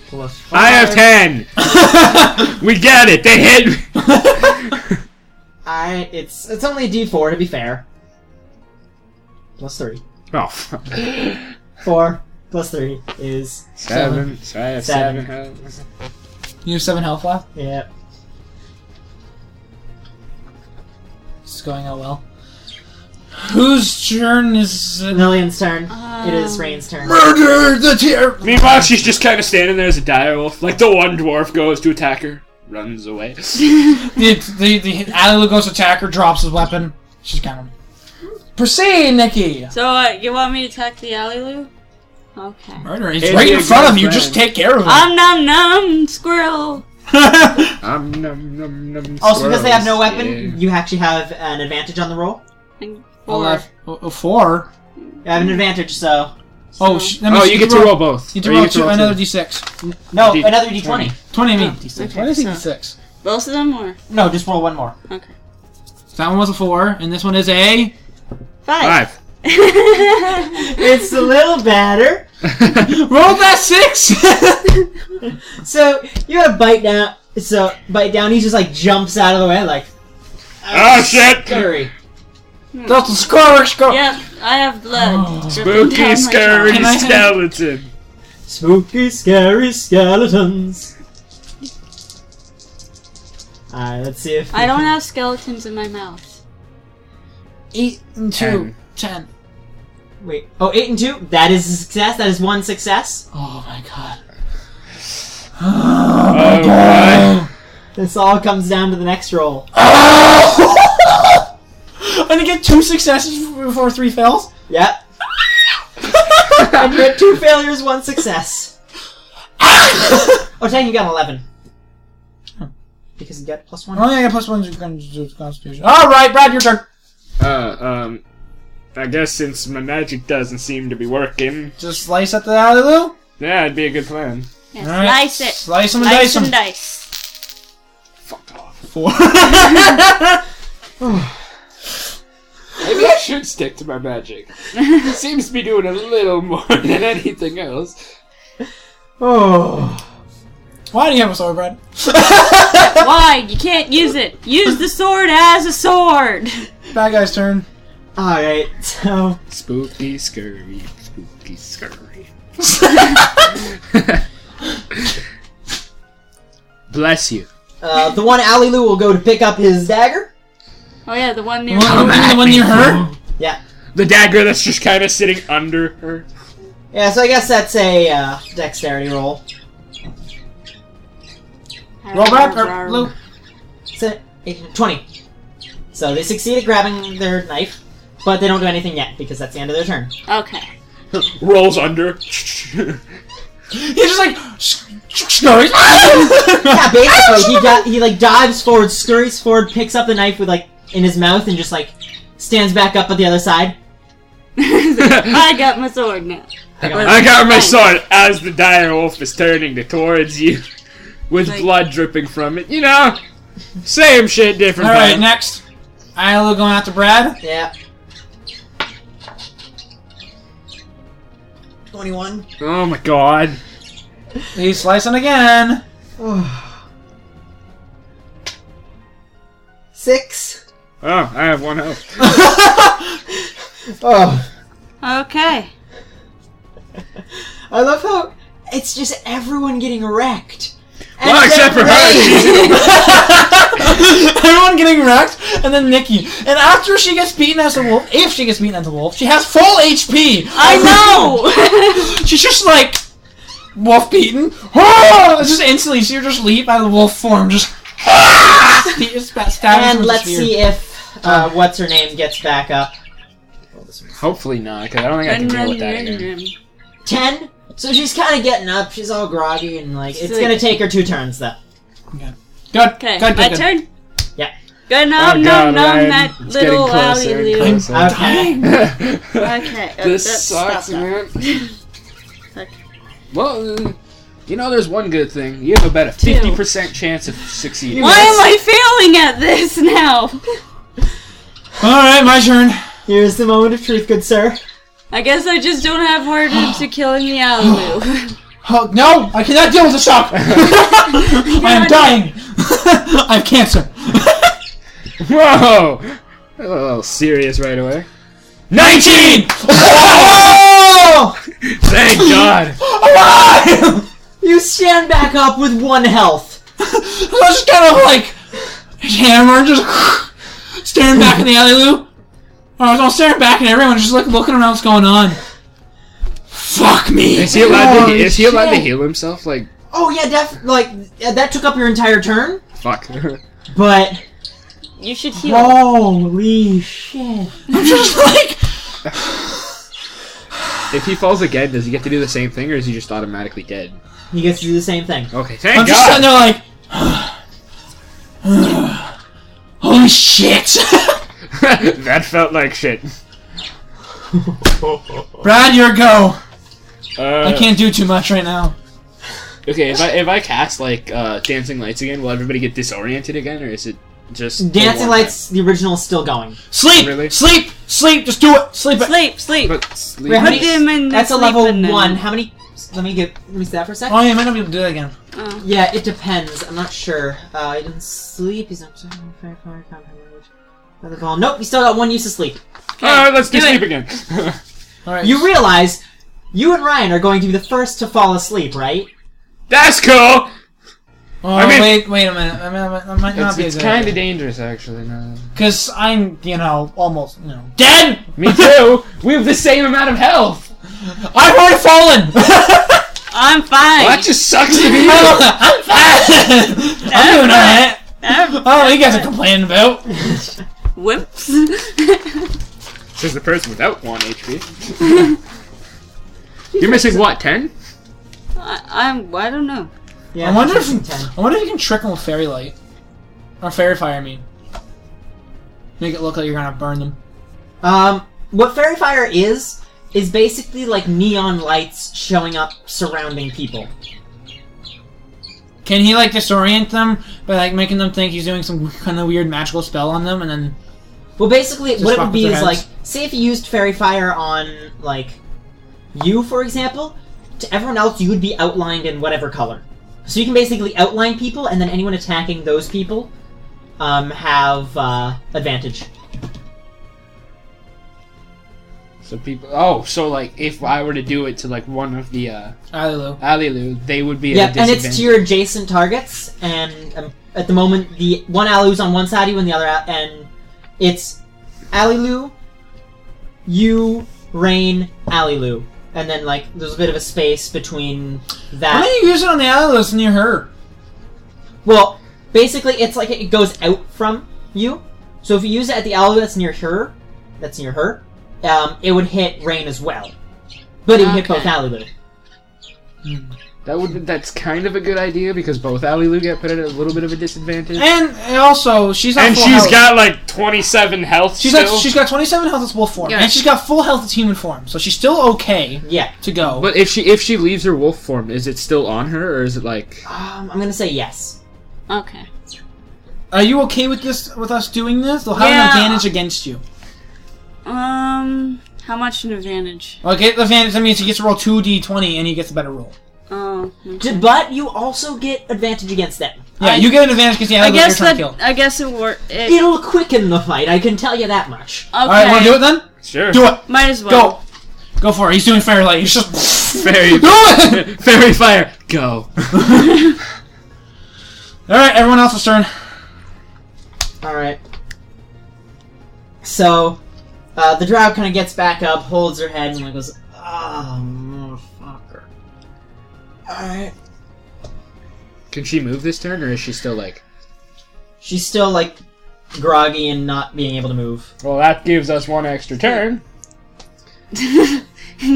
Speaker 2: plus. Five.
Speaker 4: I have ten. we get it. They hit. me.
Speaker 2: I it's it's only a D four to be fair. Plus three.
Speaker 4: Oh. fuck.
Speaker 2: Four plus three is
Speaker 4: Seven. So I have
Speaker 2: Seven.
Speaker 4: seven.
Speaker 5: You have seven health left.
Speaker 2: yeah.
Speaker 5: This is going out well. Whose turn is it?
Speaker 2: Lillian's turn. it is Rain's turn.
Speaker 5: murder the tear?
Speaker 4: Meanwhile, she's just kind of standing there as a dire wolf. Like the one dwarf goes to attack her, runs away.
Speaker 5: The the the Alilu goes to attack her, drops his weapon. She's kind of proceed, Nikki.
Speaker 1: So, uh, you want me to attack the alley loo? Okay.
Speaker 5: Murder. It's
Speaker 4: Hey,
Speaker 5: right
Speaker 4: you
Speaker 5: in front of you.
Speaker 4: girlfriend.
Speaker 5: Just take care of him.
Speaker 1: Um, num num, squirrel.
Speaker 4: um, num, num, num,
Speaker 2: Also, because they have no
Speaker 4: swirls.
Speaker 2: weapon, you actually have an advantage on the roll.
Speaker 1: And
Speaker 5: Oh,
Speaker 1: Four.
Speaker 5: oh, oh, four.
Speaker 2: You have an advantage, so
Speaker 5: Oh, sh- that
Speaker 4: Yeah.
Speaker 5: means
Speaker 4: Oh, you get to roll both.
Speaker 5: You
Speaker 4: Or
Speaker 5: do roll
Speaker 4: get to
Speaker 5: two, another
Speaker 4: two.
Speaker 5: d6.
Speaker 2: no,
Speaker 4: D-
Speaker 2: another D twenty.
Speaker 5: 20 I mean.
Speaker 1: Oh,
Speaker 5: d6.
Speaker 1: okay,
Speaker 5: Why did I say
Speaker 1: so-
Speaker 5: d6?
Speaker 1: Both of them were?
Speaker 2: No, just roll one more.
Speaker 1: Okay.
Speaker 5: So that one was a 4, and this one is a.
Speaker 1: Five.
Speaker 4: Five.
Speaker 2: It's a little better.
Speaker 5: Roll that 6!
Speaker 2: So you gotta bite down. So bite down. He just like jumps out of the way, like
Speaker 4: oh shit!
Speaker 2: scurry.
Speaker 5: That's a score, score!
Speaker 1: Yep, I have blood. dripping down
Speaker 4: Spooky,
Speaker 1: my
Speaker 4: scary
Speaker 5: Can I have-
Speaker 4: skeleton.
Speaker 2: Spooky, scary skeletons. Alright, let's see if.
Speaker 1: I don't have skeletons in my mouth.
Speaker 5: 8 and 2.
Speaker 4: Ten.
Speaker 5: 10.
Speaker 2: Wait. Oh, eight and 2? That is a success. That is one success.
Speaker 5: Oh my god.
Speaker 4: Oh, boy.
Speaker 2: This all comes down to the next roll.
Speaker 5: I'm gonna get 2 successes f- before 3 fails?
Speaker 2: Yep. and you had two failures, one success. oh, dang, you got an 11. Because you got plus one.
Speaker 5: Only I get plus 1 to constitution. Alright, Brad, your turn.
Speaker 4: Uh, um, I guess since my magic doesn't seem to be working,
Speaker 5: Just slice at the Alilu.
Speaker 4: yeah, it'd be a good plan.
Speaker 1: Yeah,
Speaker 5: Alright.
Speaker 1: slice it.
Speaker 5: Slice him and
Speaker 1: Slice
Speaker 5: dice
Speaker 1: and
Speaker 5: him.
Speaker 1: dice.
Speaker 4: Fuck off.
Speaker 5: Four.
Speaker 8: Maybe I should stick to my magic. It seems to be doing a little more than anything else.
Speaker 2: Oh.
Speaker 5: Why do you have a sword, Brad?
Speaker 6: Why? You can't use it. Use the sword as a sword.
Speaker 5: Bad guy's turn.
Speaker 2: Alright, so.
Speaker 4: Spooky, scurry, spooky, scurry. Bless you.
Speaker 2: Uh, the one Alley Lou will go to pick up his dagger.
Speaker 6: Oh yeah, the one near.
Speaker 5: Well, the one near her?
Speaker 2: Yeah.
Speaker 4: The dagger that's just kind of sitting under her.
Speaker 2: Yeah, so I guess that's a uh, dexterity roll.
Speaker 5: Roll back or Lou?
Speaker 2: So, 18, 20. eh, So they succeed at grabbing their knife, but they don't do anything yet because that's the end of their turn.
Speaker 6: Okay.
Speaker 4: Rolls under.
Speaker 5: He's just like scurries.
Speaker 2: yeah, basically he got, he like dives forward, scurries forward, picks up the knife with like in his mouth and just like stands back up at the other side.
Speaker 6: I got my sword now.
Speaker 4: I got my sword as the dire wolf is turning to towards you, with
Speaker 1: Like-
Speaker 4: blood dripping from it. You know, same shit, different.
Speaker 5: All right,
Speaker 4: vibe.
Speaker 5: next. Isla going after Brad.
Speaker 2: Yeah. Twenty-one.
Speaker 4: oh my god.
Speaker 5: He's slicing again.
Speaker 2: Six.
Speaker 4: Oh, I have one health.
Speaker 2: Oh.
Speaker 6: Okay.
Speaker 2: I love how it's just everyone getting wrecked.
Speaker 4: Well, except for her, she's
Speaker 5: Everyone getting wrecked, and then Nikki. And after she gets beaten as a wolf, if she gets beaten as a wolf, she has full HP.
Speaker 6: I know.
Speaker 5: She's just like wolf beaten. Oh, it's just instantly see her just leap out of the wolf form. Just Stab- stab her
Speaker 2: And
Speaker 5: with a
Speaker 2: let's
Speaker 5: spear.
Speaker 2: see if uh, what's her name gets back up.
Speaker 4: Hopefully not, because I don't think I can deal with that again.
Speaker 2: Ten. So she's kind of getting up. She's all groggy and like it's
Speaker 6: like-
Speaker 2: gonna take her two turns though.
Speaker 5: Good.
Speaker 6: Okay,
Speaker 5: Good.
Speaker 6: my
Speaker 5: Good. good.
Speaker 6: turn.
Speaker 2: Yeah.
Speaker 6: Go
Speaker 4: Oh god,
Speaker 6: nom nom nom
Speaker 4: Ryan,
Speaker 6: that
Speaker 4: it's getting
Speaker 6: little
Speaker 4: closer
Speaker 6: alley
Speaker 4: and
Speaker 6: loo.
Speaker 4: closer.
Speaker 2: Okay.
Speaker 6: Okay. uh,
Speaker 8: This
Speaker 6: that's-
Speaker 8: sucks,
Speaker 6: stop that.
Speaker 8: man.
Speaker 6: Fuck.
Speaker 4: Well, uh, you know, there's one good thing. You have about a
Speaker 6: Two.
Speaker 4: fifty percent chance of succeeding.
Speaker 6: Why am I failing at this now?
Speaker 5: All right, my turn.
Speaker 2: Here's the moment of truth, good sir.
Speaker 6: I guess I just don't have word to killing the Alu.
Speaker 5: Oh, no, I cannot deal with the shock. I am dying. I have cancer.
Speaker 4: Whoa! A little serious right away.
Speaker 5: Nineteen. Oh!
Speaker 4: Thank God.
Speaker 5: Alive!
Speaker 2: You stand back up with one health.
Speaker 5: I was just kind of like hammer, just staring back in the alley loo. I was all staring back at everyone, just like looking around what's going on. Fuck me.
Speaker 4: Is he allowed to?
Speaker 2: Holy
Speaker 4: He- is he allowed to
Speaker 2: shit.
Speaker 4: heal himself? Like
Speaker 2: Oh yeah, def like yeah, that took up your entire turn.
Speaker 4: fuck.
Speaker 2: But
Speaker 6: you should heal.
Speaker 2: holy shit!
Speaker 5: I'm just like,
Speaker 4: if he falls again, does he get to do the same thing, or is he just automatically dead?
Speaker 2: He gets to do the same thing.
Speaker 4: Okay, thank
Speaker 5: I'm
Speaker 4: God.
Speaker 5: just sitting there like, holy shit.
Speaker 4: that felt like shit.
Speaker 5: Brad, your go.
Speaker 4: Uh,
Speaker 5: I can't do too much right now.
Speaker 4: Okay, if I if I cast like uh, dancing lights again, will everybody get disoriented again, or is it just
Speaker 2: Dancing
Speaker 4: the one
Speaker 2: lights, the original is still going.
Speaker 5: Sleep,
Speaker 4: Really?
Speaker 5: sleep, sleep. Just do it. Sleep. it.
Speaker 6: Sleep, sleep.
Speaker 4: time? But sleep.
Speaker 2: Wait, how
Speaker 6: Put
Speaker 2: many-
Speaker 6: him in the
Speaker 2: That's a level
Speaker 6: sleeping then.
Speaker 2: one. How many? Let me get let me see that for a second.
Speaker 5: Oh, yeah, I might not be able to do that again.
Speaker 2: Yeah, it depends. I'm not sure. Uh, he didn't sleep. He's not firepower, the ball. Nope, you still got one use of sleep.
Speaker 4: All right, let's do,
Speaker 6: do it.
Speaker 4: sleep again.
Speaker 5: All right.
Speaker 2: You realize you and Ryan are going to be the first to fall asleep, right?
Speaker 4: That's cool.
Speaker 5: Oh,
Speaker 4: I mean-
Speaker 5: wait, wait a minute. I mean, I might, I might not
Speaker 4: It's,
Speaker 5: be
Speaker 4: it's
Speaker 5: as
Speaker 4: kind of dangerous, actually. Now.
Speaker 5: because I'm, you know, almost, you know, dead.
Speaker 4: Me too. we have the same amount of health.
Speaker 5: I've already fallen.
Speaker 6: I'm fine.
Speaker 4: That just sucks to be. you.
Speaker 5: I'm fine. I'm doing alright.
Speaker 6: I'm
Speaker 5: Oh, you guys are complaining about.
Speaker 6: wimps.
Speaker 4: Says the person without one HP. You're missing what? Ten?
Speaker 6: I, I'm. I don't know.
Speaker 2: Yeah.
Speaker 5: I wonder if
Speaker 2: ten.
Speaker 5: I wonder if you can trick them with fairy light or fairy fire. I mean, make it look like you're gonna burn them.
Speaker 2: Um, what fairy fire is is basically like neon lights showing up surrounding people.
Speaker 5: Can he like disorient them by like making them think he's doing some kind of weird magical spell on them, and then
Speaker 2: Well, basically,
Speaker 7: Just
Speaker 2: what it
Speaker 7: fuck with
Speaker 2: would be
Speaker 7: their
Speaker 2: is
Speaker 7: heads.
Speaker 2: like, say if you used fairy fire on like you, for example, to everyone else you would be outlined in whatever color. So you can basically outline people, and then anyone attacking those people um, have uh, advantage.
Speaker 8: So people. Oh, so like if I were to do it to like one of the uh,
Speaker 5: Alilu.
Speaker 8: Alilu, they would be
Speaker 2: Yeah,
Speaker 8: at a
Speaker 2: and it's to
Speaker 8: disadvantage.
Speaker 2: your adjacent targets, and um, at the moment, the one Alu's on one side of you, and the other, Al- and it's Alilu, you, Rain, Alilu, and then like there's a bit of a space between
Speaker 5: Why
Speaker 2: that.
Speaker 5: don't you use it on the Alilu that's near her?
Speaker 2: Well, basically, it's like it goes out from you. So if you use it at the Alilu that's near her, that's near her, um, it would hit Rain as well, but it would hit both
Speaker 5: Okay.
Speaker 2: Alilu.
Speaker 8: that would. That's kind of a good idea because both Alilu get put at a little bit of a disadvantage.
Speaker 5: And also, she's not
Speaker 4: And
Speaker 5: full
Speaker 4: she's
Speaker 5: health.
Speaker 4: got like 27 health
Speaker 5: She's
Speaker 4: still.
Speaker 5: got, she's got 27 health as wolf form,
Speaker 8: Yeah.
Speaker 5: and she's got full health as human form, so she's still okay
Speaker 2: Yeah,
Speaker 5: to go.
Speaker 8: But if she if she leaves her wolf form, is it still on her or is it like?
Speaker 2: um, I'm gonna say yes.
Speaker 6: Okay.
Speaker 5: Are you okay with this? With us doing this? They'll have
Speaker 6: Yeah.
Speaker 5: an advantage against you.
Speaker 6: Um, how much an advantage?
Speaker 5: Okay, the advantage that means he gets to roll two d20 and he gets a better roll.
Speaker 6: Oh, okay.
Speaker 2: D- But you also get advantage against them.
Speaker 5: Yeah,
Speaker 6: I-
Speaker 5: you get an advantage because the
Speaker 6: I
Speaker 5: animal you're
Speaker 6: guess
Speaker 5: trying
Speaker 6: that.
Speaker 5: to kill.
Speaker 6: I guess it worked. It, okay.
Speaker 2: It'll quicken the fight, I can tell you that much.
Speaker 5: All right, want to do it then?
Speaker 4: sure.
Speaker 5: Do it.
Speaker 6: Might as well.
Speaker 5: Go. Go for it. He's doing fire light. He's just.
Speaker 8: Fairy,
Speaker 5: Do it.
Speaker 8: fairy fire, go.
Speaker 5: All right, everyone else's turn.
Speaker 2: Alright. So, uh, the drow kind of gets back up, holds her head, and like goes, Oh, motherfucker. Alright.
Speaker 8: Can she move this turn or is she still like?
Speaker 2: She's still, like, groggy and not being able to move.
Speaker 4: Well, that gives us one extra turn.
Speaker 6: you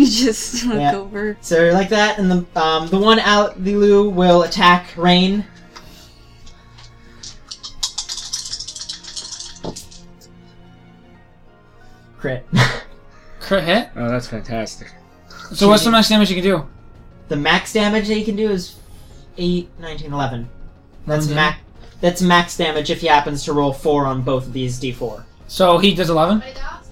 Speaker 6: just look
Speaker 2: Yeah.
Speaker 6: over.
Speaker 2: So, you're like that, and the um, the one out, Lilu, will attack Rain. Crit.
Speaker 5: Crit hit.
Speaker 8: Oh, that's fantastic.
Speaker 5: So what's the max damage you can do?
Speaker 2: The max damage that you can do is 8, 19, 11. That's,
Speaker 5: Eleven
Speaker 2: max, that's max damage if he happens to roll 4 on both of these d4.
Speaker 5: So he does 11.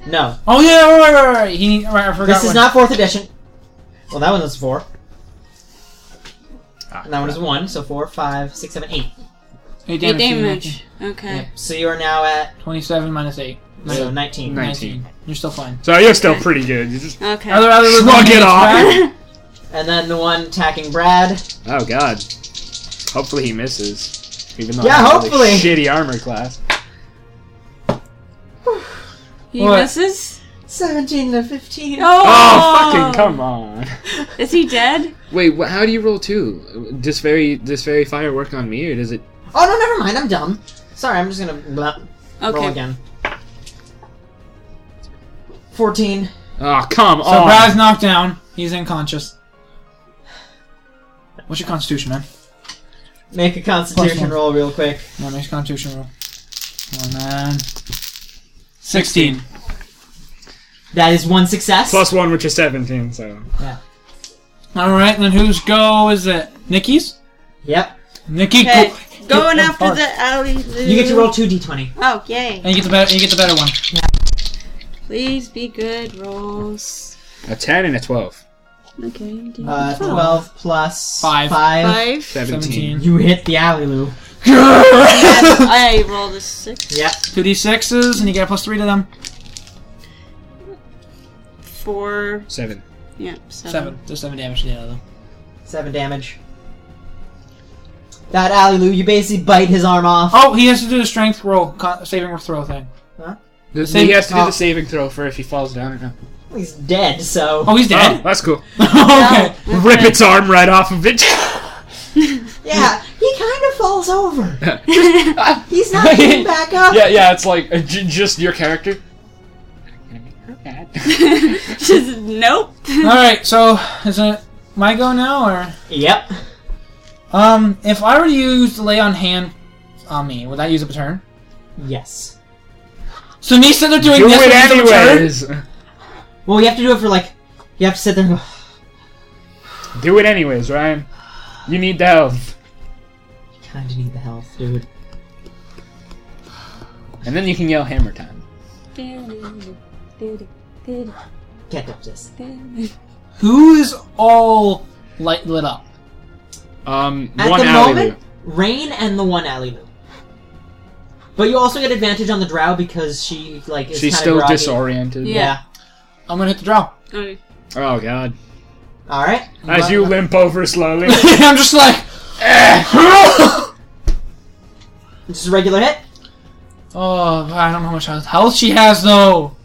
Speaker 2: No.
Speaker 5: Oh yeah, right, right, right, right. He right, I forgot.
Speaker 2: This is
Speaker 5: one.
Speaker 2: not 4th edition. Well, that one was 4. And that one is 1, so four, five, six, seven, eight.
Speaker 5: Eight
Speaker 6: Eight
Speaker 5: damage. you make.
Speaker 6: damage. Okay.
Speaker 2: Yep. So you are now at
Speaker 5: Twenty-seven minus eight.
Speaker 2: so 19.
Speaker 8: Nine.
Speaker 5: 19. You're still fine.
Speaker 4: So you're still pretty good. You just
Speaker 6: Okay.
Speaker 5: Other, other
Speaker 4: Shrug it off.
Speaker 2: And then the one attacking Brad.
Speaker 4: Oh God. Hopefully he misses. Even though I
Speaker 2: Yeah,
Speaker 4: have a really
Speaker 2: hopefully.
Speaker 4: shitty armor class.
Speaker 6: he
Speaker 5: What?
Speaker 6: misses.
Speaker 2: 17 to 15.
Speaker 6: Oh.
Speaker 4: Oh, fucking come on.
Speaker 6: Is he dead?
Speaker 8: Wait, wh- how do you roll two? Does fairy does fairy fire work on me or does it?
Speaker 2: Oh, no, never mind. I'm dumb. Sorry, I'm just gonna blah, roll
Speaker 6: Okay.
Speaker 2: again. 14.
Speaker 8: Oh, come
Speaker 5: So
Speaker 4: on.
Speaker 5: Brad's knocked down. He's unconscious. What's your constitution, man?
Speaker 2: Make a constitution
Speaker 5: one.
Speaker 2: roll real quick.
Speaker 5: No, make your constitution roll. Come on, man. 16.
Speaker 2: That is one success.
Speaker 4: Plus one, which is 17. So
Speaker 5: Alright, then whose go is it? Nikki's?
Speaker 2: Yep.
Speaker 5: Nikki,
Speaker 6: Okay.
Speaker 5: go.
Speaker 6: Going
Speaker 5: Get
Speaker 6: after
Speaker 5: apart.
Speaker 6: the alley. Lou.
Speaker 2: You get to roll two d20.
Speaker 6: Oh, yay!
Speaker 5: And you get the better, you get the better one.
Speaker 6: Please be good rolls.
Speaker 8: A ten and a twelve.
Speaker 6: Okay. do
Speaker 2: Uh, 12 plus
Speaker 5: Five.
Speaker 2: 5.
Speaker 6: Five.
Speaker 8: Seventeen.
Speaker 5: 17.
Speaker 2: You hit the alley, Lou.
Speaker 6: Yes, I rolled a six.
Speaker 2: Yep.
Speaker 5: Two d6s, and you get a plus three to them.
Speaker 6: Four.
Speaker 8: Seven.
Speaker 6: Yeah, seven.
Speaker 5: Seven. There's seven damage to the other.
Speaker 2: 7 damage. That alley, Lou, you basically bite his arm off.
Speaker 5: Oh, he has to do the strength roll, con- saving throw thing.
Speaker 8: Does-
Speaker 5: Save-
Speaker 8: he has to do
Speaker 5: oh.
Speaker 8: the saving throw for if he falls down or not.
Speaker 2: He's dead, so.
Speaker 5: Oh, he's
Speaker 4: oh,
Speaker 5: dead?
Speaker 4: that's cool.
Speaker 5: okay.
Speaker 4: Rip its arm right off of it.
Speaker 2: Yeah, he kind of falls over. He's not getting back up.
Speaker 4: yeah, yeah. It's like uh, j- just your character.
Speaker 6: Just nope.
Speaker 5: Alright, so is it my go now, or?
Speaker 2: Yep.
Speaker 5: Um, if I were to use lay on hand on me, would that use up a turn?
Speaker 2: Yes.
Speaker 5: So me instead of doing
Speaker 4: Do
Speaker 5: this,
Speaker 4: it
Speaker 5: would use up a turn?
Speaker 4: anyways.
Speaker 2: Well, you have to do it for like. You have to sit there and go.
Speaker 4: Do it anyways, Ryan. You need the health,
Speaker 2: Kinda need the health, dude.
Speaker 8: And then you can yell hammer time.
Speaker 2: Can't touch this.
Speaker 5: Who is all light lit up?
Speaker 4: Um,
Speaker 2: At
Speaker 4: one
Speaker 2: the
Speaker 4: alley
Speaker 2: moment, Rain and the one alley Lou. But you also get advantage on the drow because she like is
Speaker 4: She's
Speaker 2: kinda
Speaker 4: still
Speaker 2: groggy.
Speaker 4: disoriented.
Speaker 2: Yeah.
Speaker 5: I'm gonna hit the draw.
Speaker 4: Oh god.
Speaker 2: All right.
Speaker 4: As you limp over slowly.
Speaker 5: I'm just like, eh.
Speaker 2: Just a regular hit.
Speaker 5: oh, I don't know how much health she has though.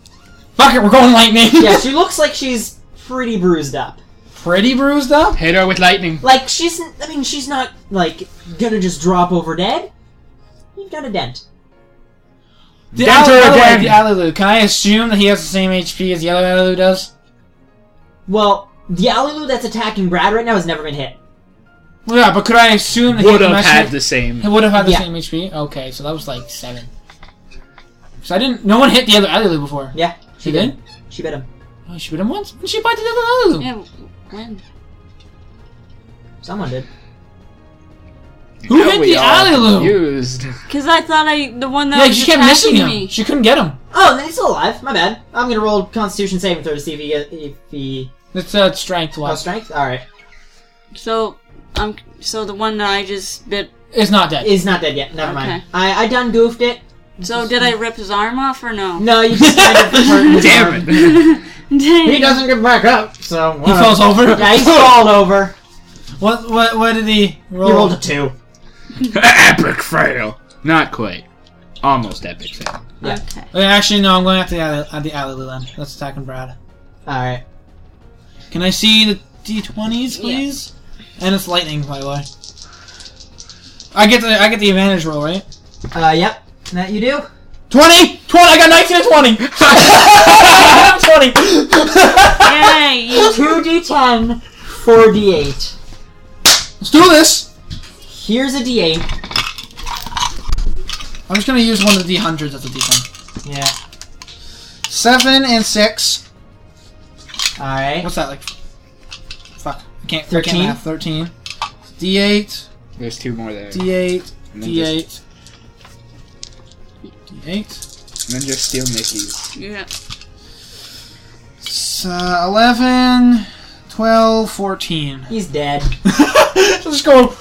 Speaker 5: Fuck it, we're going lightning.
Speaker 2: Yeah, she looks like she's pretty bruised up.
Speaker 5: Pretty bruised up.
Speaker 4: Hit her with lightning.
Speaker 2: Like she's I mean, she's not like gonna just drop over dead. You've got a dent.
Speaker 5: The
Speaker 4: Dent her
Speaker 5: Al- by the way,
Speaker 4: again.
Speaker 5: the Alilu. Can I assume that he has the same HP as the other Alilu does?
Speaker 2: Well, the Alilu that's attacking Brad right now has never been hit.
Speaker 5: Well, yeah, but could I assume that
Speaker 4: Would
Speaker 5: he
Speaker 4: have had
Speaker 5: had
Speaker 4: the same.
Speaker 5: He would have had the
Speaker 2: Yeah.
Speaker 5: same HP. Okay, so that was like seven. So I didn't. No one hit the other Alilu before.
Speaker 2: Yeah,
Speaker 5: She did.
Speaker 2: She bit him.
Speaker 5: Oh, she bit him once. And she bit the other Alilu.
Speaker 1: Yeah, when?
Speaker 2: Someone did.
Speaker 5: Who hit the Alilu?
Speaker 4: Used.
Speaker 1: Because I thought I the one that
Speaker 5: yeah,
Speaker 1: was
Speaker 5: she kept
Speaker 1: attacking
Speaker 5: missing him.
Speaker 1: me.
Speaker 5: She couldn't get him.
Speaker 2: Oh, and then he's still alive. My bad. I'm gonna roll Constitution saving throw to see if he get, if he
Speaker 5: It's uh, strength
Speaker 2: oh,
Speaker 5: wise.
Speaker 2: strength. All right,
Speaker 1: So I'm so the one that I just bit.
Speaker 5: It's not dead.
Speaker 2: he's not dead yet. Never
Speaker 1: Okay.
Speaker 2: mind. I I done goofed it.
Speaker 1: So did I rip his arm off or no?
Speaker 2: No, you just kind of hurt his arm.
Speaker 4: Damn it.
Speaker 2: He doesn't get back up, so
Speaker 5: he
Speaker 2: whatever.
Speaker 5: falls over.
Speaker 2: Yeah, he's rolled over.
Speaker 5: What? What? What did he roll?
Speaker 2: He rolled a two.
Speaker 4: epic fail. Not quite. Almost epic fail.
Speaker 1: Okay.
Speaker 5: Wait, actually, no. I'm going after the Ali- uh, the Alilu then. That's attacking Brad.
Speaker 2: All right.
Speaker 5: Can I see the d20s, please? And it's lightning, by the way. I get the I get the advantage roll, right?
Speaker 2: Uh, yep. That you do.
Speaker 5: 20! 20! I got 19 and 20! I got 20!
Speaker 1: Yay! you-
Speaker 2: Two d10, four d8.
Speaker 5: Let's do this!
Speaker 2: Here's a d8.
Speaker 5: I'm just gonna use one of the D100s as a D10.
Speaker 2: Yeah.
Speaker 5: 7 and 6.
Speaker 2: All right.
Speaker 5: What's that like? Fuck. I can't, I
Speaker 2: 13?
Speaker 5: can't math. 13. D8,
Speaker 4: There's two more there.
Speaker 5: D8,
Speaker 4: and, then just,
Speaker 5: D8. D8.
Speaker 4: and then just steal Mickey's.
Speaker 1: yeah.
Speaker 5: S- uh, 11, 12, 14.
Speaker 2: He's dead.
Speaker 5: Let's go.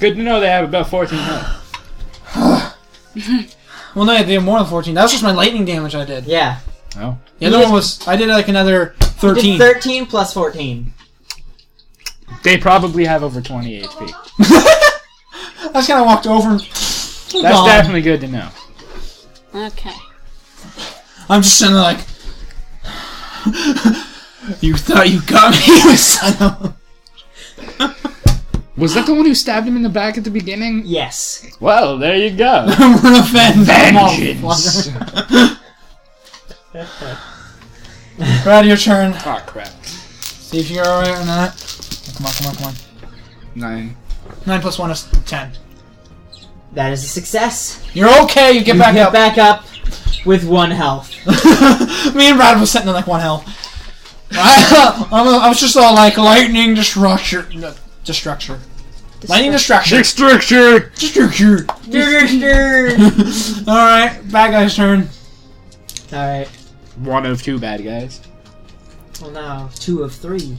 Speaker 4: Good to know they have about 14 health.
Speaker 5: Well, no, they have more than 14. That was just my lightning damage I did.
Speaker 2: Yeah.
Speaker 4: Oh.
Speaker 5: The other one was I did like another
Speaker 2: You did
Speaker 5: 13.
Speaker 2: 13 plus 14.
Speaker 4: They probably have over 20 HP.
Speaker 5: I just kind of walked over. And
Speaker 4: That's
Speaker 5: Gone.
Speaker 4: definitely good to know.
Speaker 1: Okay.
Speaker 5: I'm just sitting there like, you thought you got me, you son of. a-"
Speaker 4: Was that the one who stabbed him in the back at the beginning?
Speaker 2: Yes.
Speaker 4: Well, there you go.
Speaker 5: I'm gonna fend them off.
Speaker 4: Vengeance.
Speaker 5: Brad, your turn.
Speaker 4: oh, crap.
Speaker 5: See if you're alright or not. Come on, come on, come on.
Speaker 4: Nine.
Speaker 5: Nine plus one is ten.
Speaker 2: That is a success.
Speaker 5: You're okay. You get
Speaker 2: You
Speaker 5: back
Speaker 2: get
Speaker 5: up.
Speaker 2: back up with one health.
Speaker 5: me and Brad was sitting there like one hell. I, I'm a- I was just all like lightning destruction, no, destruction, lightning destruction,
Speaker 4: structure.
Speaker 5: destruction.
Speaker 2: All
Speaker 5: All right, bad guy's turn.
Speaker 2: right.
Speaker 4: One of two bad guys.
Speaker 2: Well, now two of three.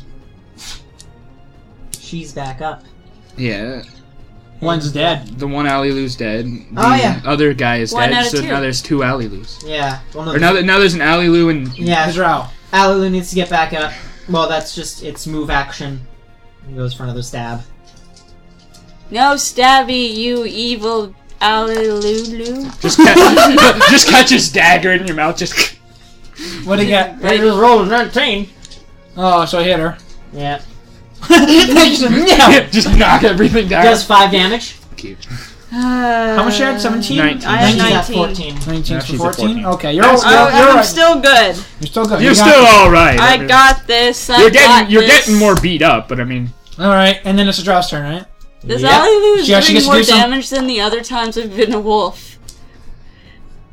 Speaker 2: She's back up. uh,
Speaker 4: Yeah.
Speaker 5: One's dead.
Speaker 4: The one alley Lou's dead. The
Speaker 2: Oh, yeah.
Speaker 4: other guy is
Speaker 1: One
Speaker 4: dead.
Speaker 1: out of
Speaker 4: So
Speaker 1: two.
Speaker 4: now there's two alley Lou's.
Speaker 2: Yeah. Well, no,
Speaker 4: Or now, that now there's an alley Lou and
Speaker 2: yeah.
Speaker 5: Azrael.
Speaker 2: Alalu needs to get back up. Well, that's just its move action. It goes for another stab.
Speaker 1: No stabby, you evil Alilulu.
Speaker 4: Just catch, just catch his dagger in your mouth. Just
Speaker 5: What do you get?
Speaker 2: They just rolled a 19.
Speaker 5: Oh, so I hit her.
Speaker 2: Yeah.
Speaker 5: no.
Speaker 4: just knock everything down.
Speaker 2: Does 5 damage.
Speaker 1: Uh,
Speaker 5: How much you had? 17?
Speaker 4: Nineteen.
Speaker 1: I have
Speaker 2: She's at
Speaker 1: 19.
Speaker 2: 14.
Speaker 5: 19
Speaker 4: No,
Speaker 5: for
Speaker 4: she's at
Speaker 5: 14?
Speaker 4: 14.
Speaker 5: Okay, you're all still,
Speaker 1: I,
Speaker 5: you're,
Speaker 1: I'm
Speaker 5: right.
Speaker 1: still good.
Speaker 5: you're still good.
Speaker 4: You're
Speaker 5: You got
Speaker 4: still
Speaker 5: it.
Speaker 4: all right.
Speaker 1: I
Speaker 4: mean,
Speaker 1: got this. I
Speaker 4: You're
Speaker 1: got
Speaker 4: getting you're
Speaker 1: this.
Speaker 4: getting more beat up, but I mean,
Speaker 5: All right, and then it's a drow's turn, right?
Speaker 1: Does
Speaker 2: Yep.
Speaker 1: Alilulu
Speaker 5: She actually
Speaker 1: doing
Speaker 5: gets to
Speaker 1: more
Speaker 5: do some-
Speaker 1: damage than the other times I've been a wolf?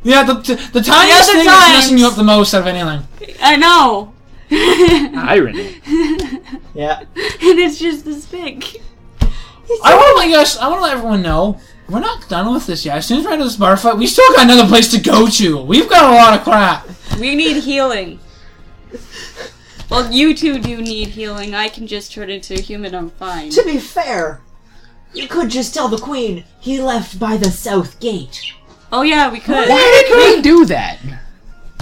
Speaker 5: Yeah, the, the, the tiniest
Speaker 1: other
Speaker 5: thing
Speaker 1: times.
Speaker 5: is messing you up the most out of anything.
Speaker 1: I know. and
Speaker 4: irony.
Speaker 2: Yeah.
Speaker 1: it's just this big.
Speaker 5: I want to let you guys, I want to let everyone know we're not done with this yet. As soon as we're out of this bar fight, we still got another place to go to. We've got a lot of crap.
Speaker 6: We need healing. Well, you two do need healing. I can just turn into a human. I'm fine.
Speaker 2: To be fair, you could just tell the queen he left by the south gate.
Speaker 6: Oh yeah, we could.
Speaker 4: Why did we do that?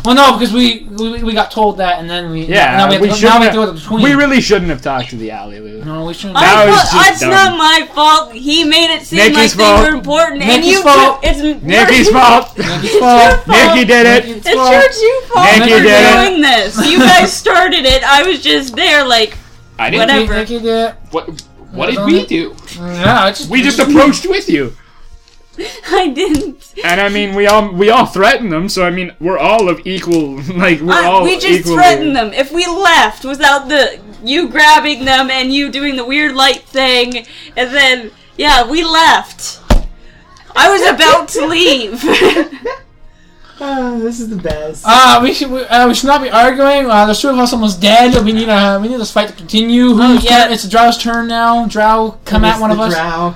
Speaker 5: Well, no, because we we, we got told that, and then we
Speaker 4: Yeah,
Speaker 5: now we have
Speaker 4: we
Speaker 5: to,
Speaker 4: shouldn't
Speaker 5: now we have
Speaker 4: have-
Speaker 5: to go to the tween.
Speaker 4: We really shouldn't have talked to the alley Lou.
Speaker 5: no, we shouldn't.
Speaker 4: That
Speaker 6: I
Speaker 4: was
Speaker 6: thought-
Speaker 4: just
Speaker 6: it's
Speaker 4: dumb.
Speaker 6: not my fault. He made it seem
Speaker 4: Nikki's
Speaker 6: like
Speaker 4: fault.
Speaker 6: they were important, and
Speaker 5: Nikki's
Speaker 6: you.
Speaker 5: fault.
Speaker 6: It's
Speaker 4: Nikki's fault.
Speaker 5: Nikki's fault.
Speaker 4: Nikki did it.
Speaker 5: Nikki's
Speaker 6: It's
Speaker 5: fault.
Speaker 6: your two fault
Speaker 4: Nikki
Speaker 6: for
Speaker 4: did it.
Speaker 6: doing this. You guys started it. I was just there, like
Speaker 8: I didn't.
Speaker 6: whatever.
Speaker 5: Nikki did it.
Speaker 8: What, what did we do?
Speaker 5: Yeah, it's just,
Speaker 4: We just approached with you,
Speaker 6: I didn't.
Speaker 4: and I mean, we all we all threatened them. So I mean, we're all of equal. Like we're
Speaker 6: I-
Speaker 4: all
Speaker 6: Uh, we just
Speaker 4: equally-
Speaker 6: threatened them. If we left without the you grabbing them and you doing the weird light thing, and then yeah, we left. I was about to leave.
Speaker 2: Oh, this is the best.
Speaker 5: Uh, we should we, uh, we should not be arguing. Uh, there's two of us almost dead. We need a we need this fight to continue. Who's
Speaker 6: yeah.
Speaker 5: turn? It's Drow's turn now. Drow, come
Speaker 2: Miss
Speaker 5: at one
Speaker 2: the
Speaker 5: of us.
Speaker 2: drow.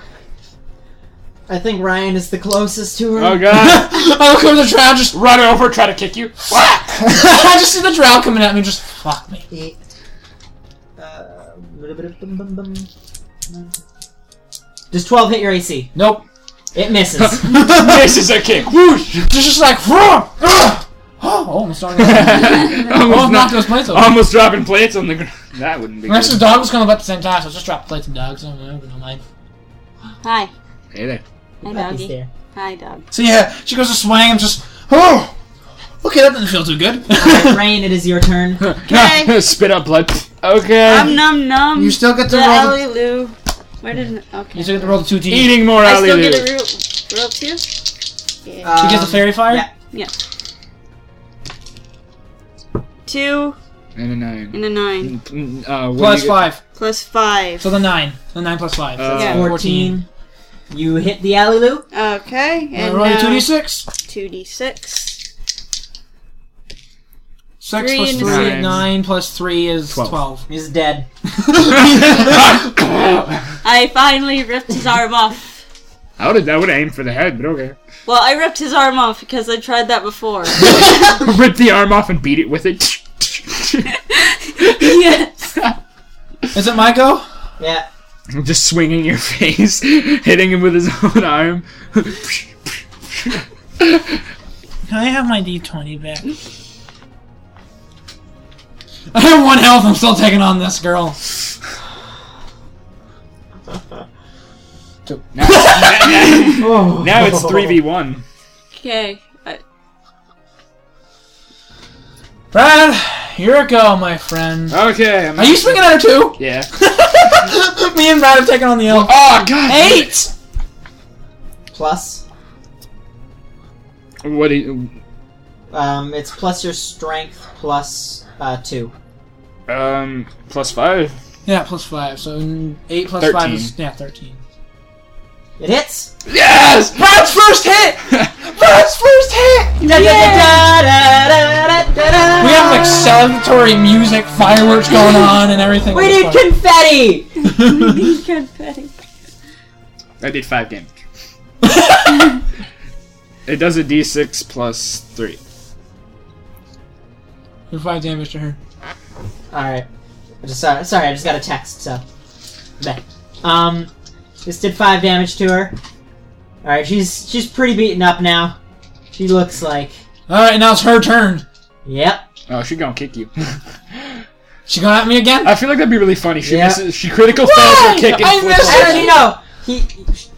Speaker 2: I think Ryan is the closest to her.
Speaker 4: Oh god!
Speaker 5: I look over the Drow, just
Speaker 8: Run over, try to kick you.
Speaker 5: I just see the Drow coming at me. Just fuck me.
Speaker 2: He- uh, bum-bum-bum-bum. Does 12 hit your AC?
Speaker 5: Nope.
Speaker 2: It misses.
Speaker 8: this is a kick.
Speaker 5: Whoosh! Just just like "Vroom! Ugh!" Oh, almost starting.
Speaker 4: almost,
Speaker 5: Almost
Speaker 4: not,
Speaker 5: knocked those plates over.
Speaker 4: almost dropping plates on the ground. That wouldn't be
Speaker 5: Next, the
Speaker 4: good.
Speaker 5: dog was coming up at the same time, so I just dropped plates and dogs. I don't know, mind.
Speaker 6: Hi,
Speaker 4: Hey there.
Speaker 6: hi
Speaker 2: He's
Speaker 6: doggy.
Speaker 2: there.
Speaker 6: Hi dog.
Speaker 5: So yeah, she goes to swing and just oh, okay, that doesn't feel too good.
Speaker 2: Ryan, it is your turn.
Speaker 6: Okay.
Speaker 4: Spit up blood. Okay.
Speaker 6: I'm num num.
Speaker 5: you still get to
Speaker 6: the
Speaker 5: roll. The,
Speaker 6: alley Lou. Where did okay?
Speaker 5: you still get to roll the two d. She
Speaker 4: Eating more
Speaker 6: I still
Speaker 4: alley
Speaker 6: get a
Speaker 4: Lou.
Speaker 6: real, real two. Yeah.
Speaker 5: gets a
Speaker 2: Um,
Speaker 5: fairy fire.
Speaker 2: yeah.
Speaker 6: two
Speaker 4: And a nine.
Speaker 6: and a nine
Speaker 4: Mm, Uh, what
Speaker 5: Plus
Speaker 4: do you
Speaker 5: five.
Speaker 6: plus five.
Speaker 5: So the nine. The nine plus five.
Speaker 4: Uh,
Speaker 6: Yeah.
Speaker 2: 14. You hit the alley loop.
Speaker 6: Okay, and uh,
Speaker 5: And roll your two
Speaker 6: now
Speaker 5: d six.
Speaker 6: two d six.
Speaker 5: Six
Speaker 6: Three
Speaker 5: plus
Speaker 6: and
Speaker 5: three,
Speaker 4: a
Speaker 5: nine.
Speaker 4: six.
Speaker 5: plus three is twelve.
Speaker 4: Twelve.
Speaker 2: He's dead.
Speaker 4: Uh,
Speaker 6: I finally ripped his arm off.
Speaker 4: get? I would have aimed for the head, but okay.
Speaker 6: Well, I ripped his arm off because I tried that before.
Speaker 4: Rip the arm off and beat it with it.
Speaker 6: yes.
Speaker 5: Is it my go?
Speaker 2: Yeah.
Speaker 4: Just swinging your face, hitting him with his own arm.
Speaker 7: Can I have my d20 back?
Speaker 5: I have one health. I'm still taking on this girl.
Speaker 2: Oh.
Speaker 4: now it's 3v1.
Speaker 6: Okay.
Speaker 5: Brad, here it go, my friend.
Speaker 4: Okay. I'm
Speaker 5: Are you swinging at her too?
Speaker 4: Yeah.
Speaker 5: Me and Brad have taken on the elf.
Speaker 4: Oh, God.
Speaker 5: Eight.
Speaker 2: Plus.
Speaker 4: What do you.
Speaker 2: Um, it's plus your strength plus uh, 2.
Speaker 4: Um, plus five?
Speaker 5: Yeah, plus five. So mm, eight plus five is yeah thirteen.
Speaker 2: It hits.
Speaker 4: Yes!
Speaker 5: Brad's first hit. Brad's first hit. We have like celebratory music, fireworks going on, and everything.
Speaker 2: We need confetti!
Speaker 6: Confetti.
Speaker 4: I did five damage. it does a d6 plus three.
Speaker 5: Do five damage to her.
Speaker 2: Alright. I just sorry, sorry, I just got a text, so. Meh. Um this did five damage to her. Alright, she's she's pretty beaten up now. She looks like
Speaker 5: All right, now it's her turn.
Speaker 2: Yep.
Speaker 4: Oh, she gonna kick you.
Speaker 5: She going at me again.
Speaker 4: I feel like that'd be really funny. She
Speaker 2: Yeah.
Speaker 4: misses. She critical fails her kick and
Speaker 5: I
Speaker 4: flip
Speaker 5: missed it!
Speaker 4: flop.
Speaker 2: I don't know.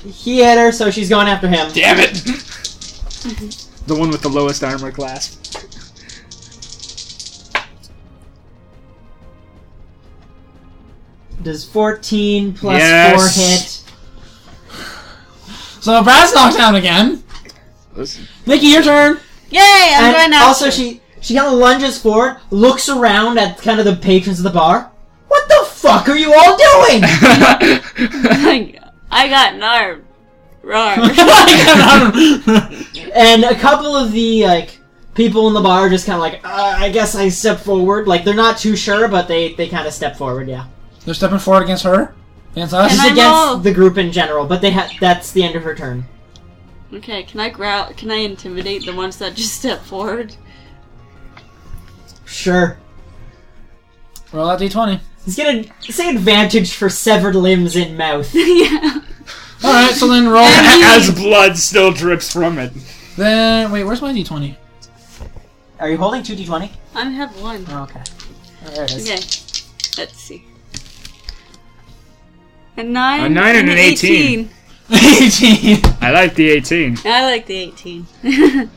Speaker 2: He he hit her, so she's going after him.
Speaker 4: Damn it! the one with the lowest armor class.
Speaker 2: Does fourteen plus
Speaker 4: Yes.
Speaker 5: So Brad's knocked down again.
Speaker 4: Listen.
Speaker 5: Nikki, your turn.
Speaker 6: Yay! I'm
Speaker 2: four hit?
Speaker 6: going
Speaker 2: And
Speaker 6: out.
Speaker 2: also she she kind of lunges forward, looks around at kind of the patrons of the bar. What the fuck are you all doing?
Speaker 6: I got an arm. Roar.
Speaker 2: and a couple of the like people in the bar just kind of like uh, I guess I step forward. Like they're not too sure, but they they kind of step forward. Yeah,
Speaker 5: They're stepping forward against her. Against us.
Speaker 6: Can
Speaker 2: just
Speaker 6: I
Speaker 2: against
Speaker 6: roll?
Speaker 2: the group in general. But they ha- that's the end of her turn.
Speaker 6: Okay, can I growl? Can I intimidate the ones that just stepped forward?
Speaker 2: Sure.
Speaker 5: Roll out d20.
Speaker 2: He's gonna say advantage for severed limbs in mouth.
Speaker 6: yeah.
Speaker 5: Alright, so then roll.
Speaker 4: As blood still drips from it.
Speaker 5: then, wait, where's my d20?
Speaker 2: Are you holding two d twenty?
Speaker 6: I have one.
Speaker 2: Oh, okay. There it is.
Speaker 6: Okay, let's see. A nine.
Speaker 4: A nine and an 18.
Speaker 6: 18.
Speaker 5: 18.
Speaker 4: I like the 18.
Speaker 6: I like the eighteen.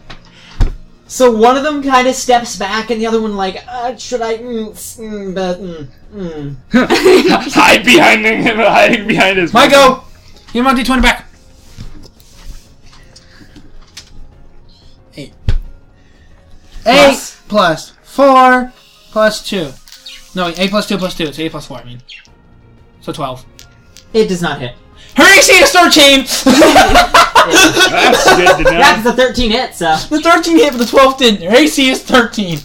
Speaker 2: So one of them kind of steps back, and the other one like, uh, should I? Mm, s- mm, but, mm, mm.
Speaker 4: Hide behind him, hiding behind his.
Speaker 5: My go! Give my d20 back. Eight. Eight plus four plus two. No, eight plus two plus two. It's eight plus four, I mean. So 12.
Speaker 2: It does not hit.
Speaker 5: Hurry, see a star chain!
Speaker 4: That's good to know.
Speaker 2: Yeah, 'cause the thirteen hit. So
Speaker 5: The 13 hit, but the 12 didn't. Your AC is 13.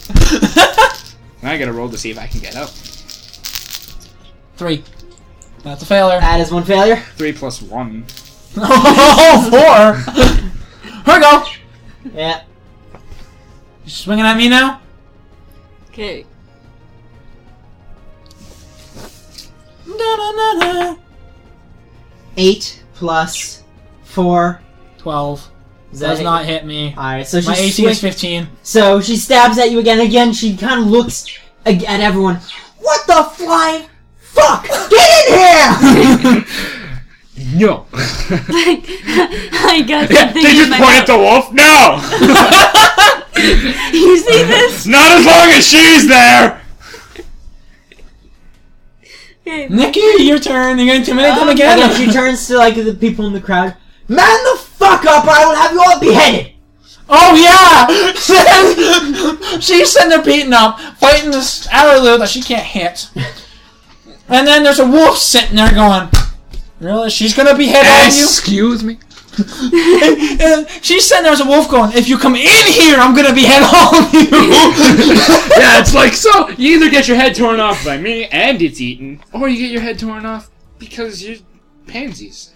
Speaker 4: I gotta roll to see if I can get up.
Speaker 5: Three. That's a failure.
Speaker 2: that is one failure.
Speaker 4: Three plus one.
Speaker 5: oh, four. Here we go.
Speaker 2: Yeah.
Speaker 5: You swinging at me now?
Speaker 6: okay.
Speaker 5: Da, da, da, da.
Speaker 2: Eight plus four.
Speaker 5: 12.
Speaker 2: Is that
Speaker 5: Does
Speaker 2: it?
Speaker 5: not hit me.
Speaker 2: All right. So she
Speaker 5: My AC is
Speaker 2: swing-
Speaker 5: 15.
Speaker 2: so she stabs at you again. Again, she kind of looks ag- at everyone. What the flying fuck? Get in here!
Speaker 4: No.
Speaker 6: I got something
Speaker 4: they
Speaker 6: in
Speaker 4: just
Speaker 6: my
Speaker 4: point at the wolf. No,
Speaker 6: mouth. You see this?
Speaker 4: not as long as she's there.
Speaker 6: Okay.
Speaker 5: Nikki, your turn. You're going to intimidate them
Speaker 2: And
Speaker 5: again?
Speaker 2: then she turns to like the people in the crowd. Man the fuck up! Or I will have you all beheaded.
Speaker 5: Oh, yeah! She's sitting there beating up, fighting this arrow that she can't hit. And then there's a wolf sitting there going, Really? She's going to be hit on you?
Speaker 4: Excuse me.
Speaker 5: And she's sitting there as a wolf going, if you come in here, I'm gonna be head on you.
Speaker 4: Yeah, it's like so. You either get your head torn off by me and it's eaten, or you get your head torn off because you're pansies.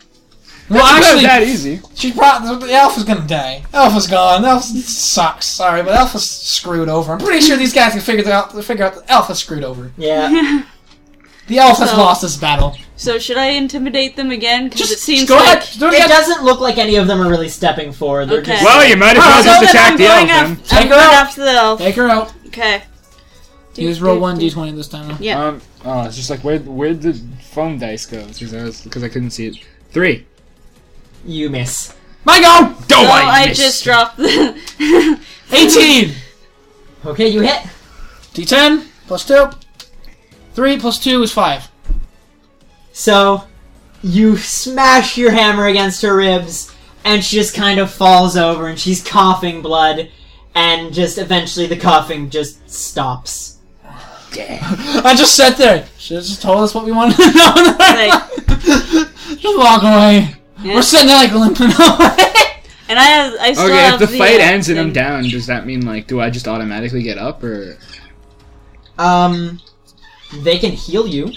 Speaker 5: well,
Speaker 4: It's not
Speaker 5: actually,
Speaker 4: that easy.
Speaker 5: she brought the elf is gonna die. Elf is gone. Elf sucks. Sorry, but elf is screwed over. I'm pretty sure these guys can figure out. Figure out the elf is screwed over.
Speaker 2: Yeah.
Speaker 5: The elf has
Speaker 6: So-
Speaker 5: lost this battle.
Speaker 6: So should I intimidate them again? Because
Speaker 5: Just
Speaker 6: it seems
Speaker 5: go
Speaker 6: like.
Speaker 5: ahead. Do it
Speaker 2: It
Speaker 5: again.
Speaker 2: doesn't look like any of them are really stepping forward. They're
Speaker 6: Okay.
Speaker 2: just
Speaker 4: Well, you might as well
Speaker 6: Oh, So
Speaker 4: just
Speaker 6: then I'm
Speaker 4: attack the elf.
Speaker 6: going
Speaker 4: then.
Speaker 6: after, I'm
Speaker 5: Take her
Speaker 6: going
Speaker 5: out.
Speaker 6: after the elf.
Speaker 5: Take her out.
Speaker 6: Okay.
Speaker 5: Use roll one d20 this time. Though.
Speaker 6: Yeah.
Speaker 4: Um, oh, it's just like where where the foam dice go because I was because I couldn't see it. Three.
Speaker 2: you miss.
Speaker 5: My go.
Speaker 4: Go
Speaker 6: Oh, I just dropped the.
Speaker 5: 18.
Speaker 2: Okay, you hit.
Speaker 5: D10 plus two. Three plus two is five.
Speaker 2: So you smash your hammer against her ribs, and she just kind of falls over, and she's coughing blood, and just eventually the coughing just stops.
Speaker 5: I just sat there. She just told us what we wanted to know. just walk away.
Speaker 6: Yeah.
Speaker 5: We're sitting there like limping away.
Speaker 6: and I have. I still
Speaker 4: Okay, if
Speaker 6: have
Speaker 4: the fight
Speaker 6: uh,
Speaker 4: ends and I'm
Speaker 6: thing.
Speaker 4: down, does that mean like do I just automatically get up or? uh,
Speaker 2: Um, they can heal you,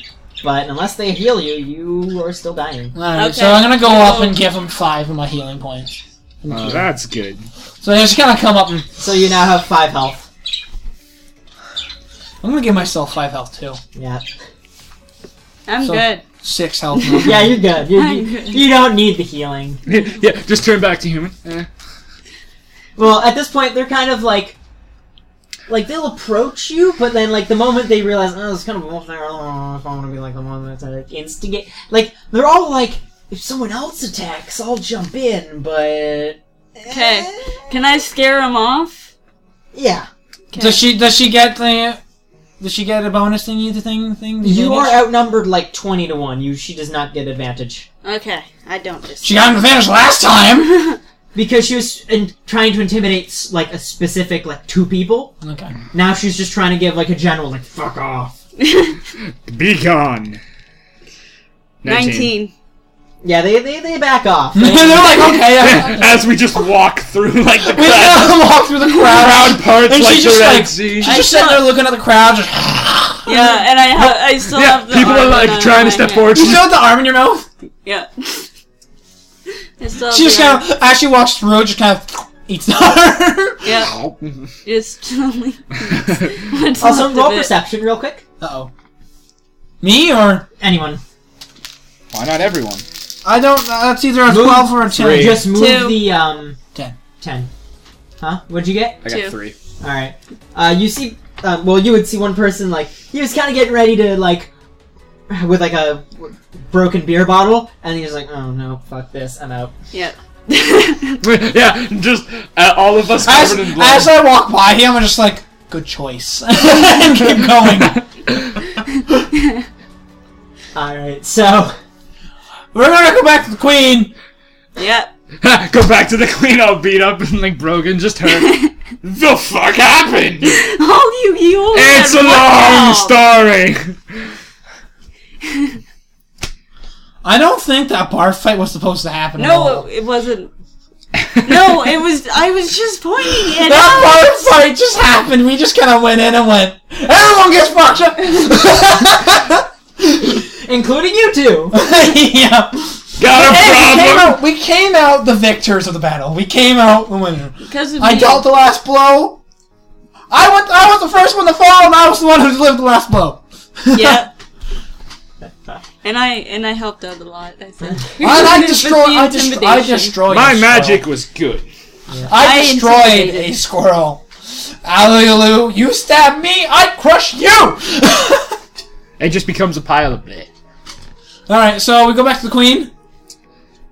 Speaker 2: but unless they heal you, you are still dying.
Speaker 5: Alright, so
Speaker 6: Okay. Oh.
Speaker 5: I'm gonna go up
Speaker 6: So-
Speaker 5: and give him five of my healing points.
Speaker 4: Oh, that's good.
Speaker 5: So they're just gonna come up and
Speaker 2: So you now have five health.
Speaker 5: I'm gonna give myself five health too.
Speaker 2: Yeah.
Speaker 6: I'm
Speaker 5: So-
Speaker 6: good.
Speaker 5: Six health.
Speaker 2: Yeah, you're good. You,
Speaker 6: I'm
Speaker 2: you,
Speaker 6: good.
Speaker 2: you don't need the healing.
Speaker 4: yeah, just turn back to human. Eh.
Speaker 2: Well, at this point, they're kind of like, like they'll approach you, but then like the moment they realize, oh, it's kind of a wolf there. I don't know if I want to be like the one that's like instigate. Like they're all like, if someone else attacks, I'll jump in. But
Speaker 6: Okay. Can I scare him off?
Speaker 2: yeah,
Speaker 5: Does she does she get the does she get a bonus thingy the thing thing? the
Speaker 2: you are
Speaker 5: advantage?
Speaker 2: outnumbered like twenty to one. You she does not get advantage
Speaker 6: Okay. I don't just.
Speaker 5: She got an advantage last time!
Speaker 2: because she was in, trying to intimidate s- like a specific like two people.
Speaker 5: okay.
Speaker 2: Now she's just trying to give like a general like fuck off.
Speaker 4: Be gone.
Speaker 6: 19.
Speaker 2: Yeah, they they, they back off.
Speaker 5: they're like, okay, yeah.
Speaker 4: As we just walk through like the
Speaker 5: We
Speaker 4: crowd,
Speaker 5: walk through the crowd.
Speaker 4: crowd parts
Speaker 5: And she
Speaker 4: like the
Speaker 5: just,
Speaker 4: Red
Speaker 5: like-
Speaker 4: Sea.
Speaker 5: She's just sitting there looking at the crowd, just
Speaker 6: Yeah, and I have. I still
Speaker 4: Yeah,
Speaker 6: have the.
Speaker 4: people are
Speaker 6: arm
Speaker 4: like
Speaker 6: on
Speaker 4: trying
Speaker 6: my
Speaker 4: to step
Speaker 6: hand.
Speaker 4: forward.
Speaker 5: You still have the arm in your mouth?
Speaker 6: Yeah. It's still
Speaker 5: She just kind of, as she walks through, just kind of eats her.
Speaker 6: yeah. Just only. what's
Speaker 2: Also,
Speaker 6: left of
Speaker 2: roll
Speaker 6: it.
Speaker 2: perception real quick.
Speaker 5: Uh-oh. Me or?
Speaker 2: Anyone.
Speaker 3: Why not everyone?
Speaker 5: I don't, that's either a
Speaker 2: Move
Speaker 5: 12 or a 10.
Speaker 4: three.
Speaker 2: Just move
Speaker 6: Two.
Speaker 2: the um
Speaker 5: Ten.
Speaker 2: ten. Huh? What'd you get?
Speaker 4: I got
Speaker 6: Two.
Speaker 4: three.
Speaker 2: All right. Uh, you see, uh, well, you would see one person like he was kind of getting ready to like with like a broken beer bottle, and he was like, "Oh no, fuck this, I'm out."
Speaker 6: Yeah.
Speaker 4: yeah, just uh, all of us
Speaker 5: As,
Speaker 4: covered in
Speaker 5: as
Speaker 4: blood.
Speaker 5: I walk by him, I'm just like, good choice. and keep going.
Speaker 2: All right, so
Speaker 5: We're gonna go back to the queen.
Speaker 6: yeah.
Speaker 4: Go back to the queen, all beat up and like broken. Just her. the fuck happened?
Speaker 6: Oh, you, you only
Speaker 4: It's a
Speaker 6: had
Speaker 4: long
Speaker 6: one job.
Speaker 4: story.
Speaker 5: I don't think that bar fight was supposed to happen. at all.
Speaker 6: No, it, it wasn't. No, it was. I was just pointing it out.
Speaker 5: that bar fight just happened. We just kind of went in and went, everyone gets fucked up.
Speaker 2: including you two.
Speaker 5: yeah.
Speaker 4: Got a
Speaker 5: Hey, we, came
Speaker 4: problem.
Speaker 5: out, we came out the victors of the battle. We came out the winner.
Speaker 6: Because of
Speaker 5: I
Speaker 6: me.
Speaker 5: dealt the last blow. I went. I was the first one to fall, and I was the one who delivered the last blow.
Speaker 6: Yeah. And I and I helped out a lot. I said.
Speaker 5: I, I
Speaker 6: With
Speaker 5: destroyed.
Speaker 6: the
Speaker 5: I, dest- I
Speaker 6: intimidation.
Speaker 5: destroyed. a
Speaker 4: My
Speaker 5: squirrel.
Speaker 4: magic was good.
Speaker 5: I
Speaker 6: I
Speaker 5: destroyed
Speaker 6: intimidated.
Speaker 5: a squirrel. Alleluia! You stabbed me. I crush you.
Speaker 4: It just becomes a pile of bleh.
Speaker 5: All right, so we go back to the queen,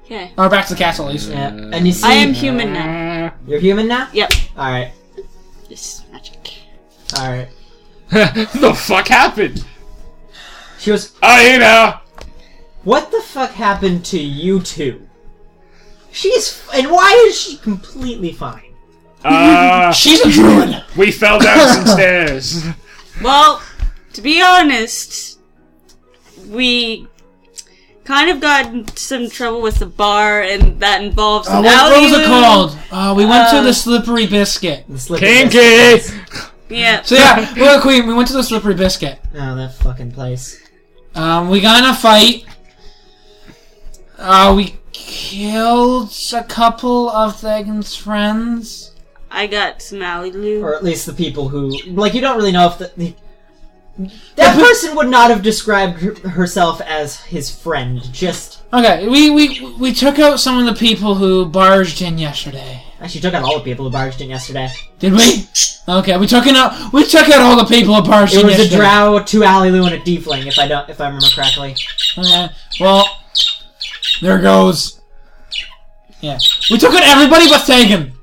Speaker 6: Okay.
Speaker 5: or back to the castle, at least.
Speaker 2: Yeah, and you see,
Speaker 6: I am human now.
Speaker 2: you're human now.
Speaker 6: Yep.
Speaker 2: All right,
Speaker 6: This is magic.
Speaker 2: all right.
Speaker 4: the fuck happened?
Speaker 2: She was,
Speaker 4: I Oh, you know.
Speaker 2: "What the fuck happened to you two? She's and why is she completely fine?
Speaker 4: Uh,
Speaker 5: She's a druid.
Speaker 4: we fell down some stairs.
Speaker 6: Well, to be honest, we kind of got in some trouble with the bar, and that involves
Speaker 5: Uh,
Speaker 6: an
Speaker 5: what what was
Speaker 6: alley-oop.
Speaker 5: it called? Uh, we went to
Speaker 6: Uh,
Speaker 5: the slippery biscuit.
Speaker 2: The slippery
Speaker 4: Kinky.
Speaker 6: Yeah.
Speaker 5: So yeah, well, queen, we went to the slippery biscuit.
Speaker 2: Oh, that fucking place.
Speaker 5: Um, we got in a fight. Uh, we killed a couple of Dagon's friends.
Speaker 6: I got some alley loo.
Speaker 2: or at least the people who like you don't really know if the, the that person would not have described her- herself as his friend. Just
Speaker 5: Okay, we, we we took out some of the people who barged in yesterday.
Speaker 2: actually took out all the people who barged in yesterday.
Speaker 5: Did we? Okay, we took in out we took out all the people who barged
Speaker 2: It
Speaker 5: in
Speaker 2: was a
Speaker 5: yesterday.
Speaker 2: drow, two alley-loo, and a tiefling. If I don't, if I remember correctly.
Speaker 5: Okay, Eh, well, there goes. Yeah, we took out everybody but Dagon.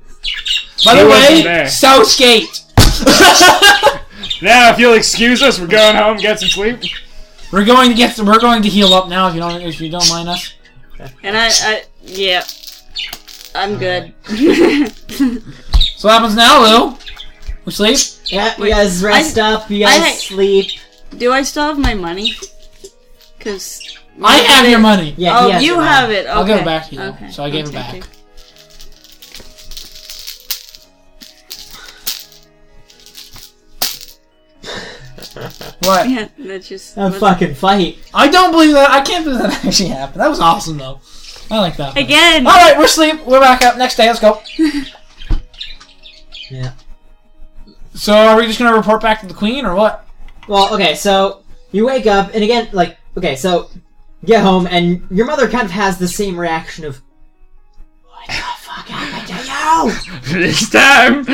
Speaker 5: By
Speaker 4: He
Speaker 5: the
Speaker 4: wasn't
Speaker 5: way,
Speaker 4: there.
Speaker 5: Southgate.
Speaker 4: Now, if you'll excuse us, we're going home, get some sleep.
Speaker 5: We're going to get we're going to heal up now if you don't if you don't mind us.
Speaker 6: And I, I, yeah. I'm good.
Speaker 5: So what happens now, Lou? We sleep?
Speaker 2: Yeah, you
Speaker 6: Wait,
Speaker 2: guys rest up. You
Speaker 6: I
Speaker 2: guys
Speaker 6: think-
Speaker 2: sleep.
Speaker 6: Do I still have my money? Because
Speaker 5: I have your money.
Speaker 2: Yeah, he
Speaker 6: Oh,
Speaker 2: has
Speaker 6: you
Speaker 2: your money.
Speaker 6: have it. Okay.
Speaker 5: I'll give it back to you, though.
Speaker 6: Okay.
Speaker 5: So I gave it
Speaker 6: Okay,
Speaker 5: back.
Speaker 6: okay.
Speaker 5: What?
Speaker 6: Yeah, that's just.
Speaker 2: A fucking fight.
Speaker 5: I don't believe that. I can't believe that actually happened. That was awesome though. I like that. one.
Speaker 6: Again.
Speaker 5: All right, we're asleep. We're back up. Next day, let's go.
Speaker 2: Yeah.
Speaker 5: So are we just gonna report back to the queen or what?
Speaker 2: Well, okay, so you wake up, and again, like, okay, so you get home, and your mother kind of has the same reaction of, "What the fuck happened to you?"
Speaker 4: this time,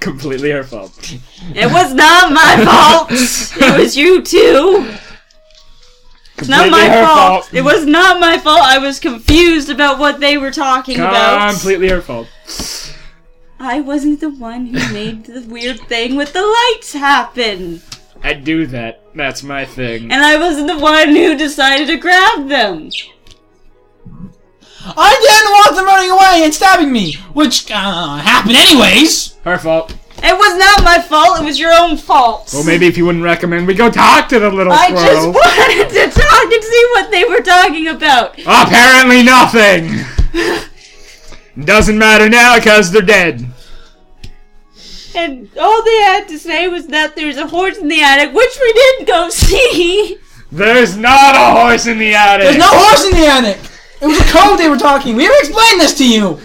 Speaker 4: completely her fault.
Speaker 6: It was not my fault. It was you too. It's not
Speaker 4: Completely
Speaker 6: my
Speaker 4: her
Speaker 6: fault.
Speaker 4: fault.
Speaker 6: It was not my fault. I was confused about what they were talking about.
Speaker 4: Completely her fault.
Speaker 6: I wasn't the one who made the weird thing with the lights happen.
Speaker 4: I do that. That's my thing.
Speaker 6: And I wasn't the one who decided to grab them.
Speaker 5: I didn't want them running away and stabbing me, which uh, happened anyways.
Speaker 4: Her fault.
Speaker 6: It was not my fault. It was your own fault.
Speaker 4: Well, maybe if you wouldn't recommend, we go talk to the little
Speaker 6: I
Speaker 4: squirrel.
Speaker 6: just wanted to talk and see what they were talking about.
Speaker 4: Apparently nothing. Doesn't matter now because they're dead.
Speaker 6: And all they had to say was that there's a horse in the attic, which we didn't go see.
Speaker 4: There's not a horse in the attic.
Speaker 5: There's no horse in the attic. It was a code they were talking. We ever explained this to you?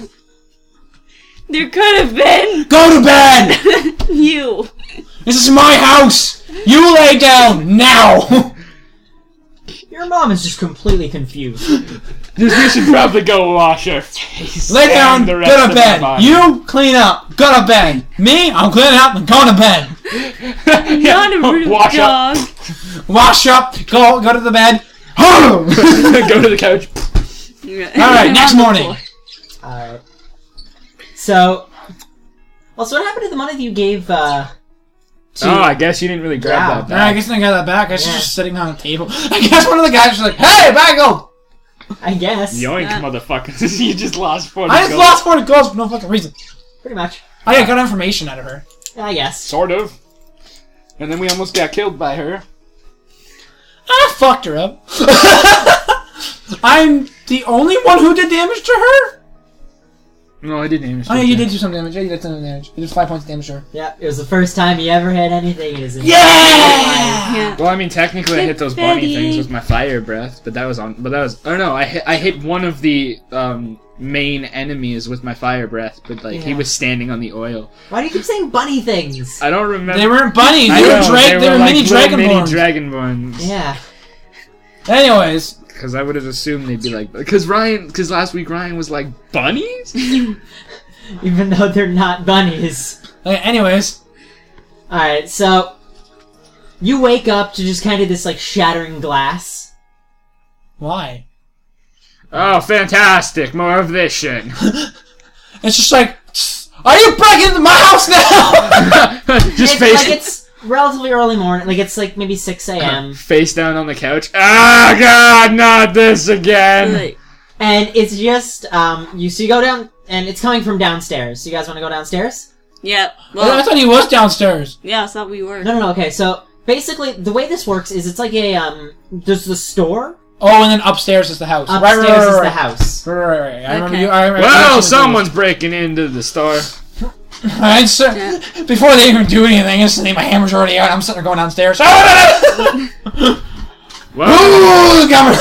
Speaker 6: There could have been
Speaker 5: Go to bed.
Speaker 6: you.
Speaker 5: This is my house. You lay down now.
Speaker 2: Your mom is just completely confused.
Speaker 8: Just- you should probably go wash her face.
Speaker 5: lay down.
Speaker 8: and the rest
Speaker 5: Go to
Speaker 8: of her
Speaker 5: bed.
Speaker 8: body.
Speaker 5: You clean up. Go to bed. Me, I'm cleaning up and going to bed.
Speaker 8: Yeah,
Speaker 6: Not a rude
Speaker 8: wash up.
Speaker 6: dog.
Speaker 5: Wash up. Go go to the bed. All
Speaker 8: go to the couch.
Speaker 5: right. Next morning.
Speaker 2: Alright. Uh, So. Also, what happened to the money that you gave, uh. To,
Speaker 4: Oh, I guess you didn't really grab
Speaker 2: Yeah.
Speaker 4: that.
Speaker 5: All right, I
Speaker 4: Back.
Speaker 5: guess I got that back. I was just
Speaker 2: Yeah.
Speaker 5: sitting on a table. I guess one of the guys was like, "Hey, bagel."
Speaker 2: I guess.
Speaker 4: Yoink,
Speaker 6: Uh.
Speaker 4: motherfuckers! you just lost forty.
Speaker 5: I just
Speaker 4: gold.
Speaker 5: lost forty goals for no fucking reason.
Speaker 2: Pretty much.
Speaker 5: I got good information out of her.
Speaker 2: I guess.
Speaker 8: Sort of. And then we almost got killed by her.
Speaker 5: I fucked her up. I'm the only one who did damage to her.
Speaker 4: No, I didn't even.
Speaker 5: Oh, yeah, you did do some damage. Yeah, you did some damage. You did five points of damage to her.
Speaker 2: Yeah, it was the first time he ever had anything in his
Speaker 5: Yeah.
Speaker 4: Well, I mean, technically, I hit those
Speaker 6: Confetti.
Speaker 4: bunny things with my fire breath, but that was on. But that was. Oh no, I hit. I hit one of the um, main enemies with my fire breath, but like he
Speaker 2: Yeah.
Speaker 4: was standing on the oil.
Speaker 2: Why do you keep saying bunny things?
Speaker 4: I don't remember.
Speaker 5: They weren't bunnies.
Speaker 4: I
Speaker 5: They were
Speaker 4: know,
Speaker 5: drake. They were,
Speaker 4: like,
Speaker 5: mini
Speaker 4: little
Speaker 5: dragonborn.
Speaker 4: dragonborns.
Speaker 2: Yeah.
Speaker 5: Anyways,
Speaker 4: Because I would have assumed they'd be like, because Ryan, because last week Ryan was like bunnies.
Speaker 2: Even though they're not bunnies.
Speaker 5: okay, anyways,
Speaker 2: Alright, so. You wake up to just kind of this, like, shattering glass.
Speaker 5: why?
Speaker 4: oh, fantastic! More of this shit.
Speaker 5: It's just like, are you breaking into my house now?
Speaker 4: just
Speaker 2: It's,
Speaker 4: face
Speaker 2: like, it's relatively early morning. Like, it's, like, maybe 6 a.m.
Speaker 5: Uh-huh.
Speaker 4: face down on the couch. Ah, God, not this again.
Speaker 6: Like,
Speaker 2: and it's just, um, you, so you go down, and it's coming from downstairs. So you guys want to go downstairs?
Speaker 6: yeah.
Speaker 5: I
Speaker 6: Well,
Speaker 5: thought he was downstairs.
Speaker 6: yeah. I thought we were.
Speaker 2: No, no, no. Okay, so basically, the way this works is it's like a um. There's the store
Speaker 5: Oh, and then upstairs is the house. Right,
Speaker 2: upstairs
Speaker 5: right, right,
Speaker 2: is
Speaker 5: right,
Speaker 2: the
Speaker 5: right.
Speaker 2: house.
Speaker 5: Right, right, right. I remember
Speaker 6: Okay.
Speaker 5: you. I remember
Speaker 4: Well, someone's breaking into the store.
Speaker 5: Alright, so before they even do anything, instantly my hammer's already out. I'm sitting there going downstairs.
Speaker 4: Well,
Speaker 5: Ooh, camera.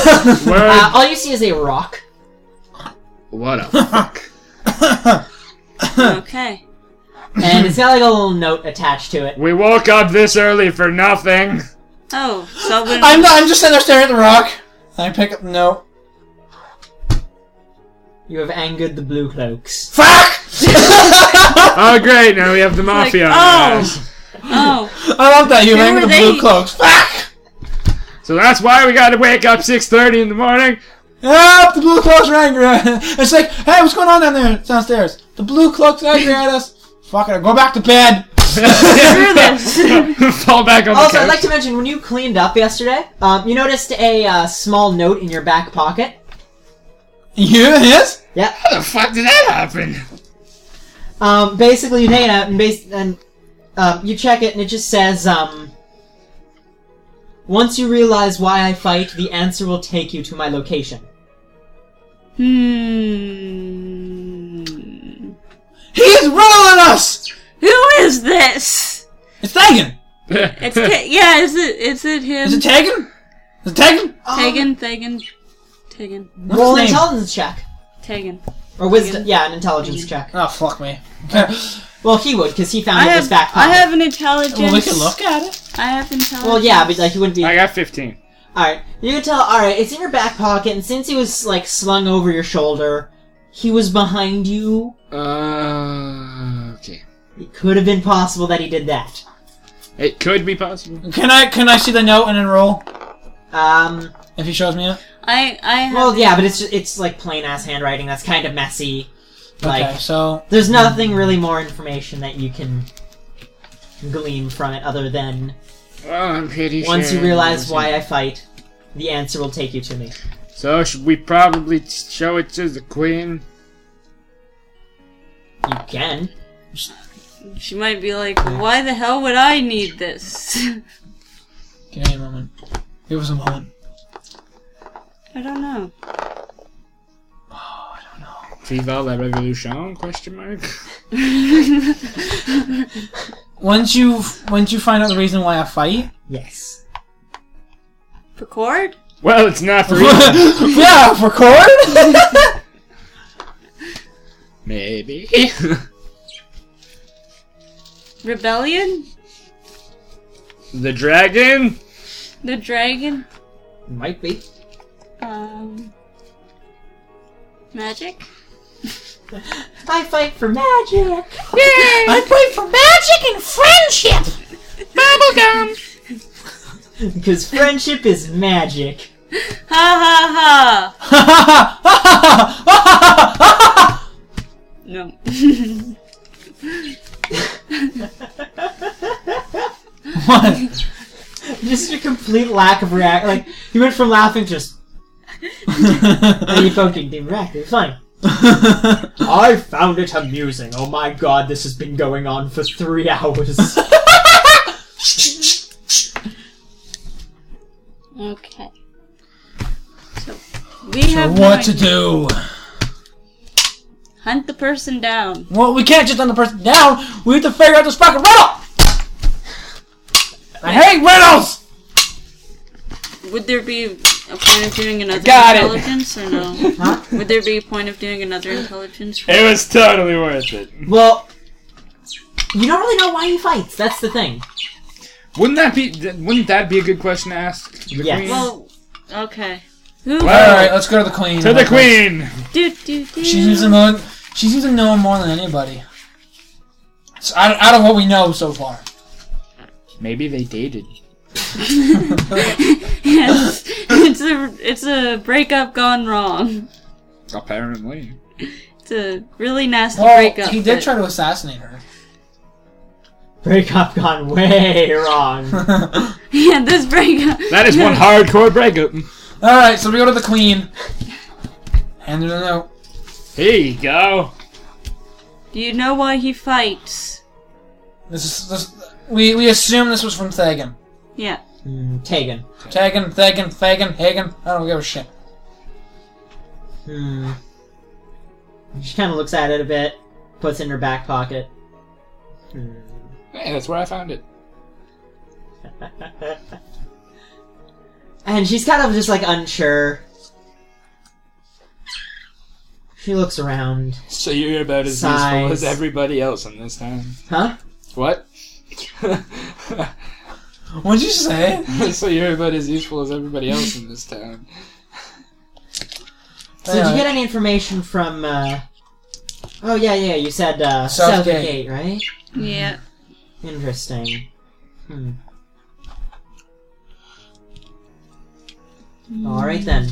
Speaker 4: where-
Speaker 2: Uh, all you see is a rock.
Speaker 4: what a fuck.
Speaker 6: Okay.
Speaker 2: and it's got like a little note attached to it.
Speaker 4: We woke up this early for nothing.
Speaker 6: Oh, so when
Speaker 5: I'm not, I'm just sitting there staring at the rock. I pick up the note.
Speaker 2: You have angered the blue cloaks.
Speaker 5: Fuck!
Speaker 4: Oh, great, now we have the
Speaker 6: like,
Speaker 4: mafia on our
Speaker 6: oh,
Speaker 4: ass.
Speaker 6: oh,
Speaker 5: I love that you hang
Speaker 6: were
Speaker 5: the
Speaker 6: they?
Speaker 5: blue cloaks. Fuck!
Speaker 4: So that's why we gotta wake up 6.30 in the morning.
Speaker 5: Help! The blue cloaks are angry. at- It's like, hey, what's going on down there downstairs? The blue cloaks are angry at us. Fuck it, go back to bed.
Speaker 6: screw this.
Speaker 4: Fall back on the
Speaker 2: Also, I'd
Speaker 4: couch.
Speaker 2: like to mention when you cleaned up yesterday, um, you noticed a uh, small note in your back pocket.
Speaker 5: You yes?
Speaker 2: Yep.
Speaker 4: How the fuck did that happen?
Speaker 2: Um, basically, you take it out and bas- and um, you check it, and it just says, um, "Once you realize why I fight, the answer will take you to my location."
Speaker 6: hmm.
Speaker 5: He's rolling us.
Speaker 6: Who is this?
Speaker 5: It's Tegan.
Speaker 6: It's Ka- yeah. Is it? Is it him?
Speaker 5: Is it Tegan? Is it Tegan?
Speaker 6: Tegan? Tegan? Tegan?
Speaker 5: What's
Speaker 2: Roll an
Speaker 5: his name?
Speaker 2: intelligence check.
Speaker 6: Tegan?
Speaker 2: Or wisdom. Yeah, an intelligence check.
Speaker 5: Oh fuck me.
Speaker 2: Well, he would, because he found
Speaker 6: I
Speaker 2: it in his
Speaker 6: have,
Speaker 2: back
Speaker 6: I
Speaker 2: pocket.
Speaker 6: have an intelligence.
Speaker 5: Well, we can look at it.
Speaker 6: I have intelligence.
Speaker 2: Well, yeah, but like he wouldn't be.
Speaker 4: I got 15.
Speaker 2: Alright, you can tell, alright, it's in your back pocket, and since he was, like, slung over your shoulder, he was behind you.
Speaker 4: Uh, okay.
Speaker 2: It could have been possible that he did that.
Speaker 4: It could be possible.
Speaker 5: Can I can I see the note and enroll
Speaker 2: Um,
Speaker 5: if he shows me it?
Speaker 6: I, I have.
Speaker 2: well, yeah, but it's just, it's, like, plain ass handwriting that's kind of messy. Like,
Speaker 5: okay, so
Speaker 2: there's nothing really more information that you can glean from it other than
Speaker 4: Oh, I'm pretty
Speaker 2: once
Speaker 4: sure
Speaker 2: you realize why I fight, the answer will take you to me.
Speaker 4: So should we probably show it to the queen?
Speaker 2: You can.
Speaker 6: she might be like, why the hell would I need this?
Speaker 5: give me a moment. It was a moment.
Speaker 6: I don't know.
Speaker 4: Viva la revolution? Question mark.
Speaker 5: Once you once you find out the reason why I fight,
Speaker 2: Yes.
Speaker 6: Picard?
Speaker 4: Well, it's not for you.
Speaker 5: yeah, for corn?
Speaker 4: Maybe.
Speaker 6: Rebellion?
Speaker 4: the dragon?
Speaker 6: The dragon?
Speaker 2: Might be.
Speaker 6: Um. Magic?
Speaker 2: I fight for magic.
Speaker 5: I play for magic and friendship! Bubblegum!
Speaker 2: Because friendship is magic.
Speaker 6: Ha ha ha! No.
Speaker 5: what?
Speaker 2: Just a complete lack of react. Like he went from laughing to just you fucking didn't react. It's fine. I found it amusing. Oh my god, this has been going on for three hours.
Speaker 6: Okay. So, we
Speaker 5: so
Speaker 6: have
Speaker 5: what to
Speaker 6: no
Speaker 5: do?
Speaker 6: idea. Hunt the person down.
Speaker 5: Well, we can't just let the person down. We have to figure out this fucking riddle. I hate riddles.
Speaker 6: Would there be a point of doing another
Speaker 4: Got it.
Speaker 6: intelligence or no? Would there be a point of doing another intelligence?
Speaker 4: It was totally worth it.
Speaker 2: well, you don't really know why he fights. That's the thing.
Speaker 4: Wouldn't that be? th- Wouldn't that be a good question to ask to the
Speaker 2: Yes.
Speaker 4: queen?
Speaker 6: Well, okay. Who?
Speaker 4: Well,
Speaker 5: All right, let's go to the queen.
Speaker 4: to the queen.
Speaker 6: do, do, do.
Speaker 5: She seems to know. She seems to know more than anybody. So out, out of what we know so far.
Speaker 4: Maybe they dated.
Speaker 6: Yes. it's a it's a breakup gone wrong.
Speaker 4: Apparently.
Speaker 6: It's a really nasty
Speaker 5: Well,
Speaker 6: breakup.
Speaker 5: he did
Speaker 6: but-
Speaker 5: try to assassinate her.
Speaker 2: Breakup gone way wrong.
Speaker 6: Yeah, this breakup.
Speaker 4: That is one hardcore breakup.
Speaker 5: All right, so we go to the queen. Hand her the note.
Speaker 4: Here you go.
Speaker 6: Do you know why he fights?
Speaker 5: This is this. We we assume this was from Thagan.
Speaker 6: Yeah.
Speaker 2: Hmm, Tegan.
Speaker 5: Thagan, Thagan, Thagan, Hagen. I don't give a shit.
Speaker 2: Hmm. She kind of looks at it a bit, puts it in her back pocket. Hmm.
Speaker 8: Hey, that's where I found it.
Speaker 2: And she's kind of just like unsure. She looks around.
Speaker 8: So you're about as
Speaker 2: Size.
Speaker 8: useful as everybody else in this town.
Speaker 2: Huh?
Speaker 8: What?
Speaker 5: What'd you say?
Speaker 8: so you're about as useful as everybody else in this town.
Speaker 2: So did you get any information from uh Oh yeah, yeah, you said uh
Speaker 5: Southgate.
Speaker 2: Southgate, right?
Speaker 6: Yeah.
Speaker 2: Interesting. Hmm. Alright then.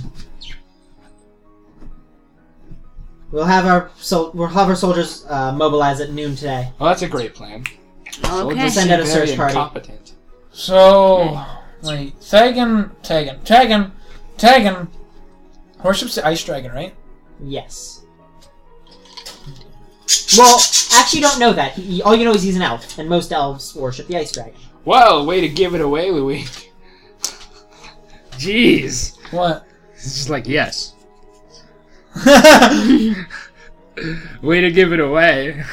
Speaker 2: We'll have our sol- we'll have our soldiers uh, mobilize at noon today.
Speaker 8: Well, that's a great plan.
Speaker 6: Okay.
Speaker 8: Soldiers
Speaker 2: Send
Speaker 8: seem
Speaker 2: out a
Speaker 8: very
Speaker 2: search party.
Speaker 8: incompetent.
Speaker 5: So, wait, Thagan, Thagan, Thagan, Thagan worships the Ice Dragon, right?
Speaker 2: Yes. Well, actually, you don't know that. He- he- all you know is he's an elf, and most elves worship the ice dragon.
Speaker 8: Well, way to give it away, Louis.
Speaker 4: Jeez.
Speaker 5: What?
Speaker 4: It's just like yes. Way to give it away.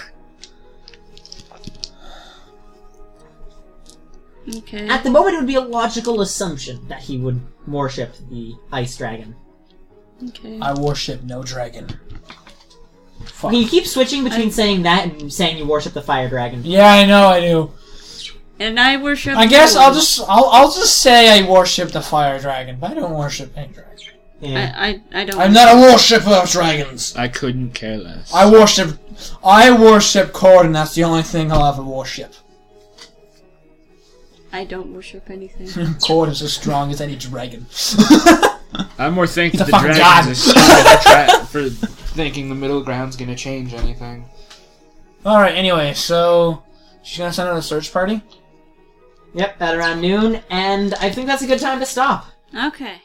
Speaker 6: Okay.
Speaker 2: At the moment, it would be a logical assumption that he would worship the ice dragon.
Speaker 6: Okay.
Speaker 5: I worship no dragon. Fuck.
Speaker 2: He keeps switching between saying that and saying you worship the fire dragon.
Speaker 5: Yeah, I know I do.
Speaker 6: And I worship.
Speaker 5: I guess
Speaker 6: you.
Speaker 5: I'll just I'll, I'll just say I worship the fire dragon, but I don't worship any dragon.
Speaker 2: Yeah.
Speaker 6: I I, I don't.
Speaker 5: I'm not a worshipper of dragons.
Speaker 4: I couldn't care less.
Speaker 5: I worship I worship Corden, that's the only thing I'll ever worship.
Speaker 6: I don't worship anything.
Speaker 5: Corden is as strong as any dragon.
Speaker 4: I'm more thankful
Speaker 5: The
Speaker 4: the
Speaker 5: fucking
Speaker 4: dragons
Speaker 5: god.
Speaker 4: are tra- for
Speaker 8: Thinking the middle ground's gonna change anything.
Speaker 5: Alright, anyway, so she's gonna send out a search party?
Speaker 2: Yep, at around noon, and I think that's a good time to stop.
Speaker 6: Okay.